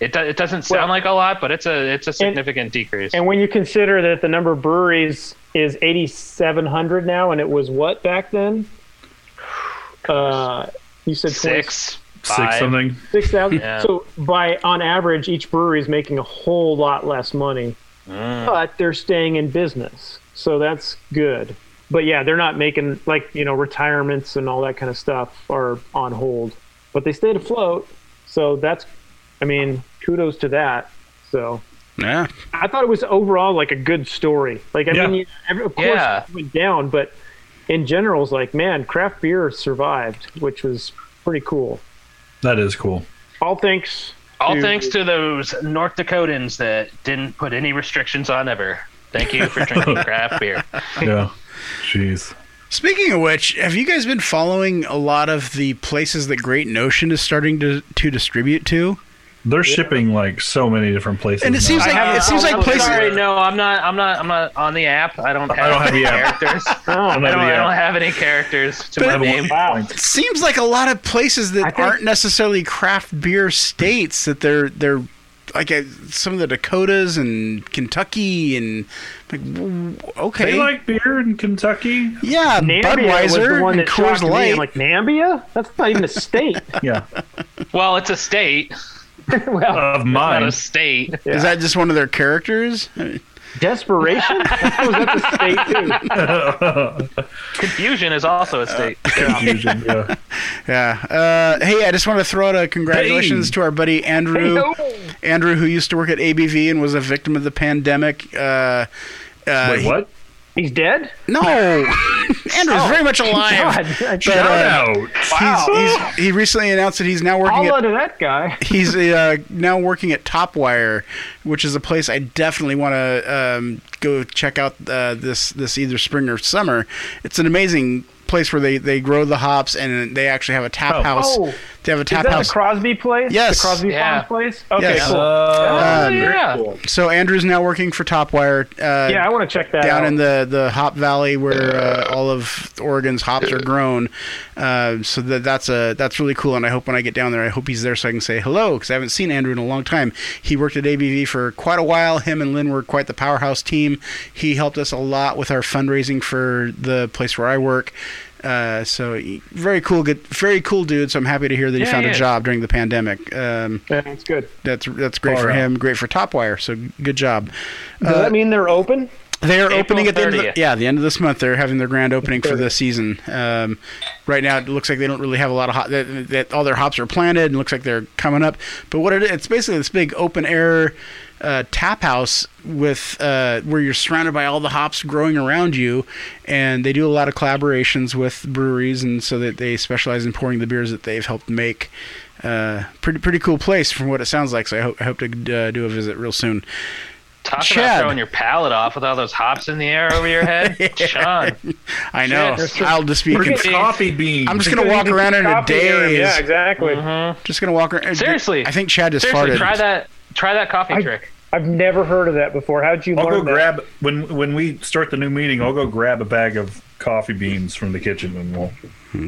[SPEAKER 5] it, do, it doesn't sound
[SPEAKER 2] Well-
[SPEAKER 5] like a lot, but it's a it's a significant decrease.
[SPEAKER 2] And when you consider that the number of breweries is 8,700 now, and it was what back then? Uh, you said 20
[SPEAKER 5] Six,
[SPEAKER 7] Six
[SPEAKER 5] five.
[SPEAKER 7] something.
[SPEAKER 2] 6,000.
[SPEAKER 5] Yeah.
[SPEAKER 2] So by on average, each brewery is making a whole lot less money,
[SPEAKER 5] Mm.
[SPEAKER 2] but they're staying in business, so that's good. But yeah, they're not making like you know retirements and all that kind of stuff are on hold, but they stayed afloat, so that's, I mean, kudos to that. So
[SPEAKER 6] Yeah.
[SPEAKER 2] I thought it was overall like a good story. Like I
[SPEAKER 7] Yeah.
[SPEAKER 2] mean, you, every- of course
[SPEAKER 5] Yeah.
[SPEAKER 2] it went down, but in general, it's like man, craft beer survived, which was pretty cool.
[SPEAKER 7] That is cool.
[SPEAKER 2] All thanks.
[SPEAKER 5] All
[SPEAKER 2] to-
[SPEAKER 5] thanks to those North Dakotans that didn't put any restrictions on ever. Thank you for drinking craft beer.
[SPEAKER 7] Yeah. Jeez.
[SPEAKER 6] Speaking of which, have you guys been following a lot of the places that Great Notion is starting to, to distribute to?
[SPEAKER 7] They're shipping like so many different places.
[SPEAKER 6] And it
[SPEAKER 7] now.
[SPEAKER 6] seems like it seems like
[SPEAKER 5] Uh, I'm
[SPEAKER 6] places.
[SPEAKER 5] sorry, no, I'm not. I'm not. I'm not on the app. I don't have,
[SPEAKER 7] don't have
[SPEAKER 5] any
[SPEAKER 7] the app.
[SPEAKER 5] characters.
[SPEAKER 7] I don't
[SPEAKER 5] I, don't,
[SPEAKER 7] know the
[SPEAKER 5] I don't
[SPEAKER 7] app.
[SPEAKER 5] have any characters to
[SPEAKER 6] But-
[SPEAKER 5] my
[SPEAKER 7] I
[SPEAKER 5] name.
[SPEAKER 7] have one point.
[SPEAKER 6] It seems like a lot of places that
[SPEAKER 2] think-
[SPEAKER 6] aren't necessarily craft beer states that they're they're like uh, some of the Dakotas and Kentucky and like w- okay
[SPEAKER 7] They like beer in Kentucky.
[SPEAKER 6] yeah
[SPEAKER 2] Nambia was
[SPEAKER 6] Budweiser
[SPEAKER 2] the one
[SPEAKER 6] and
[SPEAKER 2] that
[SPEAKER 6] Coors
[SPEAKER 2] shocked me.
[SPEAKER 6] Light
[SPEAKER 2] I'm like Nambia? That's not even a state.
[SPEAKER 7] Yeah.
[SPEAKER 5] Well, it's a state,
[SPEAKER 2] well,
[SPEAKER 5] not
[SPEAKER 7] Of mine.
[SPEAKER 5] a state.
[SPEAKER 6] is that just one of their characters
[SPEAKER 2] desperation. I was at the state too.
[SPEAKER 5] Confusion is also a state.
[SPEAKER 7] Uh, Confusion. Yeah.
[SPEAKER 6] yeah uh, hey I just want to throw out a congratulations
[SPEAKER 7] Hey.
[SPEAKER 6] to our buddy Andrew
[SPEAKER 2] oh,
[SPEAKER 6] Andrew who used to work at ABV and was a victim of the pandemic uh, uh,
[SPEAKER 7] Wait, what?
[SPEAKER 2] He's dead.
[SPEAKER 6] he- no Andrew's very much alive
[SPEAKER 2] Oh, God, I-
[SPEAKER 6] but,
[SPEAKER 7] Shout
[SPEAKER 6] uh,
[SPEAKER 7] out.
[SPEAKER 6] he's, he's, he recently announced that he's now working at
[SPEAKER 2] Holla to that guy.
[SPEAKER 6] he's uh, now working at Topwire, which is a place I definitely want to um, go check out uh, this this either spring or summer. It's an amazing place where they, they grow the hops and they actually have a tap
[SPEAKER 7] Oh.
[SPEAKER 6] house.
[SPEAKER 2] Oh.
[SPEAKER 6] They have a
[SPEAKER 2] Is
[SPEAKER 6] tap
[SPEAKER 2] that the
[SPEAKER 6] house.
[SPEAKER 2] Crosby place?
[SPEAKER 6] Yes.
[SPEAKER 2] The Crosby
[SPEAKER 5] Yeah.
[SPEAKER 2] Farms place? Okay,
[SPEAKER 6] Yes.
[SPEAKER 2] cool.
[SPEAKER 5] Oh,
[SPEAKER 6] Um,
[SPEAKER 5] yeah.
[SPEAKER 6] so Andrew's now working for Topwire. Uh,
[SPEAKER 2] yeah, I want to check that
[SPEAKER 6] down
[SPEAKER 2] out.
[SPEAKER 6] in the, the hop valley where uh, all of Oregon's hops are grown. Uh, so that that's a that's really cool, and I hope when I get down there, I hope he's there so I can say hello because I haven't seen Andrew in a long time. He worked at ABV for quite a while. Him and Lynn were quite the powerhouse team. He helped us a lot with our fundraising for the place where I work. Uh, so he- very cool, good, very cool dude. So I'm happy to hear that he
[SPEAKER 5] Yeah,
[SPEAKER 6] found
[SPEAKER 5] yeah.
[SPEAKER 6] a job during the pandemic. Um,
[SPEAKER 2] yeah, it's good.
[SPEAKER 6] that's that's great
[SPEAKER 7] Far
[SPEAKER 6] for
[SPEAKER 7] out.
[SPEAKER 6] him, great for Topwire. So good job.
[SPEAKER 2] Does
[SPEAKER 6] uh,
[SPEAKER 2] that mean they're open?
[SPEAKER 6] They are
[SPEAKER 5] April
[SPEAKER 6] opening at the end of the,
[SPEAKER 5] 30th.
[SPEAKER 6] yeah the end of this month. They're having their grand opening for the season. Um, right now, it looks like they don't really have a lot of hop. That, that all their hops are planted, and looks like they're coming up. But what it is, it's basically this big open air uh, tap house with uh, where you're surrounded by all the hops growing around you, and they do a lot of collaborations with breweries, and so that they specialize in pouring the beers that they've helped make. Uh, pretty pretty cool place from what it sounds like. So I hope I hope to uh, do a visit real soon.
[SPEAKER 5] Talk
[SPEAKER 6] Chad.
[SPEAKER 5] about throwing your palate off with all those hops in the air over your head, Sean.
[SPEAKER 6] I know I'll just be.
[SPEAKER 7] Look
[SPEAKER 6] conf-
[SPEAKER 7] at coffee beans.
[SPEAKER 6] I'm just gonna walk around in a
[SPEAKER 2] Coffee room,
[SPEAKER 6] daze.
[SPEAKER 2] Yeah, exactly.
[SPEAKER 6] Just gonna walk around.
[SPEAKER 5] Seriously.
[SPEAKER 6] I think Chad just
[SPEAKER 5] Seriously,
[SPEAKER 6] farted.
[SPEAKER 5] try that. Try that coffee trick.
[SPEAKER 2] I've never heard of that before. How'd you
[SPEAKER 7] I'll
[SPEAKER 2] learn
[SPEAKER 7] go
[SPEAKER 2] that?
[SPEAKER 7] grab when when we start the new meeting. I'll go grab a bag of coffee beans from the kitchen and we'll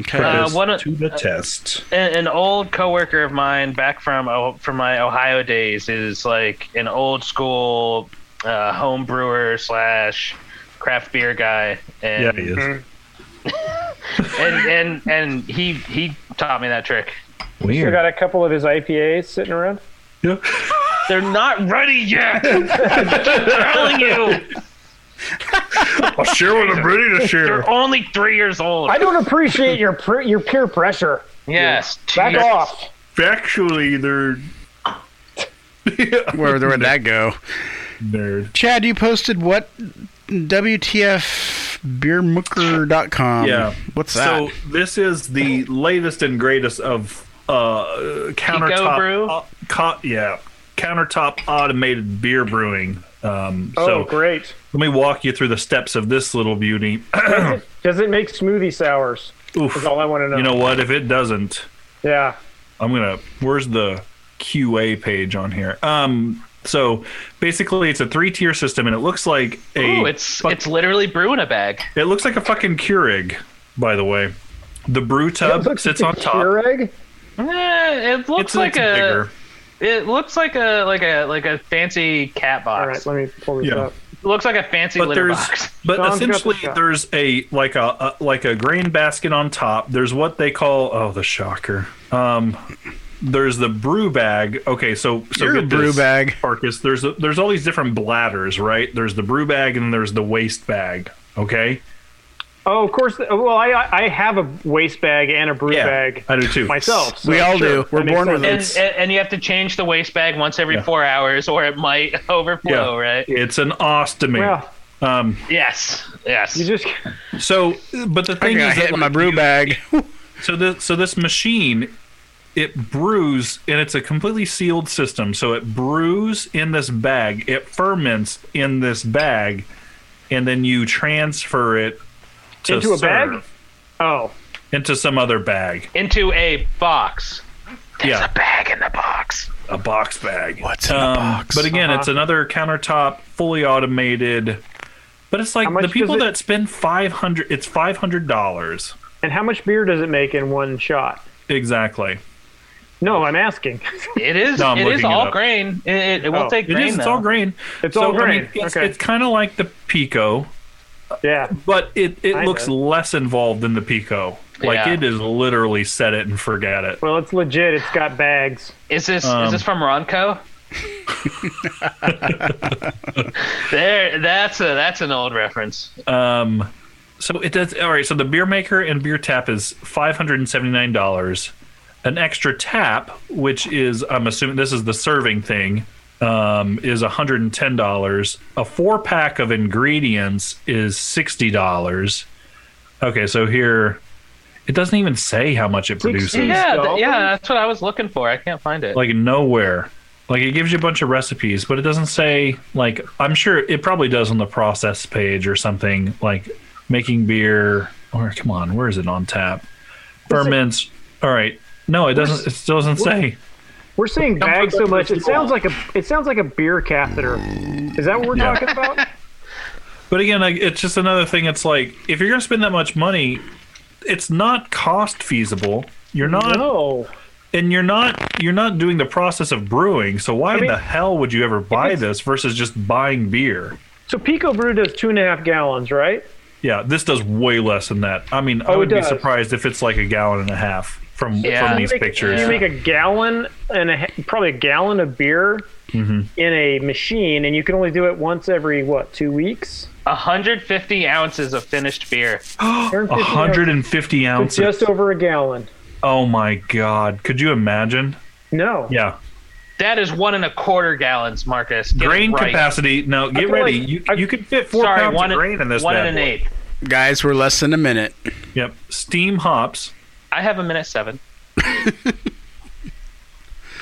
[SPEAKER 7] put
[SPEAKER 5] Uh,
[SPEAKER 7] this
[SPEAKER 5] what a-
[SPEAKER 7] to the test.
[SPEAKER 5] an, an old coworker of mine back from oh, from my Ohio days is like an old school uh, home brewer slash craft beer guy,
[SPEAKER 7] Yeah,
[SPEAKER 5] and
[SPEAKER 7] he is.
[SPEAKER 5] and, and and he he taught me that trick.
[SPEAKER 2] I
[SPEAKER 7] Weird.
[SPEAKER 2] got a couple of his IPAs sitting around.
[SPEAKER 7] Yeah.
[SPEAKER 5] They're not ready yet. I'm telling you,
[SPEAKER 7] I'll share what I'm ready to share.
[SPEAKER 5] they're only three years old.
[SPEAKER 2] I don't appreciate your pr- your peer pressure.
[SPEAKER 5] yes,
[SPEAKER 2] Back
[SPEAKER 5] Jesus.
[SPEAKER 2] off.
[SPEAKER 7] Factually, they're
[SPEAKER 6] Where where would that go?
[SPEAKER 7] nerd.
[SPEAKER 6] Chad, you posted what? WTFbeermooker.com.
[SPEAKER 7] Yeah.
[SPEAKER 6] What's that?
[SPEAKER 7] So this is the latest and greatest of uh, countertop.
[SPEAKER 5] brew?
[SPEAKER 7] uh, co- yeah, countertop automated beer brewing. Um,
[SPEAKER 2] Oh,
[SPEAKER 7] so
[SPEAKER 2] great.
[SPEAKER 7] let me walk you through the steps of this little beauty.
[SPEAKER 2] Does it make smoothie sours?
[SPEAKER 7] Oof.
[SPEAKER 2] Is all I want to know.
[SPEAKER 7] You know what? If it doesn't,
[SPEAKER 2] yeah.
[SPEAKER 7] I'm gonna. Where's the QA page on here? Um, So basically, it's a three tier system, and it looks like a
[SPEAKER 5] Ooh, it's it's literally brew in a bag.
[SPEAKER 7] it looks like a fucking Keurig. By the way, the brew tub sits on top.
[SPEAKER 2] Keurig?
[SPEAKER 5] Eh, it looks
[SPEAKER 7] It's
[SPEAKER 5] like
[SPEAKER 7] it's
[SPEAKER 5] a
[SPEAKER 7] bigger.
[SPEAKER 5] it looks like a like a like a fancy cat
[SPEAKER 2] All
[SPEAKER 5] box.
[SPEAKER 2] right, let me pull this
[SPEAKER 7] Yeah.
[SPEAKER 2] up.
[SPEAKER 5] It looks like a fancy
[SPEAKER 7] but
[SPEAKER 5] litter
[SPEAKER 7] there's
[SPEAKER 5] box.
[SPEAKER 7] but
[SPEAKER 2] Sean's got the
[SPEAKER 7] essentially
[SPEAKER 2] shot.
[SPEAKER 7] there's a like a, a like a grain basket on top there's what they call oh the shocker um there's the brew bag okay so so
[SPEAKER 6] You're a
[SPEAKER 7] get
[SPEAKER 6] brew
[SPEAKER 7] this,
[SPEAKER 6] bag.
[SPEAKER 7] Marcus, there's a, there's all these different bladders right there's the brew bag and there's the waste bag okay
[SPEAKER 2] Oh, of course. Well, I I have a waste bag and a brew bag
[SPEAKER 7] i do too
[SPEAKER 2] myself. so
[SPEAKER 6] We all
[SPEAKER 2] sure,
[SPEAKER 6] do. We're
[SPEAKER 2] that makes
[SPEAKER 6] born
[SPEAKER 2] sense.
[SPEAKER 6] with it.
[SPEAKER 5] and, and, and you have to change the waste bag once every
[SPEAKER 7] Yeah.
[SPEAKER 5] four hours, or it might overflow. Right?
[SPEAKER 7] it's an ostomy
[SPEAKER 2] Well,
[SPEAKER 5] Yes. Yes.
[SPEAKER 2] you just
[SPEAKER 7] so but the
[SPEAKER 6] I
[SPEAKER 7] thing
[SPEAKER 6] got
[SPEAKER 7] is
[SPEAKER 6] hit
[SPEAKER 7] that,
[SPEAKER 6] in my
[SPEAKER 7] like,
[SPEAKER 6] brew bag.
[SPEAKER 7] So this so this machine it brews and it's a completely sealed system. So it brews in this bag, it ferments in this bag, and then you transfer it to
[SPEAKER 2] Into a bag?
[SPEAKER 7] serve,
[SPEAKER 2] oh,
[SPEAKER 7] into some other bag,
[SPEAKER 5] Into a box. There's
[SPEAKER 7] Yeah.
[SPEAKER 5] a bag in the box.
[SPEAKER 7] a box bag.
[SPEAKER 6] What's in the
[SPEAKER 7] Um,
[SPEAKER 6] box?
[SPEAKER 7] But again,
[SPEAKER 2] Uh-huh.
[SPEAKER 7] it's another countertop, fully automated. But it's like
[SPEAKER 2] How much
[SPEAKER 7] the people
[SPEAKER 2] does it-
[SPEAKER 7] that spend five hundred. It's five hundred dollars
[SPEAKER 2] and how much beer does it make in one shot?
[SPEAKER 7] exactly.
[SPEAKER 2] No, I'm asking.
[SPEAKER 5] It is.
[SPEAKER 7] No, I'm
[SPEAKER 5] it is
[SPEAKER 7] looking it
[SPEAKER 5] all
[SPEAKER 7] up.
[SPEAKER 5] grain. It, it, it won't
[SPEAKER 2] Oh.
[SPEAKER 5] take
[SPEAKER 7] It
[SPEAKER 5] grain.
[SPEAKER 7] is. It's
[SPEAKER 5] though.
[SPEAKER 7] all grain.
[SPEAKER 2] It's all
[SPEAKER 7] I mean,
[SPEAKER 2] grain.
[SPEAKER 7] it's
[SPEAKER 2] Okay.
[SPEAKER 7] it's kind of like the Pico.
[SPEAKER 2] yeah.
[SPEAKER 7] but it, it
[SPEAKER 2] Kinda.
[SPEAKER 7] looks less involved than the Pico. Like
[SPEAKER 5] Yeah.
[SPEAKER 7] it is literally set it and forget it.
[SPEAKER 2] Well, it's legit. It's got bags.
[SPEAKER 5] Is this is
[SPEAKER 7] Um.
[SPEAKER 5] this from Ronco? there, that's a that's an old reference.
[SPEAKER 7] Um, so it does. All right. So the beer maker and beer tap is five hundred and seventy nine dollars. An extra tap, which is I'm assuming this is the serving thing, um, is hundred and ten dollars. A four pack of ingredients is sixty dollars. Okay, so here it doesn't even say how much it produces.
[SPEAKER 5] Yeah, th- yeah, that's what I was looking for. I can't find it.
[SPEAKER 7] like nowhere. Like it gives you a bunch of recipes, but it doesn't say like I'm sure it probably does on the process page or something like making beer or come on, where is it on tap? Ferments. All right. No, it doesn't it still doesn't say.
[SPEAKER 2] We're saying
[SPEAKER 7] Don't
[SPEAKER 2] bags
[SPEAKER 7] put
[SPEAKER 2] so
[SPEAKER 7] that
[SPEAKER 2] much.
[SPEAKER 7] in
[SPEAKER 2] It
[SPEAKER 7] the
[SPEAKER 2] sounds like a it sounds like a beer catheter. Is that what we're
[SPEAKER 7] Yeah.
[SPEAKER 2] talking about?
[SPEAKER 7] But again, like it's just another thing. It's like if you're going to spend that much money, it's not cost feasible. You're not
[SPEAKER 2] No.
[SPEAKER 7] and you're not you're not doing the process of brewing. So why in
[SPEAKER 2] mean,
[SPEAKER 7] the hell would you ever buy this versus just buying beer?
[SPEAKER 2] So Pico Brew does two and a half gallons, right?
[SPEAKER 7] Yeah, this does way less than that. I mean, I
[SPEAKER 2] Oh, it
[SPEAKER 7] would be
[SPEAKER 2] does.
[SPEAKER 7] surprised if it's like a gallon and a half from
[SPEAKER 5] Yeah.
[SPEAKER 7] from
[SPEAKER 5] You
[SPEAKER 7] these
[SPEAKER 2] make-
[SPEAKER 7] pictures.
[SPEAKER 2] You make a gallon and a, ha- probably a gallon of beer
[SPEAKER 7] Mm-hmm.
[SPEAKER 2] in a machine, and you can only do it once every what two weeks?
[SPEAKER 5] 150 ounces of finished beer.
[SPEAKER 2] 150
[SPEAKER 7] 150
[SPEAKER 2] ounces,
[SPEAKER 7] ounces.
[SPEAKER 2] just over a gallon.
[SPEAKER 7] oh my god, could you imagine?
[SPEAKER 2] No.
[SPEAKER 7] Yeah,
[SPEAKER 5] That is one and a quarter gallons, Marcus. Get it
[SPEAKER 7] grain
[SPEAKER 5] right.
[SPEAKER 7] capacity. Now get
[SPEAKER 2] feel
[SPEAKER 7] ready.
[SPEAKER 2] like
[SPEAKER 7] you
[SPEAKER 2] I-
[SPEAKER 7] you could fit four
[SPEAKER 5] Sorry,
[SPEAKER 7] pounds
[SPEAKER 5] one and-
[SPEAKER 7] of grain in this.
[SPEAKER 5] one
[SPEAKER 7] bad
[SPEAKER 5] and an
[SPEAKER 7] boy.
[SPEAKER 5] eighth.
[SPEAKER 6] Guys, we're less than a minute.
[SPEAKER 7] Yep, steam hops.
[SPEAKER 5] I have a minute seven.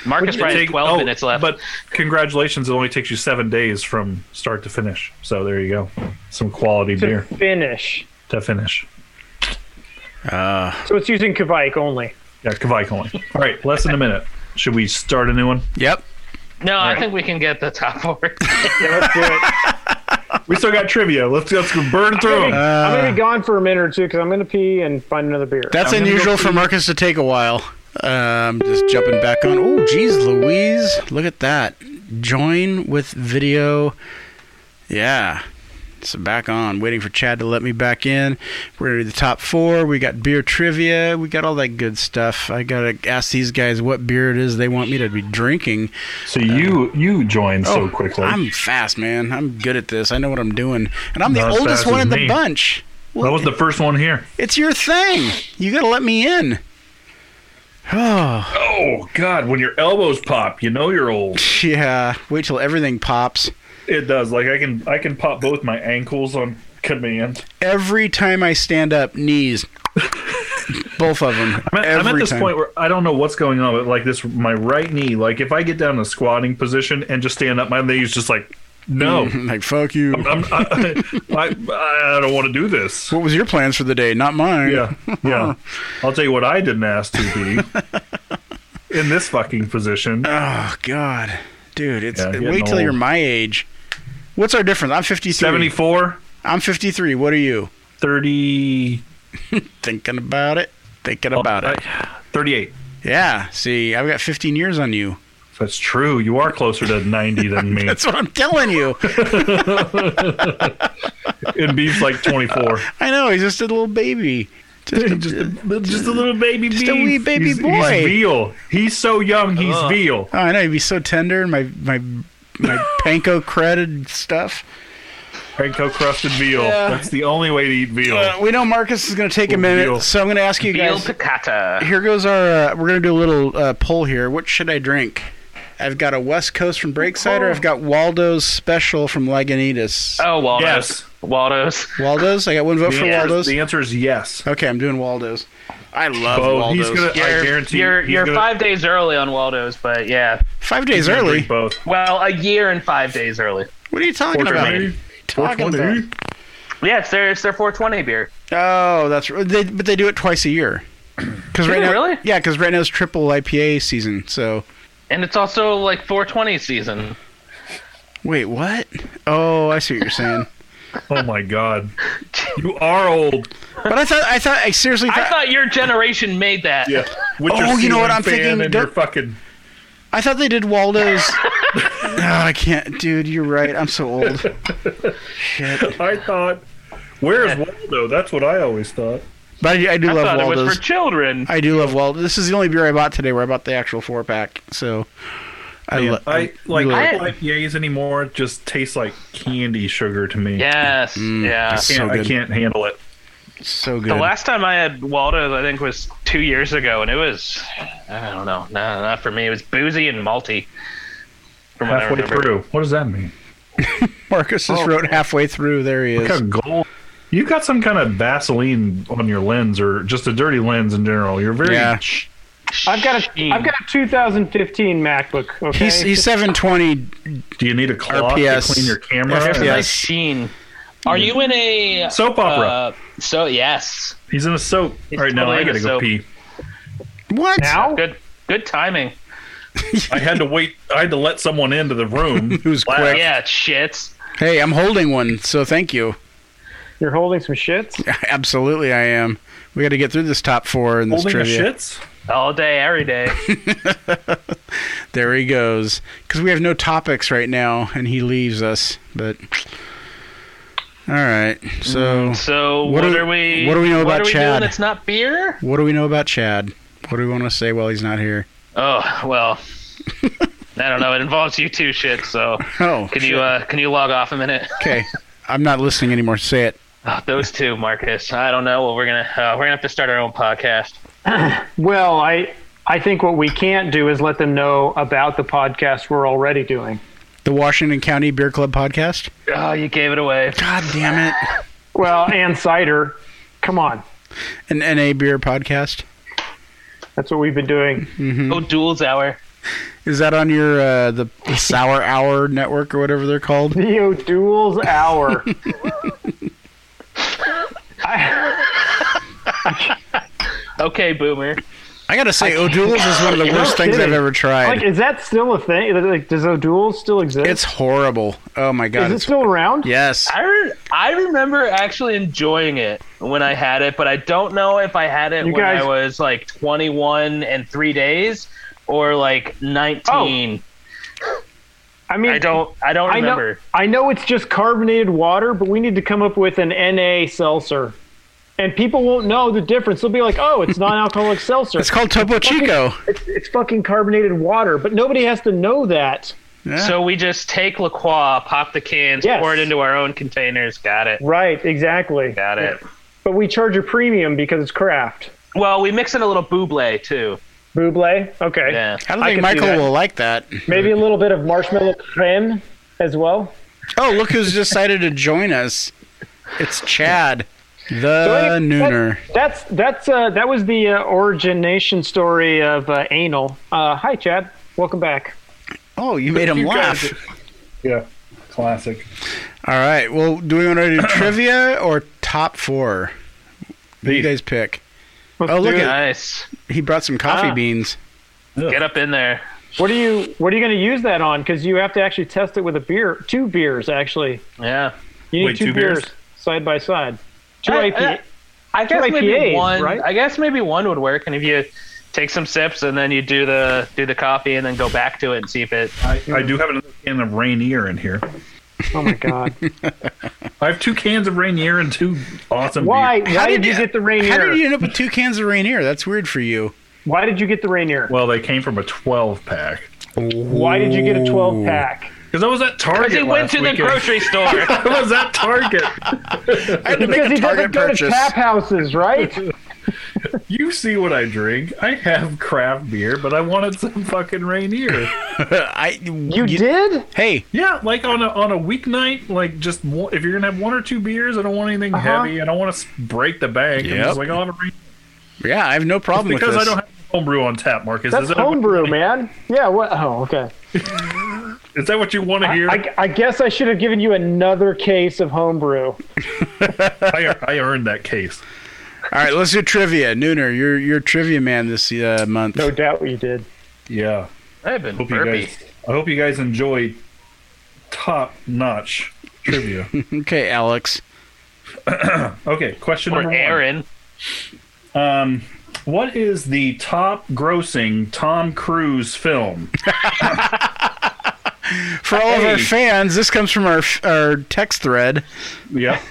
[SPEAKER 5] Marcus
[SPEAKER 7] It
[SPEAKER 5] probably has
[SPEAKER 7] take-
[SPEAKER 5] 12
[SPEAKER 7] oh,
[SPEAKER 5] minutes left.
[SPEAKER 7] But congratulations, it only takes you seven days from start to finish. So there you go, some quality
[SPEAKER 2] To
[SPEAKER 7] beer
[SPEAKER 2] finish.
[SPEAKER 7] to finish.
[SPEAKER 2] So it's using Kvike only.
[SPEAKER 7] Yeah, Kvike only. All right, less than a minute. Should we start a new one?
[SPEAKER 6] Yep.
[SPEAKER 5] no, I
[SPEAKER 7] right.
[SPEAKER 5] think we can get the top four.
[SPEAKER 2] Yeah, let's do it.
[SPEAKER 7] We still got trivia. Let's let's burn through
[SPEAKER 2] I'm,
[SPEAKER 7] them.
[SPEAKER 2] gonna,
[SPEAKER 6] Uh,
[SPEAKER 2] I'm
[SPEAKER 7] Uh.
[SPEAKER 2] gonna be gone for a minute or two because I'm gonna pee and find another beer.
[SPEAKER 6] That's
[SPEAKER 7] I'm gonna
[SPEAKER 6] unusual
[SPEAKER 7] go
[SPEAKER 6] for
[SPEAKER 7] pee.
[SPEAKER 6] Marcus to take a while. Um, just jumping back on. Oh, geez, Louise, look at that. Join with video. Yeah. So back on, waiting for Chad to let me back in. We're gonna do the top four. We got beer trivia. We got all that good stuff. I gotta ask these guys what beer it is they want me to be drinking.
[SPEAKER 7] So you you joined so quickly.
[SPEAKER 6] I'm fast, man. I'm good at this. I know what I'm doing, and I'm the
[SPEAKER 7] Not as
[SPEAKER 6] oldest
[SPEAKER 7] fast
[SPEAKER 6] one
[SPEAKER 7] as
[SPEAKER 6] in the
[SPEAKER 7] me.
[SPEAKER 6] bunch.
[SPEAKER 7] that was the first one here.
[SPEAKER 6] It's your thing. You gotta let me in. Oh.
[SPEAKER 7] Oh God! When your elbows pop, you know you're old.
[SPEAKER 6] Yeah, wait till everything pops.
[SPEAKER 7] It does. Like I can I can pop both my ankles on command.
[SPEAKER 6] Every time I stand up, knees. Both of them.
[SPEAKER 7] I'm at, I'm at
[SPEAKER 6] Every
[SPEAKER 7] this
[SPEAKER 6] time.
[SPEAKER 7] point where I don't know what's going on, but like this, my right knee. Like if I get down in a squatting position and just stand up, my knee's just like, no,
[SPEAKER 6] I'm like, fuck you.
[SPEAKER 7] I'm, I, I, I don't want to do this.
[SPEAKER 6] what was your plans for the day? Not mine.
[SPEAKER 7] Yeah, yeah. I'll tell you what I didn't ask to be in this fucking position.
[SPEAKER 6] Oh God. dude. It's
[SPEAKER 7] Yeah, getting
[SPEAKER 6] wait till you're
[SPEAKER 7] old.
[SPEAKER 6] my age. What's our difference? I'm 53.
[SPEAKER 7] 74,
[SPEAKER 6] I'm 53. What are you?
[SPEAKER 7] 30,
[SPEAKER 6] Thinking about it. Thinking about it.
[SPEAKER 7] I- 38.
[SPEAKER 6] Yeah. See, I've got 15 years on you.
[SPEAKER 7] That's true. You are closer to 90 than me.
[SPEAKER 6] That's what I'm telling you.
[SPEAKER 7] and Beef's like 24.
[SPEAKER 6] I know. He's just a little baby. Just a-
[SPEAKER 7] just, a, just a little baby
[SPEAKER 6] Just a wee
[SPEAKER 7] Beef.
[SPEAKER 6] baby
[SPEAKER 7] he's,
[SPEAKER 6] boy.
[SPEAKER 7] He's veal. He's so young, he's veal.
[SPEAKER 6] oh, I know. He'd be so tender. and My my my panko credit stuff.
[SPEAKER 7] Panko crusted veal. That's the only way to eat veal.
[SPEAKER 6] Uh, we know Marcus is going to take a
[SPEAKER 7] We'll
[SPEAKER 6] minute,
[SPEAKER 7] deal.
[SPEAKER 6] so I'm going to ask you
[SPEAKER 5] Veal
[SPEAKER 6] guys.
[SPEAKER 5] piccata.
[SPEAKER 6] Here goes our. Uh, we're gonna do a little uh, poll here. What should I drink? I've got a West Coast from Breakside, or I've got Waldo's special from Lagunitas.
[SPEAKER 5] Oh, Waldo's.
[SPEAKER 7] Yes.
[SPEAKER 5] Waldo's.
[SPEAKER 6] Waldo's. I got one vote
[SPEAKER 7] the,
[SPEAKER 6] for
[SPEAKER 7] answer,
[SPEAKER 6] Waldo's.
[SPEAKER 7] the answer is yes.
[SPEAKER 6] Okay, I'm doing Waldo's. I love
[SPEAKER 7] Bo,
[SPEAKER 6] Waldo's.
[SPEAKER 7] he's gonna. I guarantee
[SPEAKER 5] You're
[SPEAKER 7] he's
[SPEAKER 5] you're
[SPEAKER 7] gonna-
[SPEAKER 5] five days early on Waldo's, but yeah.
[SPEAKER 6] Five days
[SPEAKER 7] he's gonna
[SPEAKER 6] early.
[SPEAKER 7] drink Both.
[SPEAKER 5] Well, a year and five days early.
[SPEAKER 6] What are you talking
[SPEAKER 5] Porter
[SPEAKER 6] about?
[SPEAKER 5] Man.
[SPEAKER 6] What are you talking about?
[SPEAKER 5] Yeah, it's their it's their 420 beer.
[SPEAKER 6] Oh, that's r- they, but they do it twice a year. Because right
[SPEAKER 5] they
[SPEAKER 6] now,
[SPEAKER 5] really?
[SPEAKER 6] yeah, because right now it's triple IPA season. So
[SPEAKER 5] And it's also like 420 season.
[SPEAKER 6] wait, what? Oh, I see what you're saying.
[SPEAKER 7] Oh my god, you are old.
[SPEAKER 6] but I thought, I thought, I seriously
[SPEAKER 5] I
[SPEAKER 6] thought,
[SPEAKER 5] thought your generation made that.
[SPEAKER 7] With
[SPEAKER 6] Oh, you know what
[SPEAKER 7] ceiling
[SPEAKER 6] I'm
[SPEAKER 7] fan
[SPEAKER 6] thinking?
[SPEAKER 7] And
[SPEAKER 6] Don't-
[SPEAKER 7] your fucking.
[SPEAKER 6] I thought they did Waldo's. oh, I can't, dude. You're right. I'm so old. Shit.
[SPEAKER 7] I thought. Where's Waldo? That's what I always thought.
[SPEAKER 6] But I, I do
[SPEAKER 5] I
[SPEAKER 6] love
[SPEAKER 5] thought it was
[SPEAKER 6] Waldo's.
[SPEAKER 5] for children.
[SPEAKER 6] I do love Waldo. This is the only beer I bought today where I bought the actual four pack. So I, lo-
[SPEAKER 7] I like
[SPEAKER 6] really-
[SPEAKER 7] I, IPAs anymore. Just taste like candy sugar to me.
[SPEAKER 5] Yes.
[SPEAKER 6] Mm.
[SPEAKER 5] yeah.
[SPEAKER 6] I see.
[SPEAKER 7] Can't-
[SPEAKER 6] So
[SPEAKER 7] I
[SPEAKER 6] good.
[SPEAKER 7] can't handle it.
[SPEAKER 6] so good.
[SPEAKER 5] The last time I had Waldo's, I think, was two years ago, and it was, I don't know, no, not for me. It was boozy and malty. From what I
[SPEAKER 7] Halfway
[SPEAKER 5] remember.
[SPEAKER 7] through. What does that mean?
[SPEAKER 6] Marcus just wrote
[SPEAKER 7] Oh.
[SPEAKER 6] halfway through. There he
[SPEAKER 7] Like
[SPEAKER 6] is.
[SPEAKER 7] a gold. You got some kind of Vaseline on your lens, or just a dirty lens in general. You're very.
[SPEAKER 6] Yeah.
[SPEAKER 2] I've got a I've got a 2015 MacBook. Okay,
[SPEAKER 6] He's he's 720.
[SPEAKER 7] Do you need a cloth
[SPEAKER 6] RPS.
[SPEAKER 7] to clean your camera?
[SPEAKER 6] RPS.
[SPEAKER 5] There's a
[SPEAKER 6] Yeah.
[SPEAKER 5] nice sheen. Are you in a
[SPEAKER 7] Soap opera.
[SPEAKER 5] Uh, so yes,
[SPEAKER 7] He's in a soap
[SPEAKER 5] He's
[SPEAKER 7] right now.
[SPEAKER 5] totally
[SPEAKER 7] I
[SPEAKER 5] in a
[SPEAKER 7] gotta go
[SPEAKER 5] soap.
[SPEAKER 7] pee.
[SPEAKER 6] What?
[SPEAKER 2] now.
[SPEAKER 5] good, good timing.
[SPEAKER 7] I had to wait. I had to let someone into the room.
[SPEAKER 6] Who's
[SPEAKER 7] Wow.
[SPEAKER 6] quick?
[SPEAKER 5] Yeah, shits.
[SPEAKER 6] Hey, I'm holding one. So thank you.
[SPEAKER 2] You're holding some shits.
[SPEAKER 6] Absolutely, I am. We got to get through this top four in this
[SPEAKER 7] Holding a
[SPEAKER 6] trivia.
[SPEAKER 7] shits.
[SPEAKER 5] All day, every day.
[SPEAKER 6] There he goes. Because we have no topics right now, and he leaves us. But all right. So
[SPEAKER 7] Mm.
[SPEAKER 5] So
[SPEAKER 6] What
[SPEAKER 5] what,
[SPEAKER 6] do-
[SPEAKER 5] are, we?
[SPEAKER 6] what do we know about
[SPEAKER 5] are
[SPEAKER 6] Chad?
[SPEAKER 5] Doing that's not beer.
[SPEAKER 6] what do we know about Chad? What do we want to say while he's not here?
[SPEAKER 5] Oh well, I don't know. It involves you two, shit. So
[SPEAKER 6] Oh,
[SPEAKER 5] can you uh, can you log off a minute?
[SPEAKER 6] okay. I'm not listening anymore. Say it.
[SPEAKER 5] Oh, those two, Marcus. I don't know. Well, we're gonna uh, we're gonna have to start our own podcast.
[SPEAKER 2] Well, I I think what we can't do is let them know about the podcast we're already doing.
[SPEAKER 6] The Washington County Beer Club podcast.
[SPEAKER 5] Oh, you gave it away.
[SPEAKER 6] God damn it!
[SPEAKER 2] Well, and cider. Come on,
[SPEAKER 6] An NA beer podcast.
[SPEAKER 2] that's what we've been doing.
[SPEAKER 5] Oh, duels hour.
[SPEAKER 6] Is that on your uh, the, the Sour Hour network or whatever they're called?
[SPEAKER 2] Theo Duels Hour. I,
[SPEAKER 5] Okay, boomer.
[SPEAKER 6] I gotta say, O'Doul's is one of the worst things I've
[SPEAKER 2] kidding.
[SPEAKER 6] ever
[SPEAKER 2] like,
[SPEAKER 6] tried.
[SPEAKER 2] is that still a thing? Like, does O'Duels still exist?
[SPEAKER 6] It's horrible. Oh my god!
[SPEAKER 2] is it
[SPEAKER 6] it's-
[SPEAKER 2] still around?
[SPEAKER 6] yes.
[SPEAKER 5] I re- I remember actually enjoying it when I had it, but I don't know if I had it
[SPEAKER 2] You
[SPEAKER 5] when
[SPEAKER 2] guys-
[SPEAKER 5] I was like 21 and three days or like 19.
[SPEAKER 2] I mean,
[SPEAKER 5] I don't I don't
[SPEAKER 2] Oh, I
[SPEAKER 5] remember.
[SPEAKER 2] know, I know it's just carbonated water, but we need to come up with an NA seltzer. And people won't know the difference. They'll be like, oh, it's non alcoholic seltzer.
[SPEAKER 6] It's called Topo Chico.
[SPEAKER 2] It's, it's fucking carbonated water, but nobody has to know that.
[SPEAKER 6] Yeah.
[SPEAKER 5] So we just take La Croix, pop the cans,
[SPEAKER 2] Yes.
[SPEAKER 5] pour it into our own containers. Got it.
[SPEAKER 2] Right, exactly.
[SPEAKER 5] Got it.
[SPEAKER 2] But we charge a premium because it's craft.
[SPEAKER 5] Well, we mix in a little buble too.
[SPEAKER 2] Buble? Okay.
[SPEAKER 5] Yeah.
[SPEAKER 6] I don't
[SPEAKER 2] I
[SPEAKER 6] think
[SPEAKER 2] could do
[SPEAKER 6] Michael
[SPEAKER 2] that.
[SPEAKER 6] will like that.
[SPEAKER 2] Maybe a little bit of marshmallow creme as well.
[SPEAKER 6] Oh, look who's decided to join us. It's Chad, the
[SPEAKER 2] So anyway,
[SPEAKER 6] Nooner.
[SPEAKER 2] That's that's uh, that was the uh, origination story of uh, anal. Uh, hi, Chad. Welcome back.
[SPEAKER 6] Oh, you made him
[SPEAKER 7] You
[SPEAKER 6] laugh.
[SPEAKER 7] guys are- Yeah, classic.
[SPEAKER 6] All right. Well, do we want to do trivia or top four? What do you
[SPEAKER 7] Beef.
[SPEAKER 6] guys pick?
[SPEAKER 2] Let's
[SPEAKER 6] Oh, look
[SPEAKER 2] do
[SPEAKER 6] at
[SPEAKER 2] it.
[SPEAKER 5] Nice.
[SPEAKER 6] he brought some coffee
[SPEAKER 2] Ah.
[SPEAKER 6] beans.
[SPEAKER 5] Get up in there.
[SPEAKER 2] What are you What are you going to use that on? Because you have to actually test it with a beer, two beers actually.
[SPEAKER 5] Yeah.
[SPEAKER 2] You need
[SPEAKER 7] Wait,
[SPEAKER 2] two,
[SPEAKER 7] two beers?
[SPEAKER 2] beers, side by side. Two
[SPEAKER 6] Uh,
[SPEAKER 5] I-
[SPEAKER 2] IPA.
[SPEAKER 5] I guess
[SPEAKER 2] Two
[SPEAKER 5] maybe
[SPEAKER 2] IPAs,
[SPEAKER 5] one.
[SPEAKER 2] right?
[SPEAKER 5] I guess maybe one would work, and if you take some sips and then you do the do the coffee and then go back to it and see if it.
[SPEAKER 7] I, I do have another can of Rainier in here.
[SPEAKER 2] oh my god!
[SPEAKER 7] I have two cans of Rainier and two awesome
[SPEAKER 2] Why?
[SPEAKER 7] beer-
[SPEAKER 2] Why did you get the
[SPEAKER 6] How
[SPEAKER 2] Rainier?
[SPEAKER 6] did you end up with two cans of Rainier? That's weird for you.
[SPEAKER 2] Why did you get the Rainier?
[SPEAKER 7] Well, they came from a 12 pack.
[SPEAKER 2] Why did you get a 12 pack?
[SPEAKER 7] Because I was at Target.
[SPEAKER 5] Because he went
[SPEAKER 7] last
[SPEAKER 5] to the
[SPEAKER 7] weekend.
[SPEAKER 5] grocery store.
[SPEAKER 7] I was at Target.
[SPEAKER 6] I had to make
[SPEAKER 2] Because
[SPEAKER 6] a
[SPEAKER 2] he doesn't
[SPEAKER 6] target
[SPEAKER 2] go to
[SPEAKER 6] purchase.
[SPEAKER 2] tap houses, right?
[SPEAKER 7] You see what I drink. I have craft beer, but I wanted some fucking Rainier.
[SPEAKER 6] I,
[SPEAKER 2] You did?
[SPEAKER 6] Hey,
[SPEAKER 7] Yeah, like on a on a weeknight, like just one, if you're gonna have one or two beers, I don't want anything
[SPEAKER 5] Uh-huh.
[SPEAKER 7] heavy. I don't want to break the bank. I'm
[SPEAKER 6] Yep.
[SPEAKER 7] just like I'll have a Rainier
[SPEAKER 6] yeah, I have no problem
[SPEAKER 7] because
[SPEAKER 6] with
[SPEAKER 7] I
[SPEAKER 6] this.
[SPEAKER 7] don't have homebrew on tap, Marcus.
[SPEAKER 2] That's
[SPEAKER 7] is, that what,
[SPEAKER 2] homebrew, man. Yeah. What? Oh, okay.
[SPEAKER 7] is that what you want to hear? I,
[SPEAKER 2] I, I guess I should have given you another case of homebrew.
[SPEAKER 7] I, earned that case.
[SPEAKER 6] All right, let's do trivia. Nooner, you're you're trivia man this uh, month.
[SPEAKER 2] No doubt you did.
[SPEAKER 7] Yeah.
[SPEAKER 5] I've been
[SPEAKER 7] Hope you
[SPEAKER 5] burpy.
[SPEAKER 7] guys, I hope you guys enjoy top notch trivia.
[SPEAKER 6] Okay, Alex.
[SPEAKER 7] okay, question
[SPEAKER 5] Or
[SPEAKER 7] number one.
[SPEAKER 5] Aaron.
[SPEAKER 7] What is the top grossing Tom Cruise film?
[SPEAKER 6] For all of our
[SPEAKER 7] Hey.
[SPEAKER 6] fans, this comes from our our text thread.
[SPEAKER 7] yep.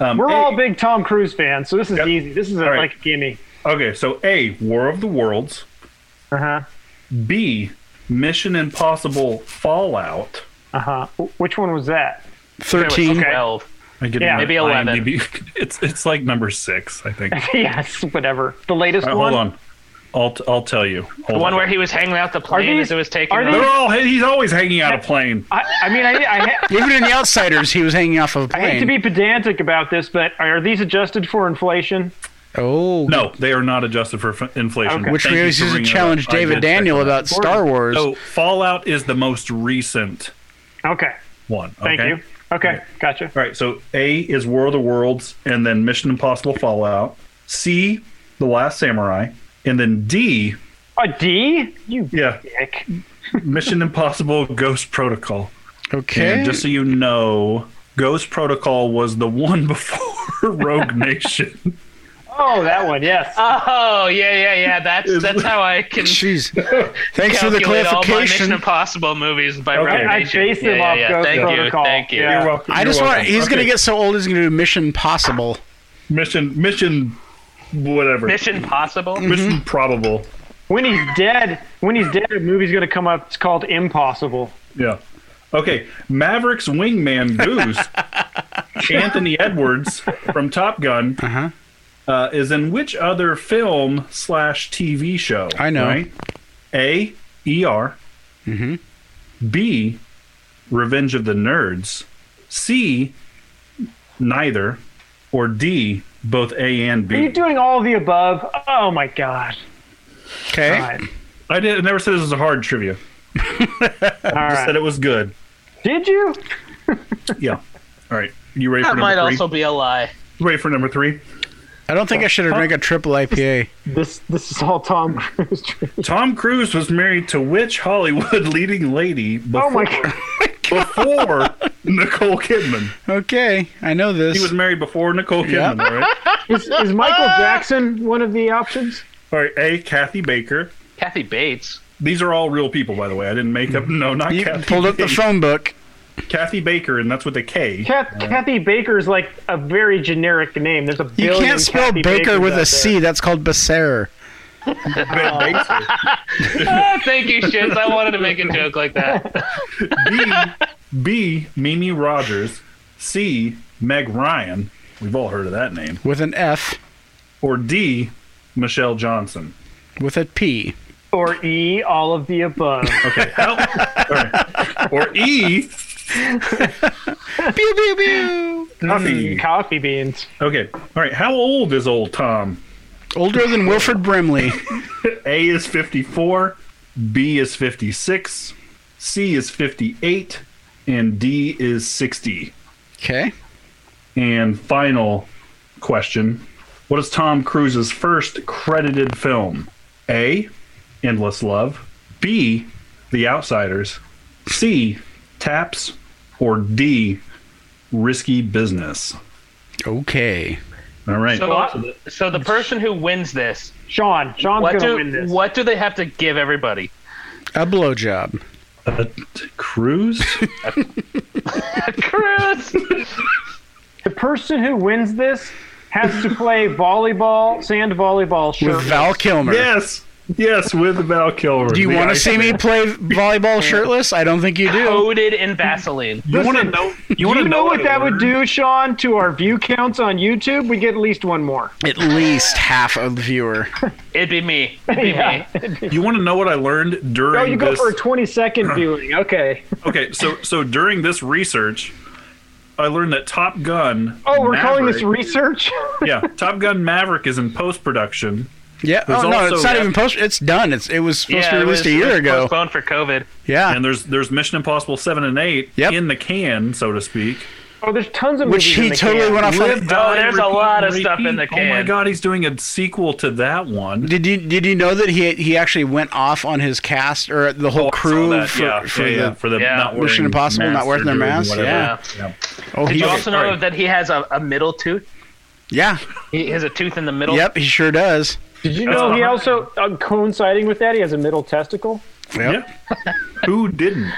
[SPEAKER 7] Um,
[SPEAKER 2] We're
[SPEAKER 7] A-
[SPEAKER 2] all big Tom Cruise fans, so this is
[SPEAKER 7] Yep.
[SPEAKER 2] easy. This is a,
[SPEAKER 7] All right.
[SPEAKER 2] like a gimme.
[SPEAKER 7] Okay, so A, War of the Worlds.
[SPEAKER 2] Uh huh.
[SPEAKER 7] B, Mission Impossible Fallout.
[SPEAKER 2] Uh huh. Which one was that?
[SPEAKER 6] Thirteen.
[SPEAKER 5] Twelve.
[SPEAKER 7] I get
[SPEAKER 2] Yeah,
[SPEAKER 7] my
[SPEAKER 5] maybe 11.
[SPEAKER 7] IMDb. It's it's like number six, I think. All
[SPEAKER 2] yes. Whatever. The latest
[SPEAKER 7] right,
[SPEAKER 2] one.
[SPEAKER 7] hold on, I'll t- I'll tell you. Hold
[SPEAKER 5] The one
[SPEAKER 7] on.
[SPEAKER 5] where he was hanging out the plane
[SPEAKER 2] these-
[SPEAKER 5] as it was taking
[SPEAKER 2] are
[SPEAKER 5] off.
[SPEAKER 7] they're all he's always hanging out a plane.
[SPEAKER 2] I, I mean, I, I, ha-
[SPEAKER 6] Even in the Outsiders, he was hanging off of a
[SPEAKER 2] I hate
[SPEAKER 6] plane.
[SPEAKER 2] to be pedantic about this, but are these adjusted for inflation?
[SPEAKER 6] oh,
[SPEAKER 7] No, they are not adjusted for f- inflation.
[SPEAKER 2] Okay.
[SPEAKER 6] Which
[SPEAKER 7] Thank
[SPEAKER 6] we
[SPEAKER 7] you
[SPEAKER 6] always
[SPEAKER 7] for
[SPEAKER 6] used to
[SPEAKER 7] bringing it Oh,
[SPEAKER 6] challenge
[SPEAKER 7] up. I
[SPEAKER 6] David
[SPEAKER 7] did check
[SPEAKER 6] Daniel
[SPEAKER 7] that.
[SPEAKER 6] about Star Wars.
[SPEAKER 7] So Fallout is the most recent
[SPEAKER 2] Okay.
[SPEAKER 7] one.
[SPEAKER 2] Thank
[SPEAKER 7] okay?
[SPEAKER 2] you. Okay.
[SPEAKER 7] Okay.
[SPEAKER 2] Gotcha.
[SPEAKER 7] All right, so A is War of the Worlds, and then Mission Impossible Fallout. C, The Last Samurai, and then D,
[SPEAKER 2] A D? You
[SPEAKER 7] yeah,
[SPEAKER 2] dick.
[SPEAKER 7] Mission Impossible Ghost Protocol.
[SPEAKER 6] okay.
[SPEAKER 7] And just so you know, Ghost Protocol was the one before Rogue Nation.
[SPEAKER 2] Oh, that one. Yes.
[SPEAKER 5] Oh yeah, yeah, yeah. That's that's how I can
[SPEAKER 6] Jeez. Thanks for the
[SPEAKER 5] calculate all my Mission
[SPEAKER 6] clarification.
[SPEAKER 5] Impossible movies by
[SPEAKER 7] Okay.
[SPEAKER 2] I
[SPEAKER 5] rotation.
[SPEAKER 2] base them
[SPEAKER 5] yeah,
[SPEAKER 2] off
[SPEAKER 5] yeah, yeah.
[SPEAKER 2] Ghost
[SPEAKER 5] Thank
[SPEAKER 2] Protocol.
[SPEAKER 5] you, thank you.
[SPEAKER 2] Yeah.
[SPEAKER 7] welcome.
[SPEAKER 6] I
[SPEAKER 7] you're
[SPEAKER 6] just want
[SPEAKER 7] welcome.
[SPEAKER 6] he's going to
[SPEAKER 7] Okay,
[SPEAKER 6] get so old he's going to do Mission Possible.
[SPEAKER 7] mission mission whatever.
[SPEAKER 5] Mission Possible.
[SPEAKER 7] Mission probable.
[SPEAKER 2] When he's dead, when he's dead, a movie's gonna come up. It's called Impossible.
[SPEAKER 7] Yeah. Okay, Mavericks wingman Goose, Anthony Edwards from Top Gun,
[SPEAKER 6] Uh-huh.
[SPEAKER 7] uh is in which other film slash TV show?
[SPEAKER 6] I know.
[SPEAKER 7] A, ER.
[SPEAKER 6] Mm-hmm.
[SPEAKER 7] B, Revenge of the Nerds. C, neither. Or D, both A and
[SPEAKER 2] Are you
[SPEAKER 7] B.
[SPEAKER 2] doing all of the above? Oh my god!
[SPEAKER 6] Okay.
[SPEAKER 2] All right.
[SPEAKER 7] I did, I never said this was a hard trivia.
[SPEAKER 2] All
[SPEAKER 7] Said
[SPEAKER 2] right.
[SPEAKER 7] it was good.
[SPEAKER 2] Did you?
[SPEAKER 7] Yeah. All right. You ready for
[SPEAKER 5] That
[SPEAKER 7] number
[SPEAKER 5] might
[SPEAKER 7] three?
[SPEAKER 5] also be a lie.
[SPEAKER 7] You ready for number three?
[SPEAKER 6] I don't think I should have make a triple IPA.
[SPEAKER 2] This this is all Tom Cruise. trivia.
[SPEAKER 7] Tom Cruise was married to which Hollywood leading lady before,
[SPEAKER 2] Oh my god!
[SPEAKER 7] before Nicole Kidman?
[SPEAKER 6] Okay, I know
[SPEAKER 7] He
[SPEAKER 6] this.
[SPEAKER 7] was married before Nicole
[SPEAKER 6] Yeah.
[SPEAKER 7] Kidman, all right?
[SPEAKER 2] Is, is Michael Jackson one of the options?
[SPEAKER 7] All right, A, Kathy Baker.
[SPEAKER 5] Kathy Bates.
[SPEAKER 7] These are all real people, by the way. I didn't make up. No, not
[SPEAKER 6] You
[SPEAKER 7] Kathy.
[SPEAKER 6] pulled up the
[SPEAKER 7] Baker.
[SPEAKER 6] phone book.
[SPEAKER 7] Kathy Baker, and that's with a K.
[SPEAKER 2] Kath, Kathy Baker is like a very generic name. There's a
[SPEAKER 6] You
[SPEAKER 2] billion.
[SPEAKER 6] can't spell
[SPEAKER 2] Kathy
[SPEAKER 6] Baker
[SPEAKER 2] Bakers
[SPEAKER 6] with
[SPEAKER 2] out there.
[SPEAKER 6] a C. That's called Besser.
[SPEAKER 5] Ah, thank you, Shiz. I wanted to make a joke like that.
[SPEAKER 7] B, B, Mimi Rogers. C, Meg Ryan. We've all heard of that name.
[SPEAKER 6] with an F
[SPEAKER 7] Or D, Michelle Johnson.
[SPEAKER 6] with a P.
[SPEAKER 2] Or E, all of the above.
[SPEAKER 7] Okay. How, all right. Or E,
[SPEAKER 6] Pew pew pew.
[SPEAKER 7] Coffee.
[SPEAKER 2] Mm,
[SPEAKER 6] Hmm.
[SPEAKER 2] coffee beans.
[SPEAKER 7] Okay. All right. How old is old Tom?
[SPEAKER 6] Older than Wilfred Brimley.
[SPEAKER 7] A is 54, B is 56, C is 58, and D is 60.
[SPEAKER 6] Okay.
[SPEAKER 7] And final question What is Tom Cruise's first credited film? A, Endless Love, B, The Outsiders, C, Taps, or D, Risky Business?
[SPEAKER 6] Okay.
[SPEAKER 7] All right.
[SPEAKER 5] So, so the person who wins this,
[SPEAKER 2] Sean, Sean's
[SPEAKER 5] what
[SPEAKER 2] going to
[SPEAKER 5] do
[SPEAKER 2] win this.
[SPEAKER 5] what do they have to give everybody?
[SPEAKER 6] A blowjob.
[SPEAKER 7] Uh, cruise?
[SPEAKER 5] Chris,
[SPEAKER 2] The person who wins this has to play volleyball, sand volleyball
[SPEAKER 6] With
[SPEAKER 2] shirtless.
[SPEAKER 6] Val Kilmer.
[SPEAKER 7] yes. Yes, with Val Kilmer.
[SPEAKER 6] Do you
[SPEAKER 7] The
[SPEAKER 6] want to
[SPEAKER 7] ice-
[SPEAKER 6] see me play volleyball shirtless? I don't think you do.
[SPEAKER 5] coated in Vaseline.
[SPEAKER 7] You want to know? You want
[SPEAKER 2] You
[SPEAKER 7] to
[SPEAKER 2] know what that would
[SPEAKER 7] word?
[SPEAKER 2] do, Sean, to our view counts on YouTube? We get at least one more.
[SPEAKER 6] At least half a viewer.
[SPEAKER 5] It'd be me. It'd be me.
[SPEAKER 7] You want to know what I learned during
[SPEAKER 2] Oh, you go
[SPEAKER 7] this?
[SPEAKER 2] for a 20 second viewing. Okay.
[SPEAKER 7] okay, so so during this research, I learned that Top Gun.
[SPEAKER 2] Oh, we're calling this
[SPEAKER 7] Maverick-
[SPEAKER 2] research?
[SPEAKER 7] yeah, Top Gun Maverick is in post production.
[SPEAKER 6] Yeah.
[SPEAKER 7] There's
[SPEAKER 6] oh no,
[SPEAKER 7] also-
[SPEAKER 6] it's not even post. It's done. It's it was supposed to
[SPEAKER 5] it
[SPEAKER 6] be released
[SPEAKER 5] was-
[SPEAKER 6] a
[SPEAKER 5] it
[SPEAKER 6] year
[SPEAKER 5] was
[SPEAKER 6] ago.
[SPEAKER 5] Postponed for COVID.
[SPEAKER 6] Yeah.
[SPEAKER 7] and there's there's Mission Impossible seven and eight
[SPEAKER 6] Ah. Yep.
[SPEAKER 7] in the can, so to speak.
[SPEAKER 2] Oh, there's tons of movies
[SPEAKER 6] Which he
[SPEAKER 2] in the
[SPEAKER 6] totally
[SPEAKER 2] can.
[SPEAKER 6] went off on.
[SPEAKER 5] Oh, there's a lot of stuff in the
[SPEAKER 7] Oh my
[SPEAKER 5] can.
[SPEAKER 7] god, he's doing a sequel to that one.
[SPEAKER 6] Did you did you know that he he actually went off on his cast or the whole
[SPEAKER 7] Oh, I saw
[SPEAKER 6] crew
[SPEAKER 7] that,
[SPEAKER 6] for,
[SPEAKER 7] yeah,
[SPEAKER 6] for
[SPEAKER 7] yeah,
[SPEAKER 6] the
[SPEAKER 7] yeah, for the
[SPEAKER 5] Yeah.
[SPEAKER 7] not wearing
[SPEAKER 6] Mission Impossible, not
[SPEAKER 7] masks or
[SPEAKER 6] wearing their
[SPEAKER 7] doing
[SPEAKER 6] masks,
[SPEAKER 7] whatever.
[SPEAKER 6] yeah.
[SPEAKER 7] yeah.
[SPEAKER 6] oh
[SPEAKER 5] Did
[SPEAKER 6] he
[SPEAKER 5] you also know
[SPEAKER 7] alright.
[SPEAKER 5] that he has a, a middle tooth?
[SPEAKER 6] yeah
[SPEAKER 5] He has a tooth in the middle.
[SPEAKER 6] yep he sure does
[SPEAKER 2] Did you know he also, uh, coinciding with that, he has a middle testicle?
[SPEAKER 6] Yep.
[SPEAKER 7] Yeah. Who didn't?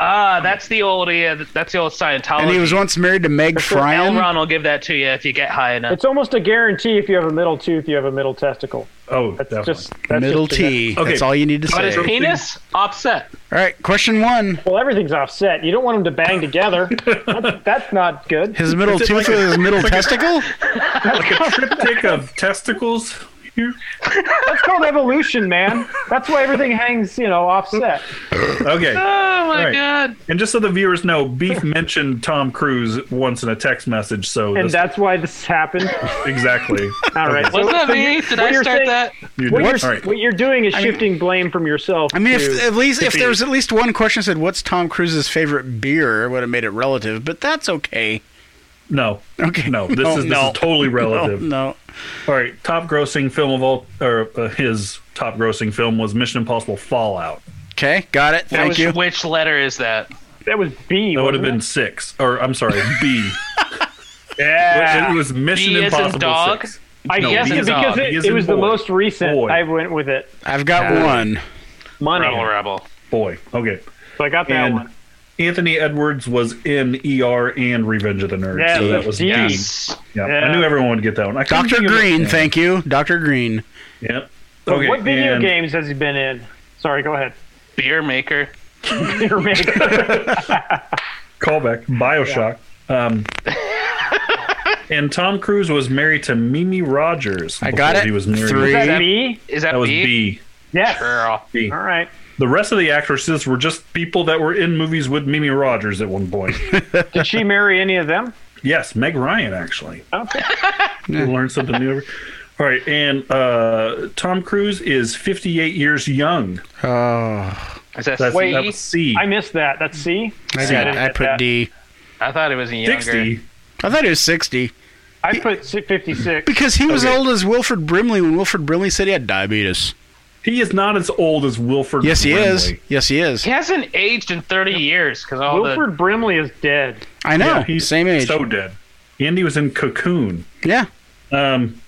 [SPEAKER 5] Ah, that's the old yeah, that's the old Scientology.
[SPEAKER 6] and he was once married to Meg
[SPEAKER 5] L.
[SPEAKER 6] Ryan
[SPEAKER 5] Ron will give that to you if you get high enough.
[SPEAKER 2] It's almost a guarantee if you have a middle tooth, you have a middle testicle.
[SPEAKER 7] Oh,
[SPEAKER 2] That's
[SPEAKER 7] definitely.
[SPEAKER 2] just that's
[SPEAKER 6] middle
[SPEAKER 2] just genetic.
[SPEAKER 6] T
[SPEAKER 7] Okay.
[SPEAKER 6] that's all you need to
[SPEAKER 5] But
[SPEAKER 6] say
[SPEAKER 5] his
[SPEAKER 6] all
[SPEAKER 5] penis offset.
[SPEAKER 6] right question one
[SPEAKER 2] Well, everything's offset. You don't want them to bang together. that's, that's not good.
[SPEAKER 6] his middle tooth with his middle testicle
[SPEAKER 7] like a triptych of testicles here.
[SPEAKER 2] That's called evolution, man. That's why everything hangs, you know, offset.
[SPEAKER 7] Okay.
[SPEAKER 5] Oh my
[SPEAKER 7] Right.
[SPEAKER 5] god.
[SPEAKER 7] And just so the viewers know, Beef mentioned Tom Cruise once in a text message, so
[SPEAKER 2] And
[SPEAKER 7] this-
[SPEAKER 2] that's why this happened.
[SPEAKER 7] exactly.
[SPEAKER 2] All right.
[SPEAKER 5] Was
[SPEAKER 2] so-
[SPEAKER 5] that
[SPEAKER 2] so
[SPEAKER 5] me?
[SPEAKER 2] you-
[SPEAKER 5] Did
[SPEAKER 2] what
[SPEAKER 5] I
[SPEAKER 2] you're
[SPEAKER 5] start
[SPEAKER 2] saying-
[SPEAKER 5] that?
[SPEAKER 7] You
[SPEAKER 2] What
[SPEAKER 7] did-
[SPEAKER 2] you're,
[SPEAKER 7] all right.
[SPEAKER 2] what you're doing is shifting blame from yourself.
[SPEAKER 6] I mean if
[SPEAKER 2] to-
[SPEAKER 6] at least if
[SPEAKER 7] Could
[SPEAKER 6] there
[SPEAKER 7] be.
[SPEAKER 6] was at least one question that said what's Tom Cruise's favorite beer it would have made it relative but that's okay
[SPEAKER 7] No.
[SPEAKER 6] okay
[SPEAKER 7] No, this is this
[SPEAKER 6] no.
[SPEAKER 7] is totally relative.
[SPEAKER 6] no
[SPEAKER 7] All right, top grossing film of all, or uh, his top grossing film was Mission Impossible Fallout.
[SPEAKER 6] okay got it
[SPEAKER 5] That
[SPEAKER 6] thank
[SPEAKER 5] was-
[SPEAKER 6] you
[SPEAKER 5] Which letter is that?
[SPEAKER 2] that was B.
[SPEAKER 7] That would have
[SPEAKER 2] wasn't
[SPEAKER 7] been six, or I'm sorry, B. yeah, it was Mission
[SPEAKER 5] B as in
[SPEAKER 7] Impossible
[SPEAKER 5] dog?
[SPEAKER 7] Six.
[SPEAKER 2] it? I
[SPEAKER 7] no,
[SPEAKER 2] guess
[SPEAKER 7] B
[SPEAKER 2] it
[SPEAKER 7] is
[SPEAKER 2] because
[SPEAKER 7] on. B
[SPEAKER 2] it,
[SPEAKER 7] is
[SPEAKER 2] it
[SPEAKER 7] in
[SPEAKER 2] was the
[SPEAKER 7] boy.
[SPEAKER 2] most recent.
[SPEAKER 7] Boy.
[SPEAKER 2] I went with it.
[SPEAKER 6] I've got
[SPEAKER 7] Yeah.
[SPEAKER 6] one
[SPEAKER 2] Money.
[SPEAKER 5] Rebel Rebel.
[SPEAKER 7] Boy, okay.
[SPEAKER 2] So I got that
[SPEAKER 7] And
[SPEAKER 2] one.
[SPEAKER 7] Anthony Edwards was in ER and Revenge of the Nerds.
[SPEAKER 2] Yeah,
[SPEAKER 7] so that was
[SPEAKER 2] yeah.
[SPEAKER 7] D.
[SPEAKER 5] Yes.
[SPEAKER 7] Yeah,
[SPEAKER 2] Yeah.
[SPEAKER 7] I knew everyone would get that one. I couldn't
[SPEAKER 6] Dr.
[SPEAKER 7] think of it.
[SPEAKER 6] Green
[SPEAKER 7] Yeah.
[SPEAKER 6] thank you Dr. Green
[SPEAKER 7] Yep.
[SPEAKER 2] But what video
[SPEAKER 7] and-
[SPEAKER 2] games has he been in? Sorry, go ahead.
[SPEAKER 5] Beer maker.
[SPEAKER 2] You're making-
[SPEAKER 7] callback Bioshock. Um, and Tom Cruise was married to Mimi Rogers.
[SPEAKER 6] I got
[SPEAKER 7] before
[SPEAKER 6] it.
[SPEAKER 7] He was married.
[SPEAKER 6] Three.
[SPEAKER 2] Is that B?
[SPEAKER 5] Is that,
[SPEAKER 7] That was
[SPEAKER 5] B?
[SPEAKER 7] B.
[SPEAKER 2] Yes.
[SPEAKER 5] Girl.
[SPEAKER 7] B.
[SPEAKER 2] All right.
[SPEAKER 7] The rest of the actresses were just people that were in movies with Mimi Rogers at one point.
[SPEAKER 2] Did she marry any of them?
[SPEAKER 7] yes, Meg Ryan actually.
[SPEAKER 2] Okay.
[SPEAKER 7] We learned something new. every- All right, and uh, Tom Cruise is 58 years young.
[SPEAKER 6] oh
[SPEAKER 5] Is that
[SPEAKER 7] That's
[SPEAKER 5] Wait,
[SPEAKER 7] that was C.
[SPEAKER 2] I missed that. That's C. I
[SPEAKER 6] I, got,
[SPEAKER 2] didn't
[SPEAKER 6] I
[SPEAKER 2] get
[SPEAKER 6] put
[SPEAKER 2] that.
[SPEAKER 6] D
[SPEAKER 5] I thought it was younger.
[SPEAKER 7] 60.
[SPEAKER 6] I thought it was 60
[SPEAKER 2] I put si- 56.
[SPEAKER 6] because he was
[SPEAKER 7] Okay.
[SPEAKER 6] old as Wilfred Brimley when Wilfred Brimley said he had diabetes.
[SPEAKER 7] He is not as old as Wilford.
[SPEAKER 6] Yes, he is.
[SPEAKER 7] Brimley.
[SPEAKER 6] Yes, he is.
[SPEAKER 5] He hasn't aged in 30 years because all
[SPEAKER 2] Wilford Brimley is dead.
[SPEAKER 6] I know.
[SPEAKER 7] Yeah,
[SPEAKER 6] he's same age.
[SPEAKER 7] So dead. And he was in Cocoon.
[SPEAKER 6] yeah,
[SPEAKER 7] Um,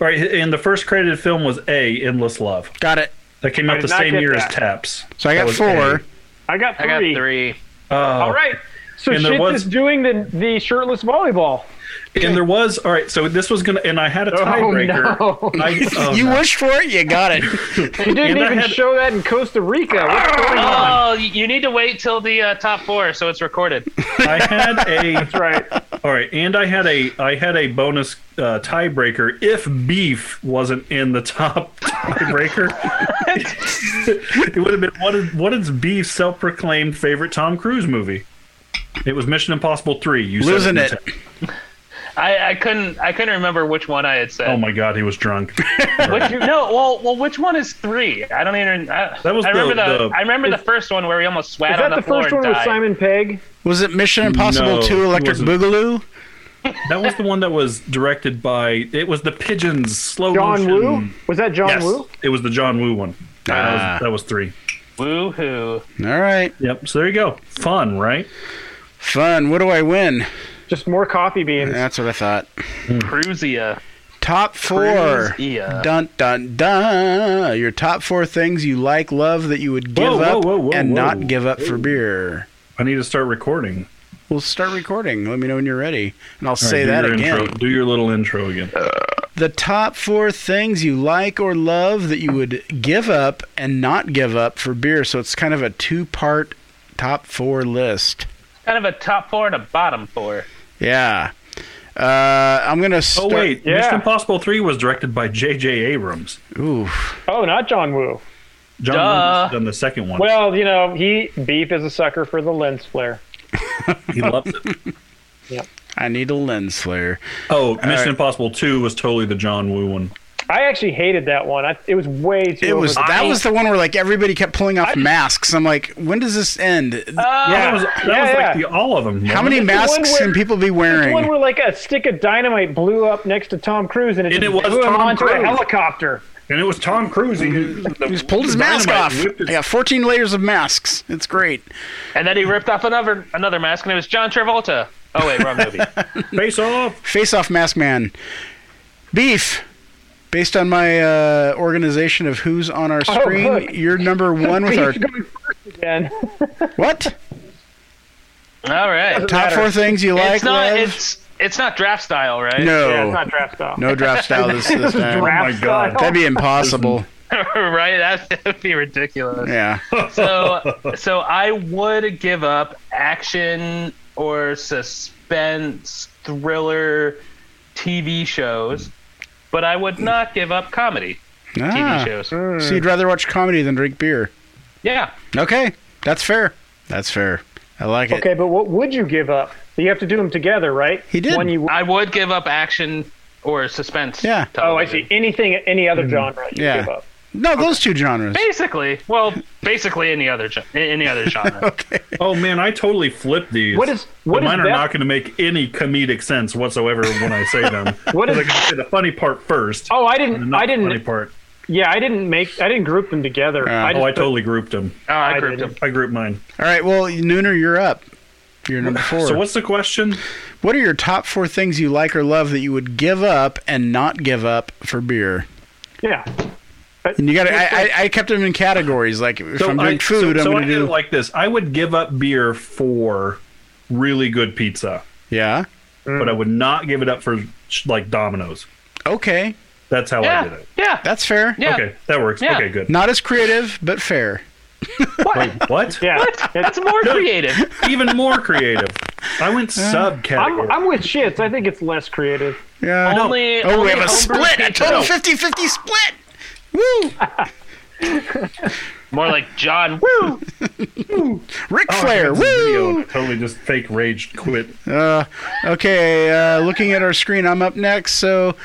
[SPEAKER 7] all right, and the first credited film was A, Endless Love.
[SPEAKER 6] got it.
[SPEAKER 7] That came
[SPEAKER 2] I
[SPEAKER 7] out
[SPEAKER 2] did
[SPEAKER 7] the
[SPEAKER 2] not
[SPEAKER 7] same
[SPEAKER 2] get
[SPEAKER 7] year
[SPEAKER 2] that.
[SPEAKER 7] as Taps.
[SPEAKER 6] So I
[SPEAKER 7] That
[SPEAKER 6] got
[SPEAKER 7] was
[SPEAKER 6] four.
[SPEAKER 2] I got
[SPEAKER 5] the. I
[SPEAKER 2] three.
[SPEAKER 5] got three.
[SPEAKER 7] A. Oh.
[SPEAKER 2] All right. So
[SPEAKER 7] And there
[SPEAKER 2] shit
[SPEAKER 7] was-
[SPEAKER 2] is doing the, the shirtless volleyball.
[SPEAKER 7] And there was all right. So this was gonna, and I had a tiebreaker.
[SPEAKER 2] Oh, no.
[SPEAKER 7] I, oh,
[SPEAKER 6] you
[SPEAKER 7] no.
[SPEAKER 6] wished for it. You got it.
[SPEAKER 2] You didn't
[SPEAKER 7] And I
[SPEAKER 2] even
[SPEAKER 7] had-
[SPEAKER 2] show that in Costa Rica. What's going on?
[SPEAKER 5] Oh, you need to wait till the uh, top four so it's recorded.
[SPEAKER 7] I had a
[SPEAKER 2] Right.
[SPEAKER 7] all right, and I had a I had a bonus uh, tiebreaker if beef wasn't in the top tiebreaker. it would have been what is what is beef's self-proclaimed favorite Tom Cruise movie? It was Mission Impossible Three. You said
[SPEAKER 6] Losing
[SPEAKER 7] in the
[SPEAKER 6] it.
[SPEAKER 7] ta-
[SPEAKER 5] I, I couldn't I couldn't remember which one I had said.
[SPEAKER 7] Oh my God, he was drunk.
[SPEAKER 5] Which, no, well, well, which one is three? I don't even. I,
[SPEAKER 7] That was
[SPEAKER 5] I remember
[SPEAKER 7] the-
[SPEAKER 5] the,
[SPEAKER 7] the-
[SPEAKER 5] I remember the first one where we almost
[SPEAKER 2] Is
[SPEAKER 5] swat
[SPEAKER 2] that
[SPEAKER 5] on
[SPEAKER 2] the,
[SPEAKER 5] the, floor
[SPEAKER 2] first one
[SPEAKER 5] and
[SPEAKER 2] with
[SPEAKER 5] died.
[SPEAKER 2] Simon Pegg?
[SPEAKER 6] Was it Mission Impossible
[SPEAKER 7] No,
[SPEAKER 6] Two:
[SPEAKER 7] he
[SPEAKER 6] Electric
[SPEAKER 7] wasn't.
[SPEAKER 6] Boogaloo?
[SPEAKER 7] That was the one that was directed by. It was the Pigeons slow
[SPEAKER 2] John
[SPEAKER 7] motion.
[SPEAKER 2] Woo? Was that John
[SPEAKER 7] Yes,
[SPEAKER 2] Woo?
[SPEAKER 7] it was the John Woo one. That,
[SPEAKER 6] Ah.
[SPEAKER 7] was, that was three.
[SPEAKER 5] Woohoo!
[SPEAKER 6] All right.
[SPEAKER 7] Yep. So there you go. Fun, right?
[SPEAKER 6] Fun. What do I win?
[SPEAKER 2] Just more coffee beans.
[SPEAKER 6] That's what I thought.
[SPEAKER 5] Cruzia.
[SPEAKER 6] Top four.
[SPEAKER 5] Cruzia.
[SPEAKER 6] Dun dun dun. Your top four things you like, love that you would give
[SPEAKER 7] Whoa, whoa,
[SPEAKER 6] up
[SPEAKER 7] whoa, whoa,
[SPEAKER 6] and
[SPEAKER 7] whoa.
[SPEAKER 6] not give up for beer.
[SPEAKER 7] I need to start recording.
[SPEAKER 6] We'll start recording. Let me know when you're ready, and I'll
[SPEAKER 7] All right,
[SPEAKER 6] say
[SPEAKER 7] do
[SPEAKER 6] that
[SPEAKER 7] your
[SPEAKER 6] again.
[SPEAKER 7] Intro. Do your little intro again.
[SPEAKER 2] Uh,
[SPEAKER 6] The top four things you like or love that you would give up and not give up for beer. So it's kind of a two-part top four list.
[SPEAKER 5] Kind of a top four and a bottom four.
[SPEAKER 6] Yeah. Uh, I'm gonna.
[SPEAKER 7] Oh
[SPEAKER 6] Start,
[SPEAKER 7] wait,
[SPEAKER 2] Yeah.
[SPEAKER 7] Mission Impossible Three was directed by J.J. Abrams.
[SPEAKER 6] Ooh.
[SPEAKER 5] Uh-huh.
[SPEAKER 2] Oh, not John Woo.
[SPEAKER 7] John
[SPEAKER 5] Duh.
[SPEAKER 7] Williams done the second one.
[SPEAKER 2] Well, you know, he beef is a sucker for the lens flare.
[SPEAKER 7] he loves it.
[SPEAKER 6] I need a lens flare.
[SPEAKER 7] Oh, Mission
[SPEAKER 6] right.
[SPEAKER 7] Impossible Two was totally the John Woo one.
[SPEAKER 2] I actually hated that one. I, it was way too.
[SPEAKER 6] It was
[SPEAKER 2] over the-
[SPEAKER 6] that was the one where like everybody kept pulling off masks. I'm like, when does this end?
[SPEAKER 7] Yeah, that was, that
[SPEAKER 2] Yeah,
[SPEAKER 7] was
[SPEAKER 2] yeah.
[SPEAKER 7] like the, all of them.
[SPEAKER 6] How many
[SPEAKER 2] Uh, the one
[SPEAKER 6] masks
[SPEAKER 2] where-
[SPEAKER 6] can people be
[SPEAKER 2] It's the one
[SPEAKER 6] wearing?
[SPEAKER 2] where like a stick of dynamite blew up next to Tom Cruise and it,
[SPEAKER 7] And
[SPEAKER 2] just
[SPEAKER 7] it was
[SPEAKER 2] blew him
[SPEAKER 7] Tom
[SPEAKER 2] onto a
[SPEAKER 7] Cruise.
[SPEAKER 2] helicopter.
[SPEAKER 7] And it was Tom Cruise. He,
[SPEAKER 6] He's pulled his mask off. I got 14 layers of masks. It's great.
[SPEAKER 5] And then he ripped off another another mask, and it was John Travolta. Oh wait, wrong movie.
[SPEAKER 7] Face off.
[SPEAKER 6] Face off, Mask Man. Beef. Based on my uh, organization of who's on our
[SPEAKER 2] Oh,
[SPEAKER 6] screen,
[SPEAKER 2] look.
[SPEAKER 6] you're number one with our
[SPEAKER 2] And
[SPEAKER 6] what
[SPEAKER 5] All right.
[SPEAKER 6] top four things you like.
[SPEAKER 5] it's not.
[SPEAKER 6] love?
[SPEAKER 5] It's it's not draft style, right?
[SPEAKER 6] no,
[SPEAKER 2] yeah, it's not draft style.
[SPEAKER 6] Oh. no draft style this, this time. Oh
[SPEAKER 2] Draft
[SPEAKER 7] my God.
[SPEAKER 2] style.
[SPEAKER 6] That'd be impossible.
[SPEAKER 5] right. That that would be ridiculous.
[SPEAKER 6] Yeah.
[SPEAKER 5] so so I would give up action or suspense thriller TV shows, but I would not give up comedy TV
[SPEAKER 6] Ah.
[SPEAKER 5] shows.
[SPEAKER 6] So you'd rather watch comedy than drink beer.
[SPEAKER 5] Yeah.
[SPEAKER 6] Okay, that's fair. That's fair. I like it.
[SPEAKER 2] Okay, but what would you give up? You have to do them together, right?
[SPEAKER 6] He did.
[SPEAKER 2] One you.
[SPEAKER 5] I would give up action or suspense.
[SPEAKER 6] Yeah.
[SPEAKER 2] Oh, I see. Anything, any
[SPEAKER 7] Mm-hmm.
[SPEAKER 2] other genre you
[SPEAKER 6] Yeah.
[SPEAKER 2] give up.
[SPEAKER 6] No, those two genres.
[SPEAKER 5] Basically, well, basically any other gen- any other genre. Uh,
[SPEAKER 7] Oh man, I totally flipped these.
[SPEAKER 2] What is- what
[SPEAKER 7] But
[SPEAKER 2] is
[SPEAKER 7] mine are
[SPEAKER 2] that-
[SPEAKER 7] not going to make any comedic sense whatsoever when I say them.
[SPEAKER 2] What is?
[SPEAKER 7] Like I said, the funny part first.
[SPEAKER 2] Oh, I
[SPEAKER 7] and
[SPEAKER 2] didn't.
[SPEAKER 7] not
[SPEAKER 2] I
[SPEAKER 7] the funny
[SPEAKER 2] didn't.
[SPEAKER 7] part.
[SPEAKER 2] Yeah, I didn't make. I didn't group them together.
[SPEAKER 6] Yeah.
[SPEAKER 2] I
[SPEAKER 7] Oh,
[SPEAKER 2] just
[SPEAKER 7] I totally grouped them.
[SPEAKER 5] Oh, I
[SPEAKER 2] I
[SPEAKER 5] grouped
[SPEAKER 2] didn't.
[SPEAKER 5] them.
[SPEAKER 7] I grouped mine.
[SPEAKER 6] All right, well, Nooner, you're up. You're number four.
[SPEAKER 7] So what's the question?
[SPEAKER 6] What are your top four things you like or love that you would give up and not give up for beer?
[SPEAKER 2] Yeah.
[SPEAKER 6] And you got to, I, I, I kept them in categories. Like if I'm doing food,
[SPEAKER 7] so,
[SPEAKER 6] I'm
[SPEAKER 7] so
[SPEAKER 6] going
[SPEAKER 7] I
[SPEAKER 6] to
[SPEAKER 7] did
[SPEAKER 6] do.
[SPEAKER 7] it like this. I would give up beer for really good pizza,
[SPEAKER 6] yeah.
[SPEAKER 7] but I would not give it up for sh- like Domino's.
[SPEAKER 6] Okay.
[SPEAKER 7] That's how I did
[SPEAKER 5] Yeah.
[SPEAKER 7] it.
[SPEAKER 5] Yeah.
[SPEAKER 6] That's fair.
[SPEAKER 5] Yeah.
[SPEAKER 7] Okay, that works.
[SPEAKER 5] Yeah.
[SPEAKER 7] Okay, good.
[SPEAKER 6] Not as creative, but fair.
[SPEAKER 7] Wait, what?
[SPEAKER 2] Yeah.
[SPEAKER 5] That's more creative.
[SPEAKER 7] Even more creative. I went subcategory.
[SPEAKER 2] I'm, I'm with shits. I think it's less creative.
[SPEAKER 6] Yeah.
[SPEAKER 5] Only
[SPEAKER 6] Oh, we
[SPEAKER 5] only
[SPEAKER 6] have a
[SPEAKER 5] homebrew
[SPEAKER 6] split, a
[SPEAKER 5] pizza.
[SPEAKER 6] total 50 50 split. Woo!
[SPEAKER 5] More like John Woo.
[SPEAKER 6] Ric
[SPEAKER 7] Oh, I think
[SPEAKER 6] Flair.
[SPEAKER 7] it's a video
[SPEAKER 6] Woo!
[SPEAKER 7] and I Totally just fake rage quit.
[SPEAKER 6] Uh, okay, uh, looking at our screen, I'm up next. So,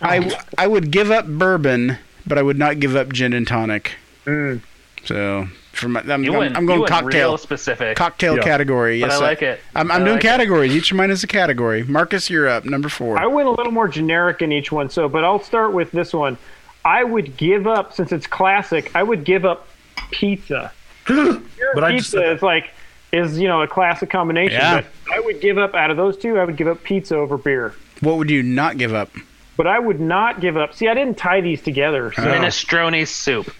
[SPEAKER 6] I I would give up bourbon, but I would not give up gin and tonic.
[SPEAKER 7] Mm.
[SPEAKER 6] So, for my, I'm,
[SPEAKER 5] You
[SPEAKER 6] I'm,
[SPEAKER 5] went,
[SPEAKER 6] I'm
[SPEAKER 5] you
[SPEAKER 6] going
[SPEAKER 5] went
[SPEAKER 6] cocktail
[SPEAKER 5] real specific.
[SPEAKER 6] cocktail
[SPEAKER 7] Yeah.
[SPEAKER 6] category. Yes,
[SPEAKER 5] I
[SPEAKER 6] sir.
[SPEAKER 5] like it.
[SPEAKER 6] I'm, I'm
[SPEAKER 5] I
[SPEAKER 6] doing
[SPEAKER 5] like it.
[SPEAKER 6] categories. Each of mine is a category. Marcus, you're up. Number four.
[SPEAKER 2] I went a little more generic in each one, so but I'll start with this one. I would give up since it's classic. I would give up pizza.
[SPEAKER 7] But I just
[SPEAKER 2] pizza is like is you know a classic combination.
[SPEAKER 6] Yeah.
[SPEAKER 2] But I would give up out of those two. I would give up pizza over beer.
[SPEAKER 6] what would you not give up?
[SPEAKER 2] But I would not give up. See, I didn't tie these together. So
[SPEAKER 5] Minestrone soup.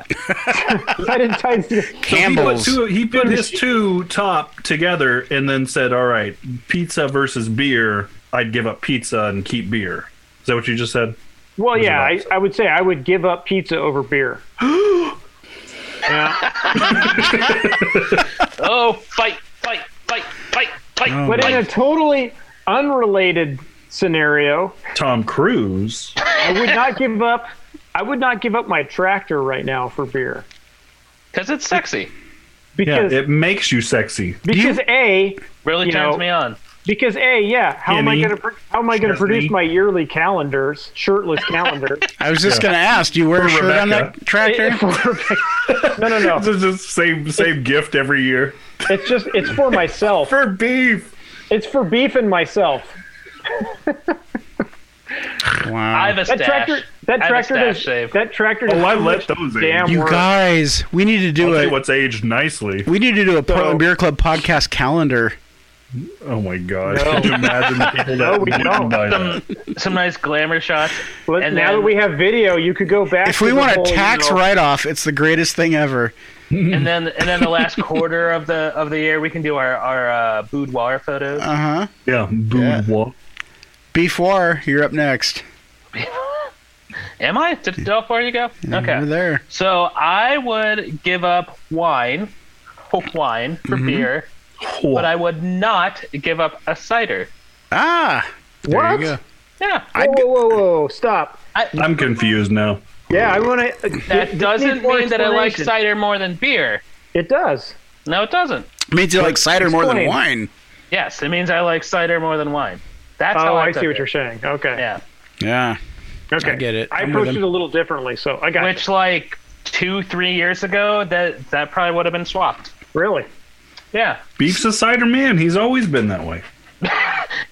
[SPEAKER 2] I didn't tie these together.
[SPEAKER 6] Campbell's.
[SPEAKER 7] He put, two, he put his two top together and then said, "All right, pizza versus beer. I'd give up pizza and keep beer." Is that what you just said?
[SPEAKER 2] Well, yeah, I,
[SPEAKER 7] about-
[SPEAKER 2] I would say I would give up pizza over beer. yeah.
[SPEAKER 5] Oh, fight, fight, fight, fight, fight.
[SPEAKER 6] Oh
[SPEAKER 2] But in a
[SPEAKER 5] fight.
[SPEAKER 2] totally unrelated scenario,
[SPEAKER 7] Tom Cruise.
[SPEAKER 2] I would not give up. I would not give up my tractor right now for beer
[SPEAKER 5] Because it's sexy.
[SPEAKER 7] Yeah,
[SPEAKER 2] because
[SPEAKER 7] it makes you sexy.
[SPEAKER 2] because a
[SPEAKER 5] Really
[SPEAKER 2] You
[SPEAKER 5] turns
[SPEAKER 2] know,
[SPEAKER 5] me on.
[SPEAKER 2] because a yeah how am I
[SPEAKER 7] Kenny,
[SPEAKER 2] gonna pro- how am I gonna produce
[SPEAKER 7] Chesney.
[SPEAKER 2] my yearly calendars shirtless calendar
[SPEAKER 6] I was just going to ask. Do you wear a shirt on
[SPEAKER 7] Rebecca.
[SPEAKER 6] that tractor?
[SPEAKER 2] no no no
[SPEAKER 7] This is the same same gift every year
[SPEAKER 2] it's just it's for myself
[SPEAKER 7] for beef.
[SPEAKER 2] it's for beef and myself
[SPEAKER 6] wow.
[SPEAKER 5] I have a
[SPEAKER 2] that
[SPEAKER 5] stash.
[SPEAKER 2] tractor That
[SPEAKER 5] I have a
[SPEAKER 2] tractor
[SPEAKER 5] stash
[SPEAKER 2] does.
[SPEAKER 5] save.
[SPEAKER 2] That tractor.
[SPEAKER 7] Oh,
[SPEAKER 2] does
[SPEAKER 7] I
[SPEAKER 2] too
[SPEAKER 7] let
[SPEAKER 2] much
[SPEAKER 7] those in.
[SPEAKER 2] damn
[SPEAKER 6] You
[SPEAKER 2] work.
[SPEAKER 6] guys, we need to do
[SPEAKER 7] I'll tell you
[SPEAKER 6] a
[SPEAKER 7] what's aged nicely.
[SPEAKER 6] we need to do a Portland
[SPEAKER 2] So-
[SPEAKER 6] Beer Club podcast calendar.
[SPEAKER 7] Oh my gosh! Could you imagine the people that
[SPEAKER 2] we
[SPEAKER 7] wouldn't
[SPEAKER 2] don't. Um,
[SPEAKER 7] buy that?
[SPEAKER 5] Some some nice glamour shots.
[SPEAKER 2] Let-
[SPEAKER 5] and
[SPEAKER 2] now
[SPEAKER 5] then-
[SPEAKER 2] that we have video, you could go back.
[SPEAKER 6] If we
[SPEAKER 2] to the
[SPEAKER 6] want a
[SPEAKER 2] whole, you
[SPEAKER 6] tax
[SPEAKER 2] know,
[SPEAKER 6] write off, it's the greatest thing ever.
[SPEAKER 5] and then and then the last quarter of the of the year we can do our our uh, boudoir photos.
[SPEAKER 6] Uh huh.
[SPEAKER 7] Yeah, boudoir.
[SPEAKER 6] Beef War, you're up next.
[SPEAKER 2] Uh.
[SPEAKER 5] Am I? Did, did how far you go?
[SPEAKER 6] You're
[SPEAKER 5] Okay.
[SPEAKER 6] there.
[SPEAKER 5] So I would give up wine, wine for
[SPEAKER 2] Mm-hmm.
[SPEAKER 5] beer, but I would not give up a cider.
[SPEAKER 6] Ah, there
[SPEAKER 2] What?
[SPEAKER 6] you go.
[SPEAKER 5] Yeah,
[SPEAKER 6] I'd
[SPEAKER 2] Whoa, whoa, whoa, whoa! Stop.
[SPEAKER 7] I'm confused now.
[SPEAKER 2] Yeah, I uh, want to.
[SPEAKER 5] that doesn't mean that I like cider more than beer.
[SPEAKER 2] It does.
[SPEAKER 5] No, it doesn't.
[SPEAKER 6] Means you like cider more than
[SPEAKER 2] explain.
[SPEAKER 6] wine.
[SPEAKER 5] Yes, it means I like cider more than wine. That's how
[SPEAKER 2] oh,
[SPEAKER 5] I,
[SPEAKER 2] I
[SPEAKER 5] took
[SPEAKER 2] see what
[SPEAKER 5] it.
[SPEAKER 2] you're saying. Okay.
[SPEAKER 5] Yeah,
[SPEAKER 6] Yeah.
[SPEAKER 2] Okay.
[SPEAKER 6] I get it.
[SPEAKER 2] I
[SPEAKER 6] I'm with
[SPEAKER 2] approached
[SPEAKER 6] him.
[SPEAKER 2] it a little differently, so I got
[SPEAKER 5] which like two, three years ago, that that probably would have been swapped.
[SPEAKER 2] it. Really?
[SPEAKER 5] Yeah,
[SPEAKER 7] Beef's a cider man. He's always been that way.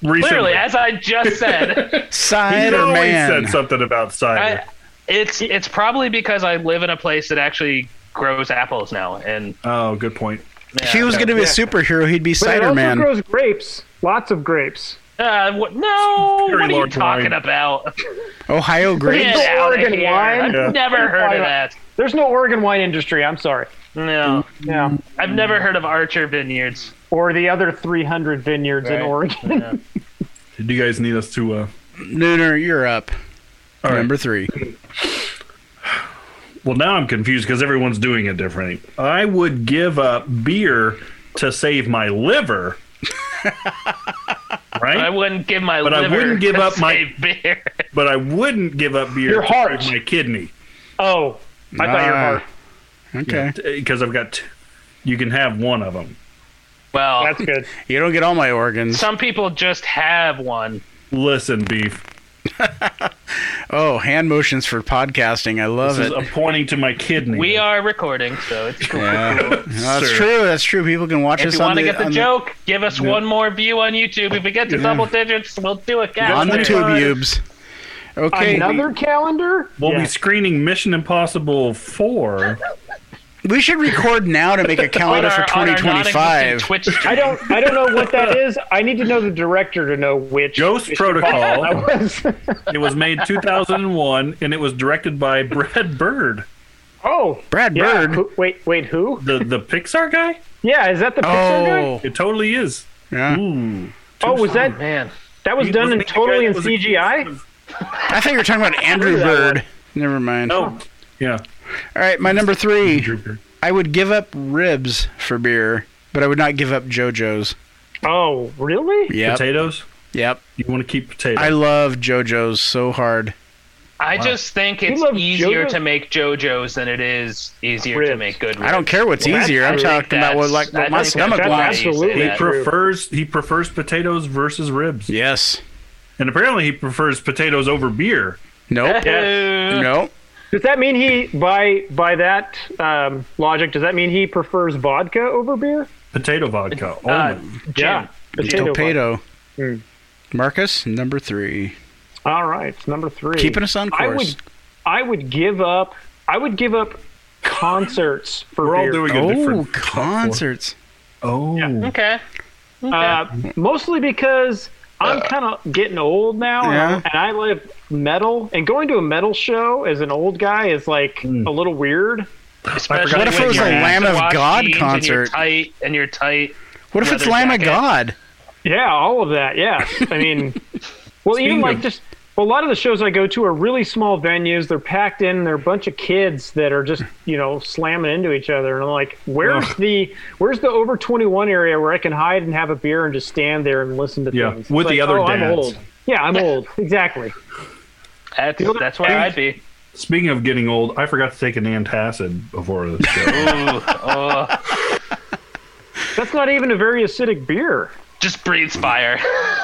[SPEAKER 7] Recently.
[SPEAKER 5] clearly, as I just said,
[SPEAKER 7] He's
[SPEAKER 6] Cider
[SPEAKER 7] always
[SPEAKER 6] man.
[SPEAKER 7] said something about cider.
[SPEAKER 5] I, it's it's probably because I live in a place that actually grows apples now, and
[SPEAKER 7] oh, good point.
[SPEAKER 6] If he was going to be a superhero, he'd be
[SPEAKER 2] But it
[SPEAKER 6] cider
[SPEAKER 2] also
[SPEAKER 6] man.
[SPEAKER 2] grows grapes. Lots of grapes.
[SPEAKER 5] uh, what, no,
[SPEAKER 7] Very
[SPEAKER 5] what are you
[SPEAKER 7] large
[SPEAKER 5] talking
[SPEAKER 7] wine.
[SPEAKER 5] about?
[SPEAKER 6] Ohio
[SPEAKER 5] Get
[SPEAKER 6] grapes.
[SPEAKER 2] the
[SPEAKER 5] out of
[SPEAKER 2] Oregon
[SPEAKER 5] here!
[SPEAKER 2] wine?
[SPEAKER 5] I've
[SPEAKER 7] Yeah.
[SPEAKER 5] never heard
[SPEAKER 2] Why
[SPEAKER 5] of that.
[SPEAKER 2] There's no Oregon wine industry. I'm sorry.
[SPEAKER 5] No,
[SPEAKER 2] Yeah.
[SPEAKER 5] I've
[SPEAKER 2] Mm.
[SPEAKER 5] never heard of Archer Vineyards.
[SPEAKER 2] Or the other 300 vineyards
[SPEAKER 5] Right.
[SPEAKER 2] in Oregon.
[SPEAKER 7] Did you guys need us to? Uh,
[SPEAKER 6] Nooner, you're up.
[SPEAKER 7] all right.
[SPEAKER 6] Number three.
[SPEAKER 7] Well, now I'm confused because everyone's doing it differently. I would give up beer to save my liver.
[SPEAKER 5] I
[SPEAKER 7] right?
[SPEAKER 5] wouldn't give my
[SPEAKER 7] But I
[SPEAKER 5] liver
[SPEAKER 7] wouldn't give
[SPEAKER 5] to
[SPEAKER 7] up my-
[SPEAKER 5] save beer.
[SPEAKER 7] But I wouldn't give up beer
[SPEAKER 2] Your
[SPEAKER 7] to
[SPEAKER 2] heart.
[SPEAKER 7] save my kidney
[SPEAKER 2] Oh, I thought you were hard.
[SPEAKER 6] Okay.
[SPEAKER 7] because I've got. T- you can have one of them.
[SPEAKER 5] Well,
[SPEAKER 2] That's good.
[SPEAKER 6] You don't get all my organs.
[SPEAKER 5] some people just have one.
[SPEAKER 7] Listen, beef.
[SPEAKER 6] Oh, hand motions for podcasting. I love
[SPEAKER 7] This is
[SPEAKER 6] it.
[SPEAKER 7] a pointing to my kidney.
[SPEAKER 5] We are recording, so it's cool.
[SPEAKER 6] Yeah. that's
[SPEAKER 7] Sir.
[SPEAKER 6] true. That's true. People can watch
[SPEAKER 5] If
[SPEAKER 6] us
[SPEAKER 5] you
[SPEAKER 6] on
[SPEAKER 5] want
[SPEAKER 6] the,
[SPEAKER 5] to get the
[SPEAKER 6] on
[SPEAKER 5] joke, give us one more view on YouTube. If we get to
[SPEAKER 6] Yeah.
[SPEAKER 5] double digits, we'll do it,
[SPEAKER 6] the,
[SPEAKER 5] guys.
[SPEAKER 6] on the
[SPEAKER 7] That's
[SPEAKER 6] tube
[SPEAKER 7] right.
[SPEAKER 6] tubes. Okay,
[SPEAKER 2] Another calendar?
[SPEAKER 7] We'll
[SPEAKER 2] Yeah.
[SPEAKER 7] be screening Mission Impossible 4.
[SPEAKER 6] we should record now to make a
[SPEAKER 5] On
[SPEAKER 6] calendar
[SPEAKER 5] our-
[SPEAKER 6] for
[SPEAKER 5] on our
[SPEAKER 6] 2025.
[SPEAKER 5] non-existent Twitch
[SPEAKER 2] I don't. I don't know what that is. I need to know the director to know which.
[SPEAKER 7] Ghost Protocol.
[SPEAKER 2] was.
[SPEAKER 7] it was made 2001 and it was directed by Brad Bird,
[SPEAKER 2] oh,
[SPEAKER 6] Brad
[SPEAKER 2] yeah.
[SPEAKER 6] Bird.
[SPEAKER 2] Who, wait, wait, who?
[SPEAKER 7] the the Pixar guy.
[SPEAKER 2] Yeah, is that the Pixar guy?
[SPEAKER 6] Oh,
[SPEAKER 7] It totally is.
[SPEAKER 6] yeah.
[SPEAKER 7] Ooh.
[SPEAKER 2] Oh, was that
[SPEAKER 5] Man,
[SPEAKER 2] that was
[SPEAKER 7] He
[SPEAKER 2] done
[SPEAKER 7] was
[SPEAKER 2] in
[SPEAKER 7] the guy
[SPEAKER 2] totally
[SPEAKER 7] that
[SPEAKER 2] in
[SPEAKER 7] was accused
[SPEAKER 2] CGI?
[SPEAKER 7] of-
[SPEAKER 6] I think you're talking about Andrew
[SPEAKER 2] that
[SPEAKER 6] Bird. Never mind.
[SPEAKER 7] No. Yeah.
[SPEAKER 6] All right, my number three.
[SPEAKER 7] Drew Bird.
[SPEAKER 6] I would give up ribs for beer, but I would not give up JoJo's.
[SPEAKER 2] Oh, really?
[SPEAKER 6] Yep.
[SPEAKER 7] Potatoes.
[SPEAKER 6] Yep.
[SPEAKER 7] You want to keep potatoes?
[SPEAKER 6] I love JoJo's so hard.
[SPEAKER 5] I just think it's
[SPEAKER 2] love
[SPEAKER 5] easier
[SPEAKER 2] JoJo?
[SPEAKER 5] to make JoJo's than it is easier to
[SPEAKER 2] Ribs.
[SPEAKER 5] make good. Ribs.
[SPEAKER 6] I don't care what's easier. I'm
[SPEAKER 5] I think
[SPEAKER 6] talking about what
[SPEAKER 5] that's-
[SPEAKER 6] like
[SPEAKER 5] I
[SPEAKER 6] what my
[SPEAKER 5] think
[SPEAKER 6] stomach
[SPEAKER 5] that's
[SPEAKER 6] wants.
[SPEAKER 5] why you say
[SPEAKER 2] Absolutely.
[SPEAKER 7] he
[SPEAKER 5] that.
[SPEAKER 7] prefers he prefers potatoes versus ribs,
[SPEAKER 6] Yes.
[SPEAKER 7] and apparently he prefers potatoes over beer.
[SPEAKER 6] Nope.
[SPEAKER 5] Uh,
[SPEAKER 6] nope.
[SPEAKER 2] Does that mean he by by that um, logic? Does that mean he prefers vodka over beer?
[SPEAKER 7] Potato vodka. Oh,
[SPEAKER 5] uh, Jim,
[SPEAKER 2] potato. vodka.
[SPEAKER 6] Torpedo.
[SPEAKER 5] Hmm.
[SPEAKER 6] Marcus, number three.
[SPEAKER 2] All right, it's number three.
[SPEAKER 6] Keeping us on
[SPEAKER 2] I
[SPEAKER 6] course.
[SPEAKER 2] would, I would give up. I would give up concerts for
[SPEAKER 7] we're all
[SPEAKER 2] beer.
[SPEAKER 7] doing a
[SPEAKER 6] Oh,
[SPEAKER 7] different.
[SPEAKER 6] concerts.
[SPEAKER 7] Oh,
[SPEAKER 5] Okay.
[SPEAKER 2] Uh, mostly because I'm kind of getting old now, and I-
[SPEAKER 6] Yeah.
[SPEAKER 2] and, I live metal. And going to a metal show as an old guy is like
[SPEAKER 7] Hmm.
[SPEAKER 2] a little weird.
[SPEAKER 5] Especially
[SPEAKER 7] What if
[SPEAKER 5] when
[SPEAKER 7] it was a
[SPEAKER 5] you're in
[SPEAKER 6] Lamb of
[SPEAKER 5] squash
[SPEAKER 6] God
[SPEAKER 5] jeans
[SPEAKER 6] concert?
[SPEAKER 5] And you're tight, and you're tight.
[SPEAKER 6] What if
[SPEAKER 5] leather
[SPEAKER 6] it's Lamb of
[SPEAKER 5] jacket.
[SPEAKER 6] God?
[SPEAKER 2] Yeah, all of that. Yeah, I mean, well, even
[SPEAKER 7] Speaking
[SPEAKER 2] like
[SPEAKER 7] of-
[SPEAKER 2] just a lot of the shows I go to are really small venues. They're packed in. They're a bunch of kids that are just you know slamming into each other. And I'm like, where's
[SPEAKER 7] Ugh.
[SPEAKER 2] the where's the over 21 area where I can hide and have a beer and just stand there and listen to
[SPEAKER 7] Yeah,
[SPEAKER 2] things
[SPEAKER 7] with
[SPEAKER 2] It's
[SPEAKER 7] the
[SPEAKER 2] like,
[SPEAKER 7] other
[SPEAKER 2] oh, I'm
[SPEAKER 7] dads.
[SPEAKER 2] old. Yeah, I'm old. Exactly.
[SPEAKER 5] That's that's where I'd be.
[SPEAKER 7] Speaking of getting old, I forgot to take an antacid before the show.
[SPEAKER 5] Ooh, oh,
[SPEAKER 2] That's not even a very acidic beer.
[SPEAKER 5] just breathes fire.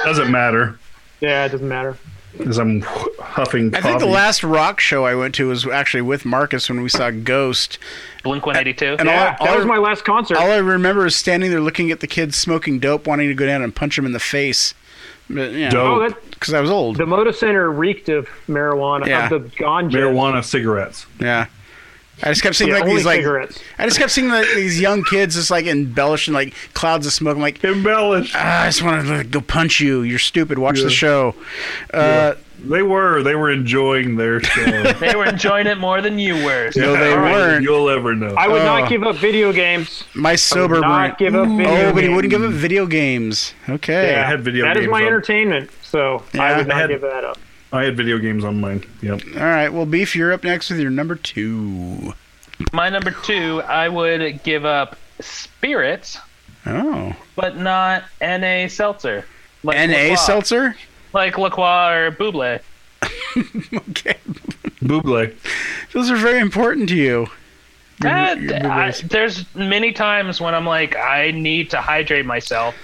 [SPEAKER 7] Doesn't matter,
[SPEAKER 2] Yeah, it doesn't matter.
[SPEAKER 7] because I'm huffing.
[SPEAKER 6] I think the last rock show I went to was actually with Marcus when we saw Ghost.
[SPEAKER 5] Blink 182.
[SPEAKER 6] And
[SPEAKER 2] Yeah,
[SPEAKER 6] all,
[SPEAKER 2] that
[SPEAKER 6] all,
[SPEAKER 2] was my last concert.
[SPEAKER 6] all I remember is standing there looking at the kids smoking dope, wanting to go down and punch them in the face. But, yeah,
[SPEAKER 7] Dope.
[SPEAKER 2] Oh, that
[SPEAKER 6] because I was old.
[SPEAKER 2] the Moda Center reeked of marijuana,
[SPEAKER 6] Yeah.
[SPEAKER 2] of the ganja,
[SPEAKER 7] Marijuana cigarettes.
[SPEAKER 6] Yeah. I just kept seeing
[SPEAKER 2] Yeah,
[SPEAKER 6] like
[SPEAKER 2] only
[SPEAKER 6] these like
[SPEAKER 2] cigarettes.
[SPEAKER 6] I just kept seeing like, these young kids just like embellishing like clouds of smoke. I'm like,
[SPEAKER 7] Embellished.
[SPEAKER 6] ah, I just want to like, go punch you. You're stupid. Watch
[SPEAKER 7] Yeah.
[SPEAKER 6] the show. Uh,
[SPEAKER 7] They were. They were enjoying their show.
[SPEAKER 5] They were enjoying it more than you were.
[SPEAKER 6] No, they
[SPEAKER 7] All
[SPEAKER 6] weren't.
[SPEAKER 7] You'll ever know.
[SPEAKER 2] I would
[SPEAKER 6] Oh.
[SPEAKER 2] not give up video games.
[SPEAKER 6] My sober brain.
[SPEAKER 2] Not give up video
[SPEAKER 6] oh,
[SPEAKER 2] games.
[SPEAKER 6] but he wouldn't give up video games. Okay.
[SPEAKER 7] I had video
[SPEAKER 2] That is
[SPEAKER 7] games
[SPEAKER 2] my
[SPEAKER 7] on-
[SPEAKER 2] entertainment, so
[SPEAKER 6] Yeah,
[SPEAKER 2] I would
[SPEAKER 6] I
[SPEAKER 2] not
[SPEAKER 7] had-
[SPEAKER 2] give that up.
[SPEAKER 7] I had video games on mine. Yep.
[SPEAKER 6] All right. Well, Beef, you're up next with your number two.
[SPEAKER 5] My number two, I would give up spirits,
[SPEAKER 6] Oh.
[SPEAKER 5] but not NA seltzer. Like
[SPEAKER 6] NA
[SPEAKER 5] LaCroix.
[SPEAKER 6] seltzer?
[SPEAKER 5] Like LaCroix or Buble.
[SPEAKER 6] Okay.
[SPEAKER 7] Buble.
[SPEAKER 6] Those are very important to you.
[SPEAKER 5] Uh,
[SPEAKER 6] your
[SPEAKER 5] th- I,
[SPEAKER 6] Buble's-
[SPEAKER 5] there's many times when I'm like, I need to hydrate myself,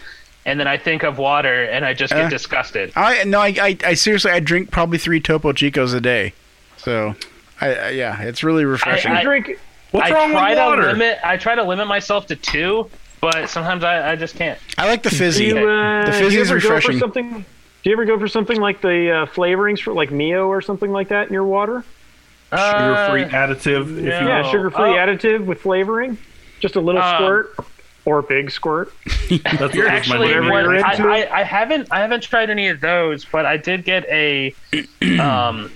[SPEAKER 5] and then I think of water and I just get
[SPEAKER 6] Uh.
[SPEAKER 5] disgusted.
[SPEAKER 6] I no, I, I, I seriously, I drink probably three Topo Chicos a day. So, I, I yeah, it's really refreshing.
[SPEAKER 5] I-
[SPEAKER 2] You drink
[SPEAKER 7] What's
[SPEAKER 5] I
[SPEAKER 7] wrong
[SPEAKER 5] try
[SPEAKER 7] with
[SPEAKER 5] to
[SPEAKER 7] water?
[SPEAKER 5] limit. I try to limit myself to two, but sometimes I, I just can't.
[SPEAKER 6] I like the fizzy.
[SPEAKER 2] do you, uh,
[SPEAKER 6] The
[SPEAKER 2] do
[SPEAKER 6] fizzy
[SPEAKER 2] you
[SPEAKER 6] is
[SPEAKER 2] ever
[SPEAKER 6] refreshing.
[SPEAKER 2] Go for something, do you ever go for something like the uh, flavorings for like Mio or something like that in your water?
[SPEAKER 7] Sugar-free
[SPEAKER 5] Uh,
[SPEAKER 7] additive. If you
[SPEAKER 5] no.
[SPEAKER 2] Yeah, sugar-free
[SPEAKER 5] Oh.
[SPEAKER 2] additive with flavoring, just a little
[SPEAKER 5] Um,
[SPEAKER 2] squirt or big squirt.
[SPEAKER 7] That's
[SPEAKER 5] You're
[SPEAKER 7] what was my
[SPEAKER 5] actually
[SPEAKER 7] favorite.
[SPEAKER 5] one,
[SPEAKER 2] you're
[SPEAKER 5] I,
[SPEAKER 2] into.
[SPEAKER 5] I, I haven't I haven't tried any of those, but I did get a um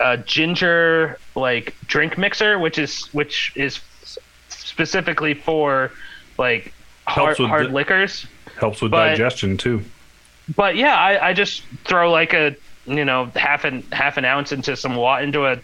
[SPEAKER 5] a ginger like drink mixer, which is which is specifically for like hard,
[SPEAKER 7] Helps with
[SPEAKER 5] hard
[SPEAKER 7] the-
[SPEAKER 5] liquors.
[SPEAKER 7] helps with
[SPEAKER 5] But-
[SPEAKER 7] digestion too.
[SPEAKER 5] But yeah, I, I just throw like a you know half an half an ounce into some water into a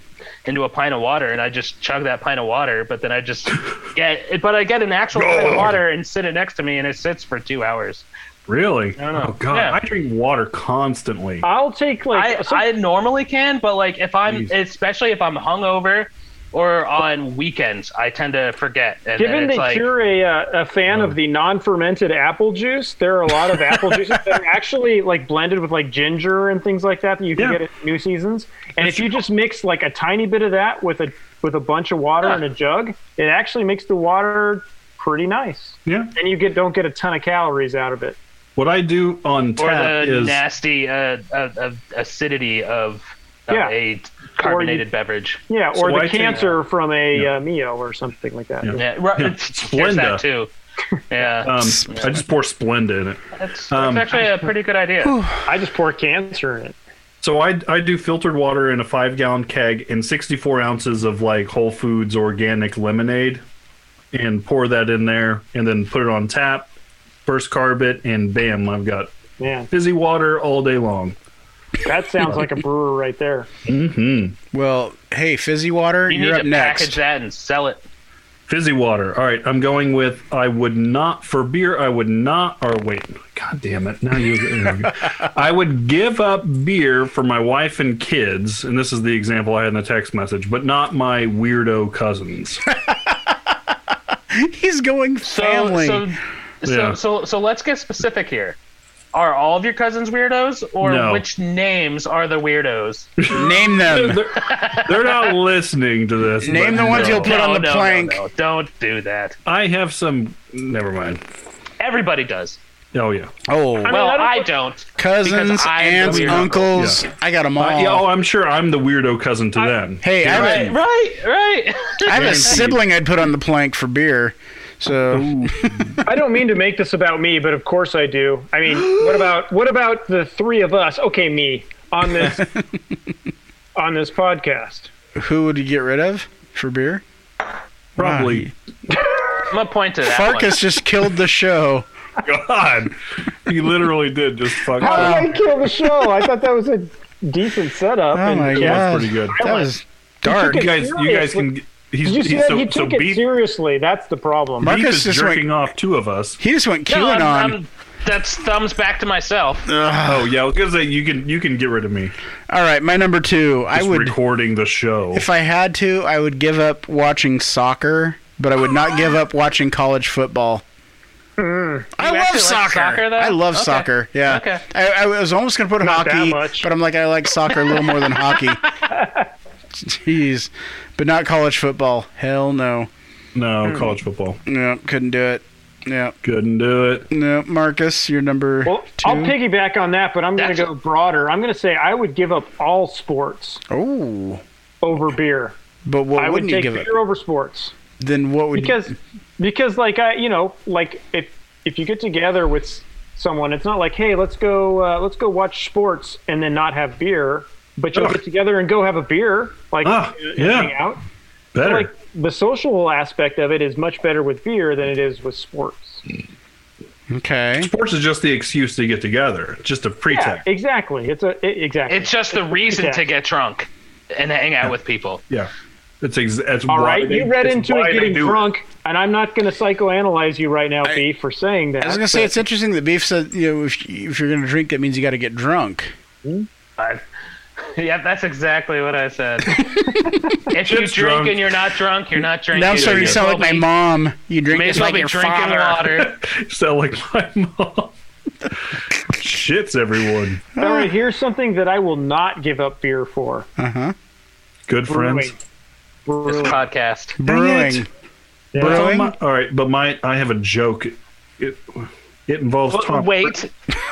[SPEAKER 5] into a pint of water, and I just chug that pint of water. But then I just get but I get an actual pint of water and sit it next to me, and it sits for two hours.
[SPEAKER 7] Really?
[SPEAKER 5] know.
[SPEAKER 7] Oh god,
[SPEAKER 5] Yeah.
[SPEAKER 7] I drink water constantly.
[SPEAKER 2] I'll take like
[SPEAKER 5] I,
[SPEAKER 2] some-
[SPEAKER 5] I normally can, but like if I'm
[SPEAKER 7] Jeez.
[SPEAKER 5] especially if I'm hungover or on weekends, I tend to forget. And then
[SPEAKER 2] Given
[SPEAKER 5] it's
[SPEAKER 2] that
[SPEAKER 5] like Oh.
[SPEAKER 2] you're a, uh, a fan of the non-fermented apple juice, there are a lot of apple juices that are actually like blended with like ginger and things like that that you can
[SPEAKER 7] Yeah.
[SPEAKER 2] get at New Seasons. And if you just mix like a tiny bit of that with a with a bunch of water
[SPEAKER 5] Yeah.
[SPEAKER 2] and a jug, it actually makes the water pretty nice.
[SPEAKER 7] Yeah.
[SPEAKER 2] And you get don't get a ton of calories out of it.
[SPEAKER 7] What I do on
[SPEAKER 5] or
[SPEAKER 7] tap
[SPEAKER 5] the
[SPEAKER 7] is
[SPEAKER 5] nasty uh, uh, uh, acidity of, of
[SPEAKER 2] Yeah.
[SPEAKER 5] a carbonated beverage.
[SPEAKER 2] Yeah,
[SPEAKER 7] So
[SPEAKER 2] or
[SPEAKER 7] I
[SPEAKER 2] the
[SPEAKER 7] think-
[SPEAKER 2] cancer from a
[SPEAKER 7] Yeah.
[SPEAKER 2] uh, Mio or something like that.
[SPEAKER 5] Yeah, right,
[SPEAKER 7] Yeah.
[SPEAKER 5] there's
[SPEAKER 7] Splenda.
[SPEAKER 5] that too. Yeah,
[SPEAKER 7] um, I just pour Splenda in it.
[SPEAKER 5] that's, that's
[SPEAKER 7] um,
[SPEAKER 5] actually a pretty good idea.
[SPEAKER 2] I just pour cancer in it.
[SPEAKER 7] So I I do filtered water in a five gallon keg and sixty four ounces of like Whole Foods organic lemonade, and pour that in there, and then put it on tap, burst carb it, and bam, I've got
[SPEAKER 2] Man,
[SPEAKER 7] fizzy water all day long.
[SPEAKER 2] that sounds like a brewer right there.
[SPEAKER 6] well, hey, fizzy water,
[SPEAKER 5] You
[SPEAKER 6] you
[SPEAKER 5] need
[SPEAKER 6] are up
[SPEAKER 5] to
[SPEAKER 6] next.
[SPEAKER 5] package that and sell it.
[SPEAKER 7] Fizzy water. All right, I'm going with I would not for beer. I would not. Or wait, god damn it! Now you. I would give up beer for my wife and kids, and this is the example I had in the text message, but not my weirdo cousins.
[SPEAKER 6] He's going
[SPEAKER 5] So
[SPEAKER 6] family.
[SPEAKER 5] so so,
[SPEAKER 7] Yeah.
[SPEAKER 5] so so let's get specific here. Are all of your cousins weirdos, or
[SPEAKER 7] No.
[SPEAKER 5] which names are the weirdos?
[SPEAKER 6] Name them.
[SPEAKER 7] they're, they're not listening to this.
[SPEAKER 6] Name
[SPEAKER 7] but
[SPEAKER 6] the ones
[SPEAKER 7] no.
[SPEAKER 6] you'll put on the plank.
[SPEAKER 5] No, Don't do that.
[SPEAKER 7] I have some. Never mind.
[SPEAKER 5] Everybody does.
[SPEAKER 7] Oh yeah.
[SPEAKER 6] Oh,
[SPEAKER 5] Well,
[SPEAKER 2] that'll
[SPEAKER 5] I
[SPEAKER 2] put-
[SPEAKER 5] don't.
[SPEAKER 6] cousins,
[SPEAKER 5] because I am
[SPEAKER 6] aunts,
[SPEAKER 5] the weirdo.
[SPEAKER 6] uncles. I got them all.
[SPEAKER 7] I, yeah. Oh, I'm sure I'm the weirdo cousin to them.
[SPEAKER 6] hey, I have,
[SPEAKER 5] Right,
[SPEAKER 6] a,
[SPEAKER 5] right, right.
[SPEAKER 6] I have a
[SPEAKER 7] Guaranteed.
[SPEAKER 6] sibling I'd put on the plank for beer. So
[SPEAKER 2] I don't mean to make this about me, but of course I do. I mean, what about what about the three of us? Okay, me on this on this podcast.
[SPEAKER 6] who would you get rid of for beer?
[SPEAKER 7] Probably.
[SPEAKER 5] I'm gonna point to that one.
[SPEAKER 6] Farkas just killed the show.
[SPEAKER 7] God, he literally did just fuck. up.
[SPEAKER 2] I Oh, killed the show. I thought that was a decent setup.
[SPEAKER 6] Oh
[SPEAKER 2] and
[SPEAKER 6] my
[SPEAKER 2] yeah.
[SPEAKER 6] god,
[SPEAKER 7] pretty good.
[SPEAKER 6] That was dark.
[SPEAKER 2] You
[SPEAKER 7] you guys, you guys can. He's,
[SPEAKER 2] Did you see
[SPEAKER 7] he's
[SPEAKER 2] that?
[SPEAKER 7] so,
[SPEAKER 2] he
[SPEAKER 7] so
[SPEAKER 2] took it
[SPEAKER 7] beef, beef
[SPEAKER 2] seriously. That's the problem.
[SPEAKER 6] Marcus
[SPEAKER 7] is
[SPEAKER 6] just
[SPEAKER 7] jerking
[SPEAKER 6] went-
[SPEAKER 7] off two of us.
[SPEAKER 6] He just went
[SPEAKER 5] No,
[SPEAKER 6] QAnon.
[SPEAKER 5] I'm- I'm- that's thumbs back to myself.
[SPEAKER 6] Uh, Ah.
[SPEAKER 7] Oh yeah, I was gonna say you can you can get rid of me.
[SPEAKER 6] All right, my number two. I
[SPEAKER 7] It's
[SPEAKER 6] would,
[SPEAKER 7] recording the show.
[SPEAKER 6] if I had to, I would give up watching soccer, but I would not give up watching college football. I
[SPEAKER 5] You
[SPEAKER 6] love
[SPEAKER 5] actually like
[SPEAKER 6] soccer.
[SPEAKER 5] soccer, though?
[SPEAKER 6] I love
[SPEAKER 5] Okay.
[SPEAKER 6] soccer. Yeah.
[SPEAKER 5] Okay.
[SPEAKER 6] I, I was almost gonna put
[SPEAKER 2] Not that
[SPEAKER 6] hockey,
[SPEAKER 2] much.
[SPEAKER 6] but I'm like I like soccer a little more than hockey. Jeez, but not college football. Hell no.
[SPEAKER 2] Hmm.
[SPEAKER 7] no college football.
[SPEAKER 6] No, couldn't do it. Yeah.
[SPEAKER 7] Couldn't do it.
[SPEAKER 6] No, Marcus, your number
[SPEAKER 2] Well,
[SPEAKER 6] two.
[SPEAKER 2] I'll piggyback on that, but I'm going
[SPEAKER 5] That's
[SPEAKER 2] to go broader. I'm going to say I would give up all sports
[SPEAKER 6] Oh,
[SPEAKER 2] over beer.
[SPEAKER 6] but what
[SPEAKER 2] I would
[SPEAKER 6] wouldn't you
[SPEAKER 2] take
[SPEAKER 6] give
[SPEAKER 2] beer
[SPEAKER 6] up?
[SPEAKER 2] over sports
[SPEAKER 6] Then what would
[SPEAKER 2] because because like I you know like if if you get together with s- someone, it's not like hey let's go uh, let's go watch sports and then not have beer, but you'll get together and go have a beer like uh,
[SPEAKER 7] Ah,
[SPEAKER 2] and
[SPEAKER 7] yeah.
[SPEAKER 2] hang out.
[SPEAKER 7] Better.
[SPEAKER 2] Like the social aspect of it is much better with beer than it is with sports.
[SPEAKER 6] okay?
[SPEAKER 7] Sports is just the excuse to get together, just a
[SPEAKER 2] Yeah,
[SPEAKER 7] pretext. Yeah.
[SPEAKER 2] exactly. It's a it, exactly.
[SPEAKER 5] It's just the reason to
[SPEAKER 2] pretext.
[SPEAKER 5] get drunk and hang out with people.
[SPEAKER 7] It's ex- that's
[SPEAKER 2] All
[SPEAKER 7] why
[SPEAKER 2] right,
[SPEAKER 7] they-
[SPEAKER 2] you read
[SPEAKER 7] it's
[SPEAKER 2] into
[SPEAKER 7] why
[SPEAKER 2] it
[SPEAKER 7] they
[SPEAKER 2] getting
[SPEAKER 7] do
[SPEAKER 2] drunk, and I'm not going to psychoanalyze you right now,
[SPEAKER 6] I-
[SPEAKER 2] B, for saying that.
[SPEAKER 6] I was gonna say it's interesting that Beef said you know if, if you're gonna drink that means you got to get drunk.
[SPEAKER 5] Yeah, that's exactly what I said. if you drink
[SPEAKER 7] Just drunk.
[SPEAKER 5] and you're not drunk, you're not drinking.
[SPEAKER 6] now I'm starting
[SPEAKER 5] You
[SPEAKER 6] to sound like my
[SPEAKER 5] may as well
[SPEAKER 6] mom. You
[SPEAKER 5] be-
[SPEAKER 6] drink
[SPEAKER 5] May as
[SPEAKER 6] this
[SPEAKER 5] well
[SPEAKER 6] like
[SPEAKER 5] be
[SPEAKER 6] your
[SPEAKER 5] drinking
[SPEAKER 6] father.
[SPEAKER 5] water.
[SPEAKER 7] Sound like my mom. Shits everyone.
[SPEAKER 2] All right, here's something that I will not give up beer for.
[SPEAKER 7] Good friends.
[SPEAKER 2] Brewing.
[SPEAKER 5] This
[SPEAKER 2] Brewing.
[SPEAKER 5] podcast.
[SPEAKER 7] Dang
[SPEAKER 6] Brewing.
[SPEAKER 7] it. But
[SPEAKER 6] Brewing?
[SPEAKER 7] my- all right, but my I have a joke. It it involves Tom.
[SPEAKER 5] Wait,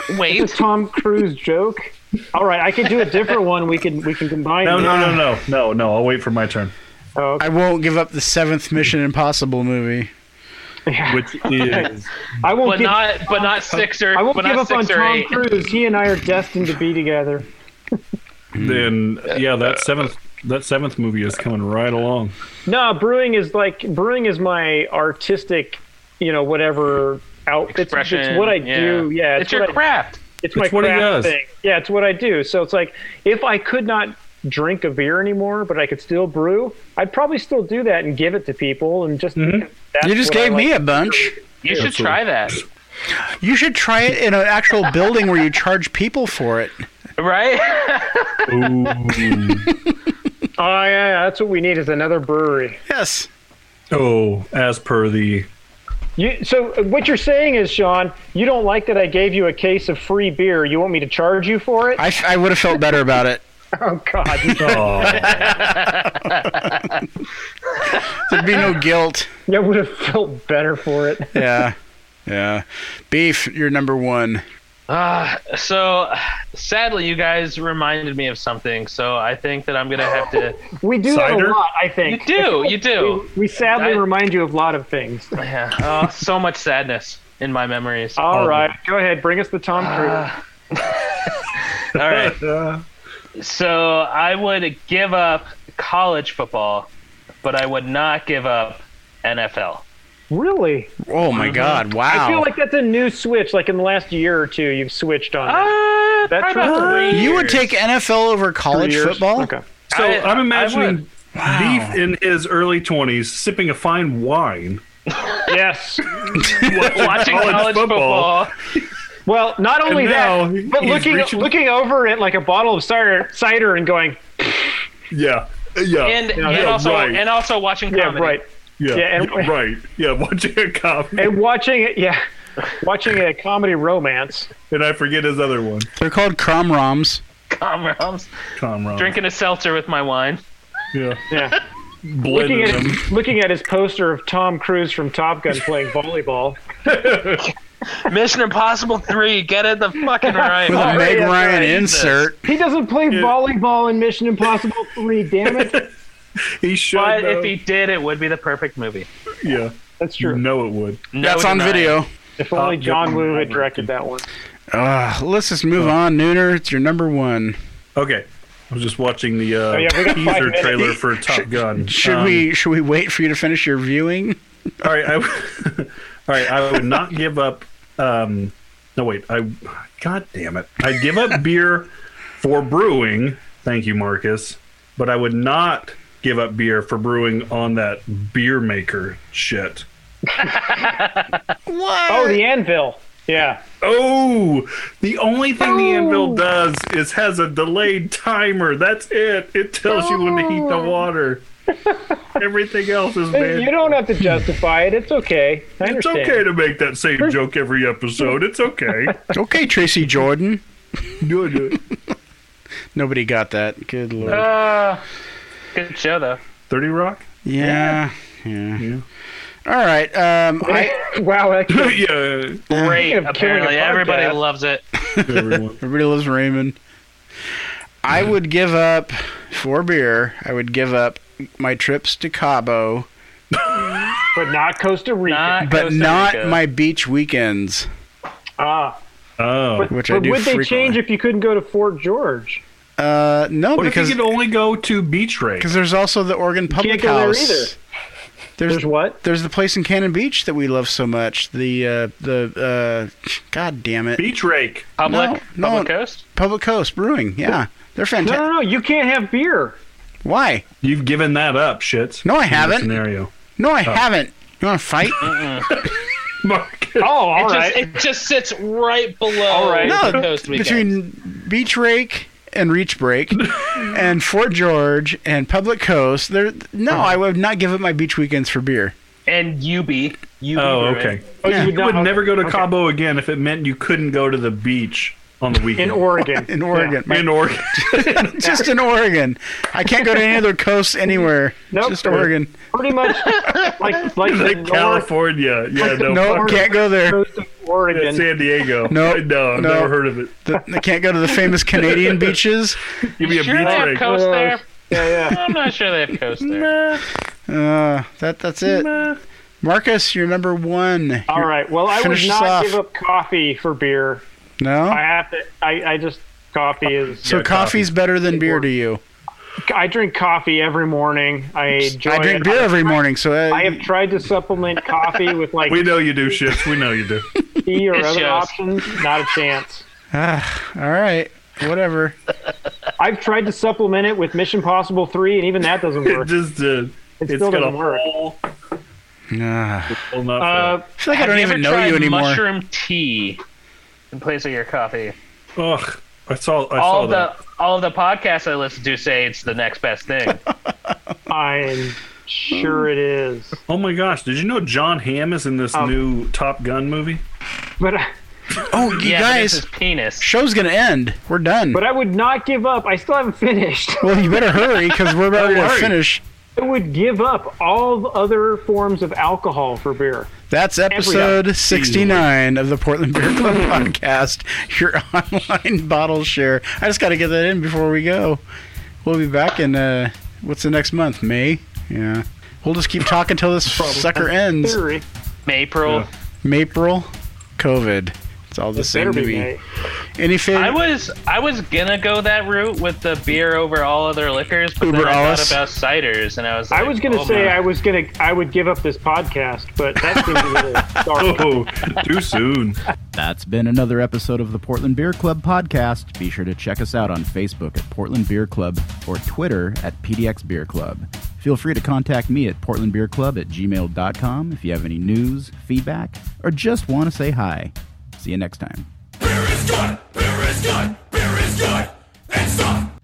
[SPEAKER 2] This
[SPEAKER 5] wait.
[SPEAKER 2] Tom Cruise joke. All right, I can do a different one. We can we can combine.
[SPEAKER 7] No,
[SPEAKER 2] it.
[SPEAKER 7] no, no, no, no, no. I'll wait for my turn.
[SPEAKER 2] Oh, okay.
[SPEAKER 6] I won't give up the seventh Mission Impossible movie.
[SPEAKER 7] Which is
[SPEAKER 2] I won't
[SPEAKER 5] But
[SPEAKER 2] give,
[SPEAKER 5] not, but not six or,
[SPEAKER 2] I won't
[SPEAKER 5] but
[SPEAKER 2] give up
[SPEAKER 5] not
[SPEAKER 2] on
[SPEAKER 5] six or
[SPEAKER 2] Tom
[SPEAKER 5] eight.
[SPEAKER 2] Cruise. He and I are destined to be together.
[SPEAKER 7] then yeah that seventh that seventh movie is coming right along.
[SPEAKER 2] No, brewing is like brewing is my artistic, you know, whatever out. It's, it's
[SPEAKER 5] Expression,
[SPEAKER 2] what I
[SPEAKER 5] yeah.
[SPEAKER 2] do. Yeah,
[SPEAKER 5] It's, your
[SPEAKER 2] what I-
[SPEAKER 5] craft.
[SPEAKER 2] It's my
[SPEAKER 7] It's what he
[SPEAKER 2] craft
[SPEAKER 7] does.
[SPEAKER 2] thing. Yeah, it's what I do. So it's like if I could not drink a beer anymore, but I could still brew, I'd probably still do that and give it to people and just.
[SPEAKER 7] Mm-hmm.
[SPEAKER 6] You just gave me a bunch.
[SPEAKER 5] You should try that,
[SPEAKER 6] You should try it in an actual building where you charge people for it.
[SPEAKER 5] right?
[SPEAKER 2] Oh yeah, yeah, that's what we need is another brewery.
[SPEAKER 6] Yes.
[SPEAKER 7] Oh, as per the
[SPEAKER 2] You, so uh, what you're saying is, Sean, you don't like that I gave you a case of free beer. You want me to charge you for it?
[SPEAKER 6] I, I would have felt better about it.
[SPEAKER 2] oh God.
[SPEAKER 7] oh,
[SPEAKER 6] There'd be no guilt.
[SPEAKER 2] I would have felt better for it.
[SPEAKER 6] Yeah. Yeah. Beef, you're number one.
[SPEAKER 5] Uh, so, sadly, you guys reminded me of something. So I think that I'm gonna have to.
[SPEAKER 2] We do that
[SPEAKER 7] Cider?
[SPEAKER 2] a lot, I think.
[SPEAKER 5] You do, you do.
[SPEAKER 2] We, we sadly
[SPEAKER 5] I-
[SPEAKER 2] remind you of a lot of things.
[SPEAKER 5] Yeah. Oh, so much sadness in my memories. All
[SPEAKER 2] All right, go ahead. Bring us the Tom Cruise.
[SPEAKER 5] right. So I would give up college football, but I would not give up NFL.
[SPEAKER 2] really?
[SPEAKER 6] Oh my God! Wow.
[SPEAKER 2] I feel like that's a new switch. Like in the last year or two, you've switched on. it.
[SPEAKER 5] Uh,
[SPEAKER 2] That's
[SPEAKER 5] probably about
[SPEAKER 2] right.
[SPEAKER 5] three
[SPEAKER 6] you would
[SPEAKER 5] years.
[SPEAKER 6] take NFL over
[SPEAKER 2] Three
[SPEAKER 6] college
[SPEAKER 2] years?
[SPEAKER 6] football.
[SPEAKER 2] Okay.
[SPEAKER 7] so
[SPEAKER 5] I-
[SPEAKER 7] I, am
[SPEAKER 5] I
[SPEAKER 7] imagining
[SPEAKER 5] would.
[SPEAKER 6] Wow.
[SPEAKER 7] Beef in his early twenties sipping a fine wine.
[SPEAKER 2] Yes.
[SPEAKER 5] watching college, football.
[SPEAKER 2] Well, not only
[SPEAKER 7] now
[SPEAKER 2] that, but
[SPEAKER 7] he's
[SPEAKER 2] looking
[SPEAKER 7] reaching-
[SPEAKER 2] looking over at like a bottle of cider, cider and going,
[SPEAKER 7] Yeah, yeah,
[SPEAKER 5] and,
[SPEAKER 7] yeah,
[SPEAKER 5] and
[SPEAKER 7] yeah,
[SPEAKER 5] also
[SPEAKER 7] right,
[SPEAKER 5] and also watching
[SPEAKER 2] yeah,
[SPEAKER 5] comedy.
[SPEAKER 2] right,
[SPEAKER 7] yeah,
[SPEAKER 2] yeah, and-
[SPEAKER 7] yeah, right, yeah, watching a cop, and,
[SPEAKER 2] and watching it, yeah, watching a comedy romance.
[SPEAKER 7] I forget his other one.
[SPEAKER 6] They're called crom roms.
[SPEAKER 5] Comrades.
[SPEAKER 7] Comrade,
[SPEAKER 5] drinking a seltzer with my wine.
[SPEAKER 7] yeah,
[SPEAKER 2] Yeah, looking
[SPEAKER 7] blended
[SPEAKER 2] at
[SPEAKER 7] them.
[SPEAKER 2] his, looking at his poster of Tom Cruise from Top Gun playing volleyball.
[SPEAKER 5] Mission Impossible Three. Get it the fucking right.
[SPEAKER 6] With a Meg
[SPEAKER 2] yeah,
[SPEAKER 6] Ryan
[SPEAKER 5] Oh, yeah, Jesus.
[SPEAKER 6] insert.
[SPEAKER 2] He doesn't play volleyball in Mission Impossible Three. Damn it,
[SPEAKER 7] He should,
[SPEAKER 5] But if
[SPEAKER 7] though.
[SPEAKER 5] he did, it would be the perfect movie.
[SPEAKER 7] yeah,
[SPEAKER 2] that's
[SPEAKER 7] you
[SPEAKER 2] true.
[SPEAKER 7] know it would.
[SPEAKER 5] No
[SPEAKER 6] That's on
[SPEAKER 5] denying.
[SPEAKER 6] video.
[SPEAKER 2] If only
[SPEAKER 7] Top Gun
[SPEAKER 2] John Woo had
[SPEAKER 7] Maverick.
[SPEAKER 2] directed that one.
[SPEAKER 6] Uh, let's just move on, Nooner. It's your number one.
[SPEAKER 7] Okay. I was just watching the uh,
[SPEAKER 2] Oh, yeah, we got five
[SPEAKER 7] teaser
[SPEAKER 2] minutes.
[SPEAKER 7] trailer for Top Gun.
[SPEAKER 6] Should
[SPEAKER 7] Um,
[SPEAKER 6] we should we wait for you to finish your viewing?
[SPEAKER 7] All right, I, w- all right. I would not give up. Um, no, wait. I, God damn it! I'd give up beer for brewing. Thank you, Marcus. But I would not give up beer for brewing on that beer maker shit.
[SPEAKER 6] What?
[SPEAKER 2] Oh, the anvil. Yeah.
[SPEAKER 7] Oh, the only thing the anvil
[SPEAKER 2] Oh.
[SPEAKER 7] does is has a delayed timer. That's it. It tells you when to heat the water. Everything else is man.
[SPEAKER 2] Oh. You don't have to justify it. It's okay. I
[SPEAKER 7] It's
[SPEAKER 2] understand.
[SPEAKER 7] okay to make that same joke every episode. It's okay.
[SPEAKER 6] okay, Tracy Jordan.
[SPEAKER 7] do it, do it.
[SPEAKER 6] Nobody got that. Good lord.
[SPEAKER 5] Uh, good show though.
[SPEAKER 7] Thirty Rock.
[SPEAKER 6] yeah. Yeah. All right. Um, I,
[SPEAKER 2] wow, that kid-
[SPEAKER 7] yeah,
[SPEAKER 2] Speaking
[SPEAKER 5] Great.
[SPEAKER 2] of killing a
[SPEAKER 5] Apparently, everybody
[SPEAKER 2] podcast.
[SPEAKER 5] loves it.
[SPEAKER 7] everyone.
[SPEAKER 6] everybody loves Raymond. I would give up for beer. I would give up my trips to Cabo,
[SPEAKER 2] but not Costa Rica.
[SPEAKER 5] Not
[SPEAKER 6] but
[SPEAKER 5] Costa
[SPEAKER 6] not
[SPEAKER 5] Rica.
[SPEAKER 6] my beach weekends,
[SPEAKER 2] ah,
[SPEAKER 7] Oh,
[SPEAKER 6] which I
[SPEAKER 2] but
[SPEAKER 6] do
[SPEAKER 2] would they
[SPEAKER 6] frequently.
[SPEAKER 2] change if you couldn't go to Fort George?
[SPEAKER 6] Uh, no,
[SPEAKER 7] what
[SPEAKER 6] because
[SPEAKER 7] if you could only go to beach raid?
[SPEAKER 6] because there's also the Oregon Public
[SPEAKER 2] go there
[SPEAKER 6] House.
[SPEAKER 2] either.
[SPEAKER 6] There's,
[SPEAKER 2] There's what?
[SPEAKER 6] there's the place in Cannon Beach that we love so much. The uh, the uh, God damn it,
[SPEAKER 7] Beach rake.
[SPEAKER 5] Public,
[SPEAKER 6] No,
[SPEAKER 5] public
[SPEAKER 6] no.
[SPEAKER 5] coast.
[SPEAKER 6] Public Coast Brewing. Yeah, they're
[SPEAKER 2] No,
[SPEAKER 6] fantastic.
[SPEAKER 2] no, no. You can't have beer.
[SPEAKER 6] Why?
[SPEAKER 7] You've given that up, shits.
[SPEAKER 6] No, I
[SPEAKER 7] In this
[SPEAKER 6] haven't.
[SPEAKER 7] Scenario.
[SPEAKER 6] No, I haven't. You want to fight?
[SPEAKER 7] Mark.
[SPEAKER 2] Oh, all
[SPEAKER 5] it,
[SPEAKER 2] right.
[SPEAKER 5] just, it just sits right below
[SPEAKER 2] All right.
[SPEAKER 6] no,
[SPEAKER 5] the coast weekend.
[SPEAKER 6] between Beach Rake and Reach Break, and Fort George and Public Coast. There, no, I would not give up my beach weekends for beer.
[SPEAKER 5] and UB. UB
[SPEAKER 7] Oh,
[SPEAKER 5] Brewing.
[SPEAKER 7] okay.
[SPEAKER 2] Oh, you
[SPEAKER 7] You would
[SPEAKER 2] not-
[SPEAKER 7] never go to
[SPEAKER 2] okay.
[SPEAKER 7] Cabo again if it meant you couldn't go to the beach on the
[SPEAKER 2] in
[SPEAKER 7] weekend.
[SPEAKER 2] Oregon.
[SPEAKER 6] In Oregon, My-
[SPEAKER 7] In Oregon.
[SPEAKER 6] just in Oregon. I can't go to any other coast anywhere.
[SPEAKER 2] Nope.
[SPEAKER 6] Just Oregon.
[SPEAKER 2] Pretty much like like the
[SPEAKER 7] like
[SPEAKER 2] north
[SPEAKER 7] California. Yeah, no.
[SPEAKER 6] No,
[SPEAKER 7] fuck
[SPEAKER 6] can't go there.
[SPEAKER 2] coast of Oregon.
[SPEAKER 7] San Diego.
[SPEAKER 6] No,
[SPEAKER 7] no, I've
[SPEAKER 6] no.
[SPEAKER 7] never heard of it.
[SPEAKER 6] The, I can't go to the famous Canadian beaches.
[SPEAKER 7] Give me a
[SPEAKER 5] Sure,
[SPEAKER 7] beach
[SPEAKER 5] they have
[SPEAKER 7] break.
[SPEAKER 5] coast there.
[SPEAKER 2] yeah, yeah.
[SPEAKER 5] I'm not sure they have coast there.
[SPEAKER 6] Uh, that that's it. Marcus, you're number one.
[SPEAKER 2] All right. Well, I would
[SPEAKER 6] Finish this
[SPEAKER 2] not
[SPEAKER 6] off.
[SPEAKER 2] give up coffee for beer. I
[SPEAKER 6] No,
[SPEAKER 2] have to. I, I just coffee is.
[SPEAKER 6] so coffee's better than beer to you.
[SPEAKER 2] I drink coffee every morning. I enjoy
[SPEAKER 6] I drink
[SPEAKER 2] it.
[SPEAKER 6] beer every morning, so uh,
[SPEAKER 2] I have tried to supplement coffee with like
[SPEAKER 7] We know you do, shits. We know you do.
[SPEAKER 2] tea or
[SPEAKER 5] It
[SPEAKER 2] other
[SPEAKER 5] shows.
[SPEAKER 2] options. Not a chance.
[SPEAKER 6] ah, all right, whatever.
[SPEAKER 2] I've tried to supplement it with Mission Possible Three, and even that doesn't
[SPEAKER 7] It
[SPEAKER 2] work.
[SPEAKER 7] just did.
[SPEAKER 2] It
[SPEAKER 7] it's
[SPEAKER 2] still
[SPEAKER 7] got a
[SPEAKER 2] doesn't work.
[SPEAKER 7] whole-
[SPEAKER 6] Ah, I
[SPEAKER 7] whole nut
[SPEAKER 2] Uh,
[SPEAKER 6] feel like I
[SPEAKER 5] Have
[SPEAKER 6] don't
[SPEAKER 5] you
[SPEAKER 6] even
[SPEAKER 5] ever
[SPEAKER 6] know
[SPEAKER 5] tried
[SPEAKER 6] you anymore.
[SPEAKER 5] Mushroom tea in place of your coffee.
[SPEAKER 7] there. Ugh. I saw. I
[SPEAKER 5] Uh, All
[SPEAKER 7] saw
[SPEAKER 5] of the
[SPEAKER 7] that.
[SPEAKER 5] all of the podcasts I listen to say it's the next best thing.
[SPEAKER 2] I'm sure it is,
[SPEAKER 7] Oh my gosh! Did you know John Hamm is in this
[SPEAKER 5] Um,
[SPEAKER 7] new Top Gun movie?
[SPEAKER 2] but uh, I-
[SPEAKER 6] Oh, you
[SPEAKER 5] yeah, but it's
[SPEAKER 6] guys,
[SPEAKER 5] his penis.
[SPEAKER 6] show's gonna end. We're done.
[SPEAKER 2] but I would not give up. I still haven't finished.
[SPEAKER 6] well, you better hurry because we're about to
[SPEAKER 7] hurry.
[SPEAKER 6] finish.
[SPEAKER 2] I would give up all the other forms of alcohol for beer.
[SPEAKER 6] That's episode 69 of the Portland Beer Club podcast, your online bottle share. I just got to get that in before we go. We'll be back in, uh, what's the next month? May? Yeah. We'll just keep talking till this sucker ends.
[SPEAKER 2] Theory.
[SPEAKER 5] April.
[SPEAKER 6] April, COVID. It's all the
[SPEAKER 2] Better
[SPEAKER 6] same to
[SPEAKER 2] be
[SPEAKER 6] me.
[SPEAKER 2] May.
[SPEAKER 6] Any
[SPEAKER 5] I
[SPEAKER 6] favorite?
[SPEAKER 5] was I was gonna go that route with the beer over all other liquors, but
[SPEAKER 6] Uber
[SPEAKER 5] then I
[SPEAKER 6] alles.
[SPEAKER 5] thought about ciders, and I was
[SPEAKER 2] I
[SPEAKER 5] like,
[SPEAKER 2] was gonna
[SPEAKER 5] oh
[SPEAKER 2] say
[SPEAKER 5] my.
[SPEAKER 2] I was gonna I would give up this podcast, but that seems a little dark.
[SPEAKER 7] Oh, too soon.
[SPEAKER 4] That's been another episode of the Portland Beer Club podcast. Be sure to check us out on Facebook at Portland Beer Club or Twitter at PDX Beer Club. Feel free to contact me at portlandbeerclub at gmail.com if you have any news, feedback, or just want to say hi. See you next time.
[SPEAKER 8] Beer is good. Beer is good. Beer is good. It's soft.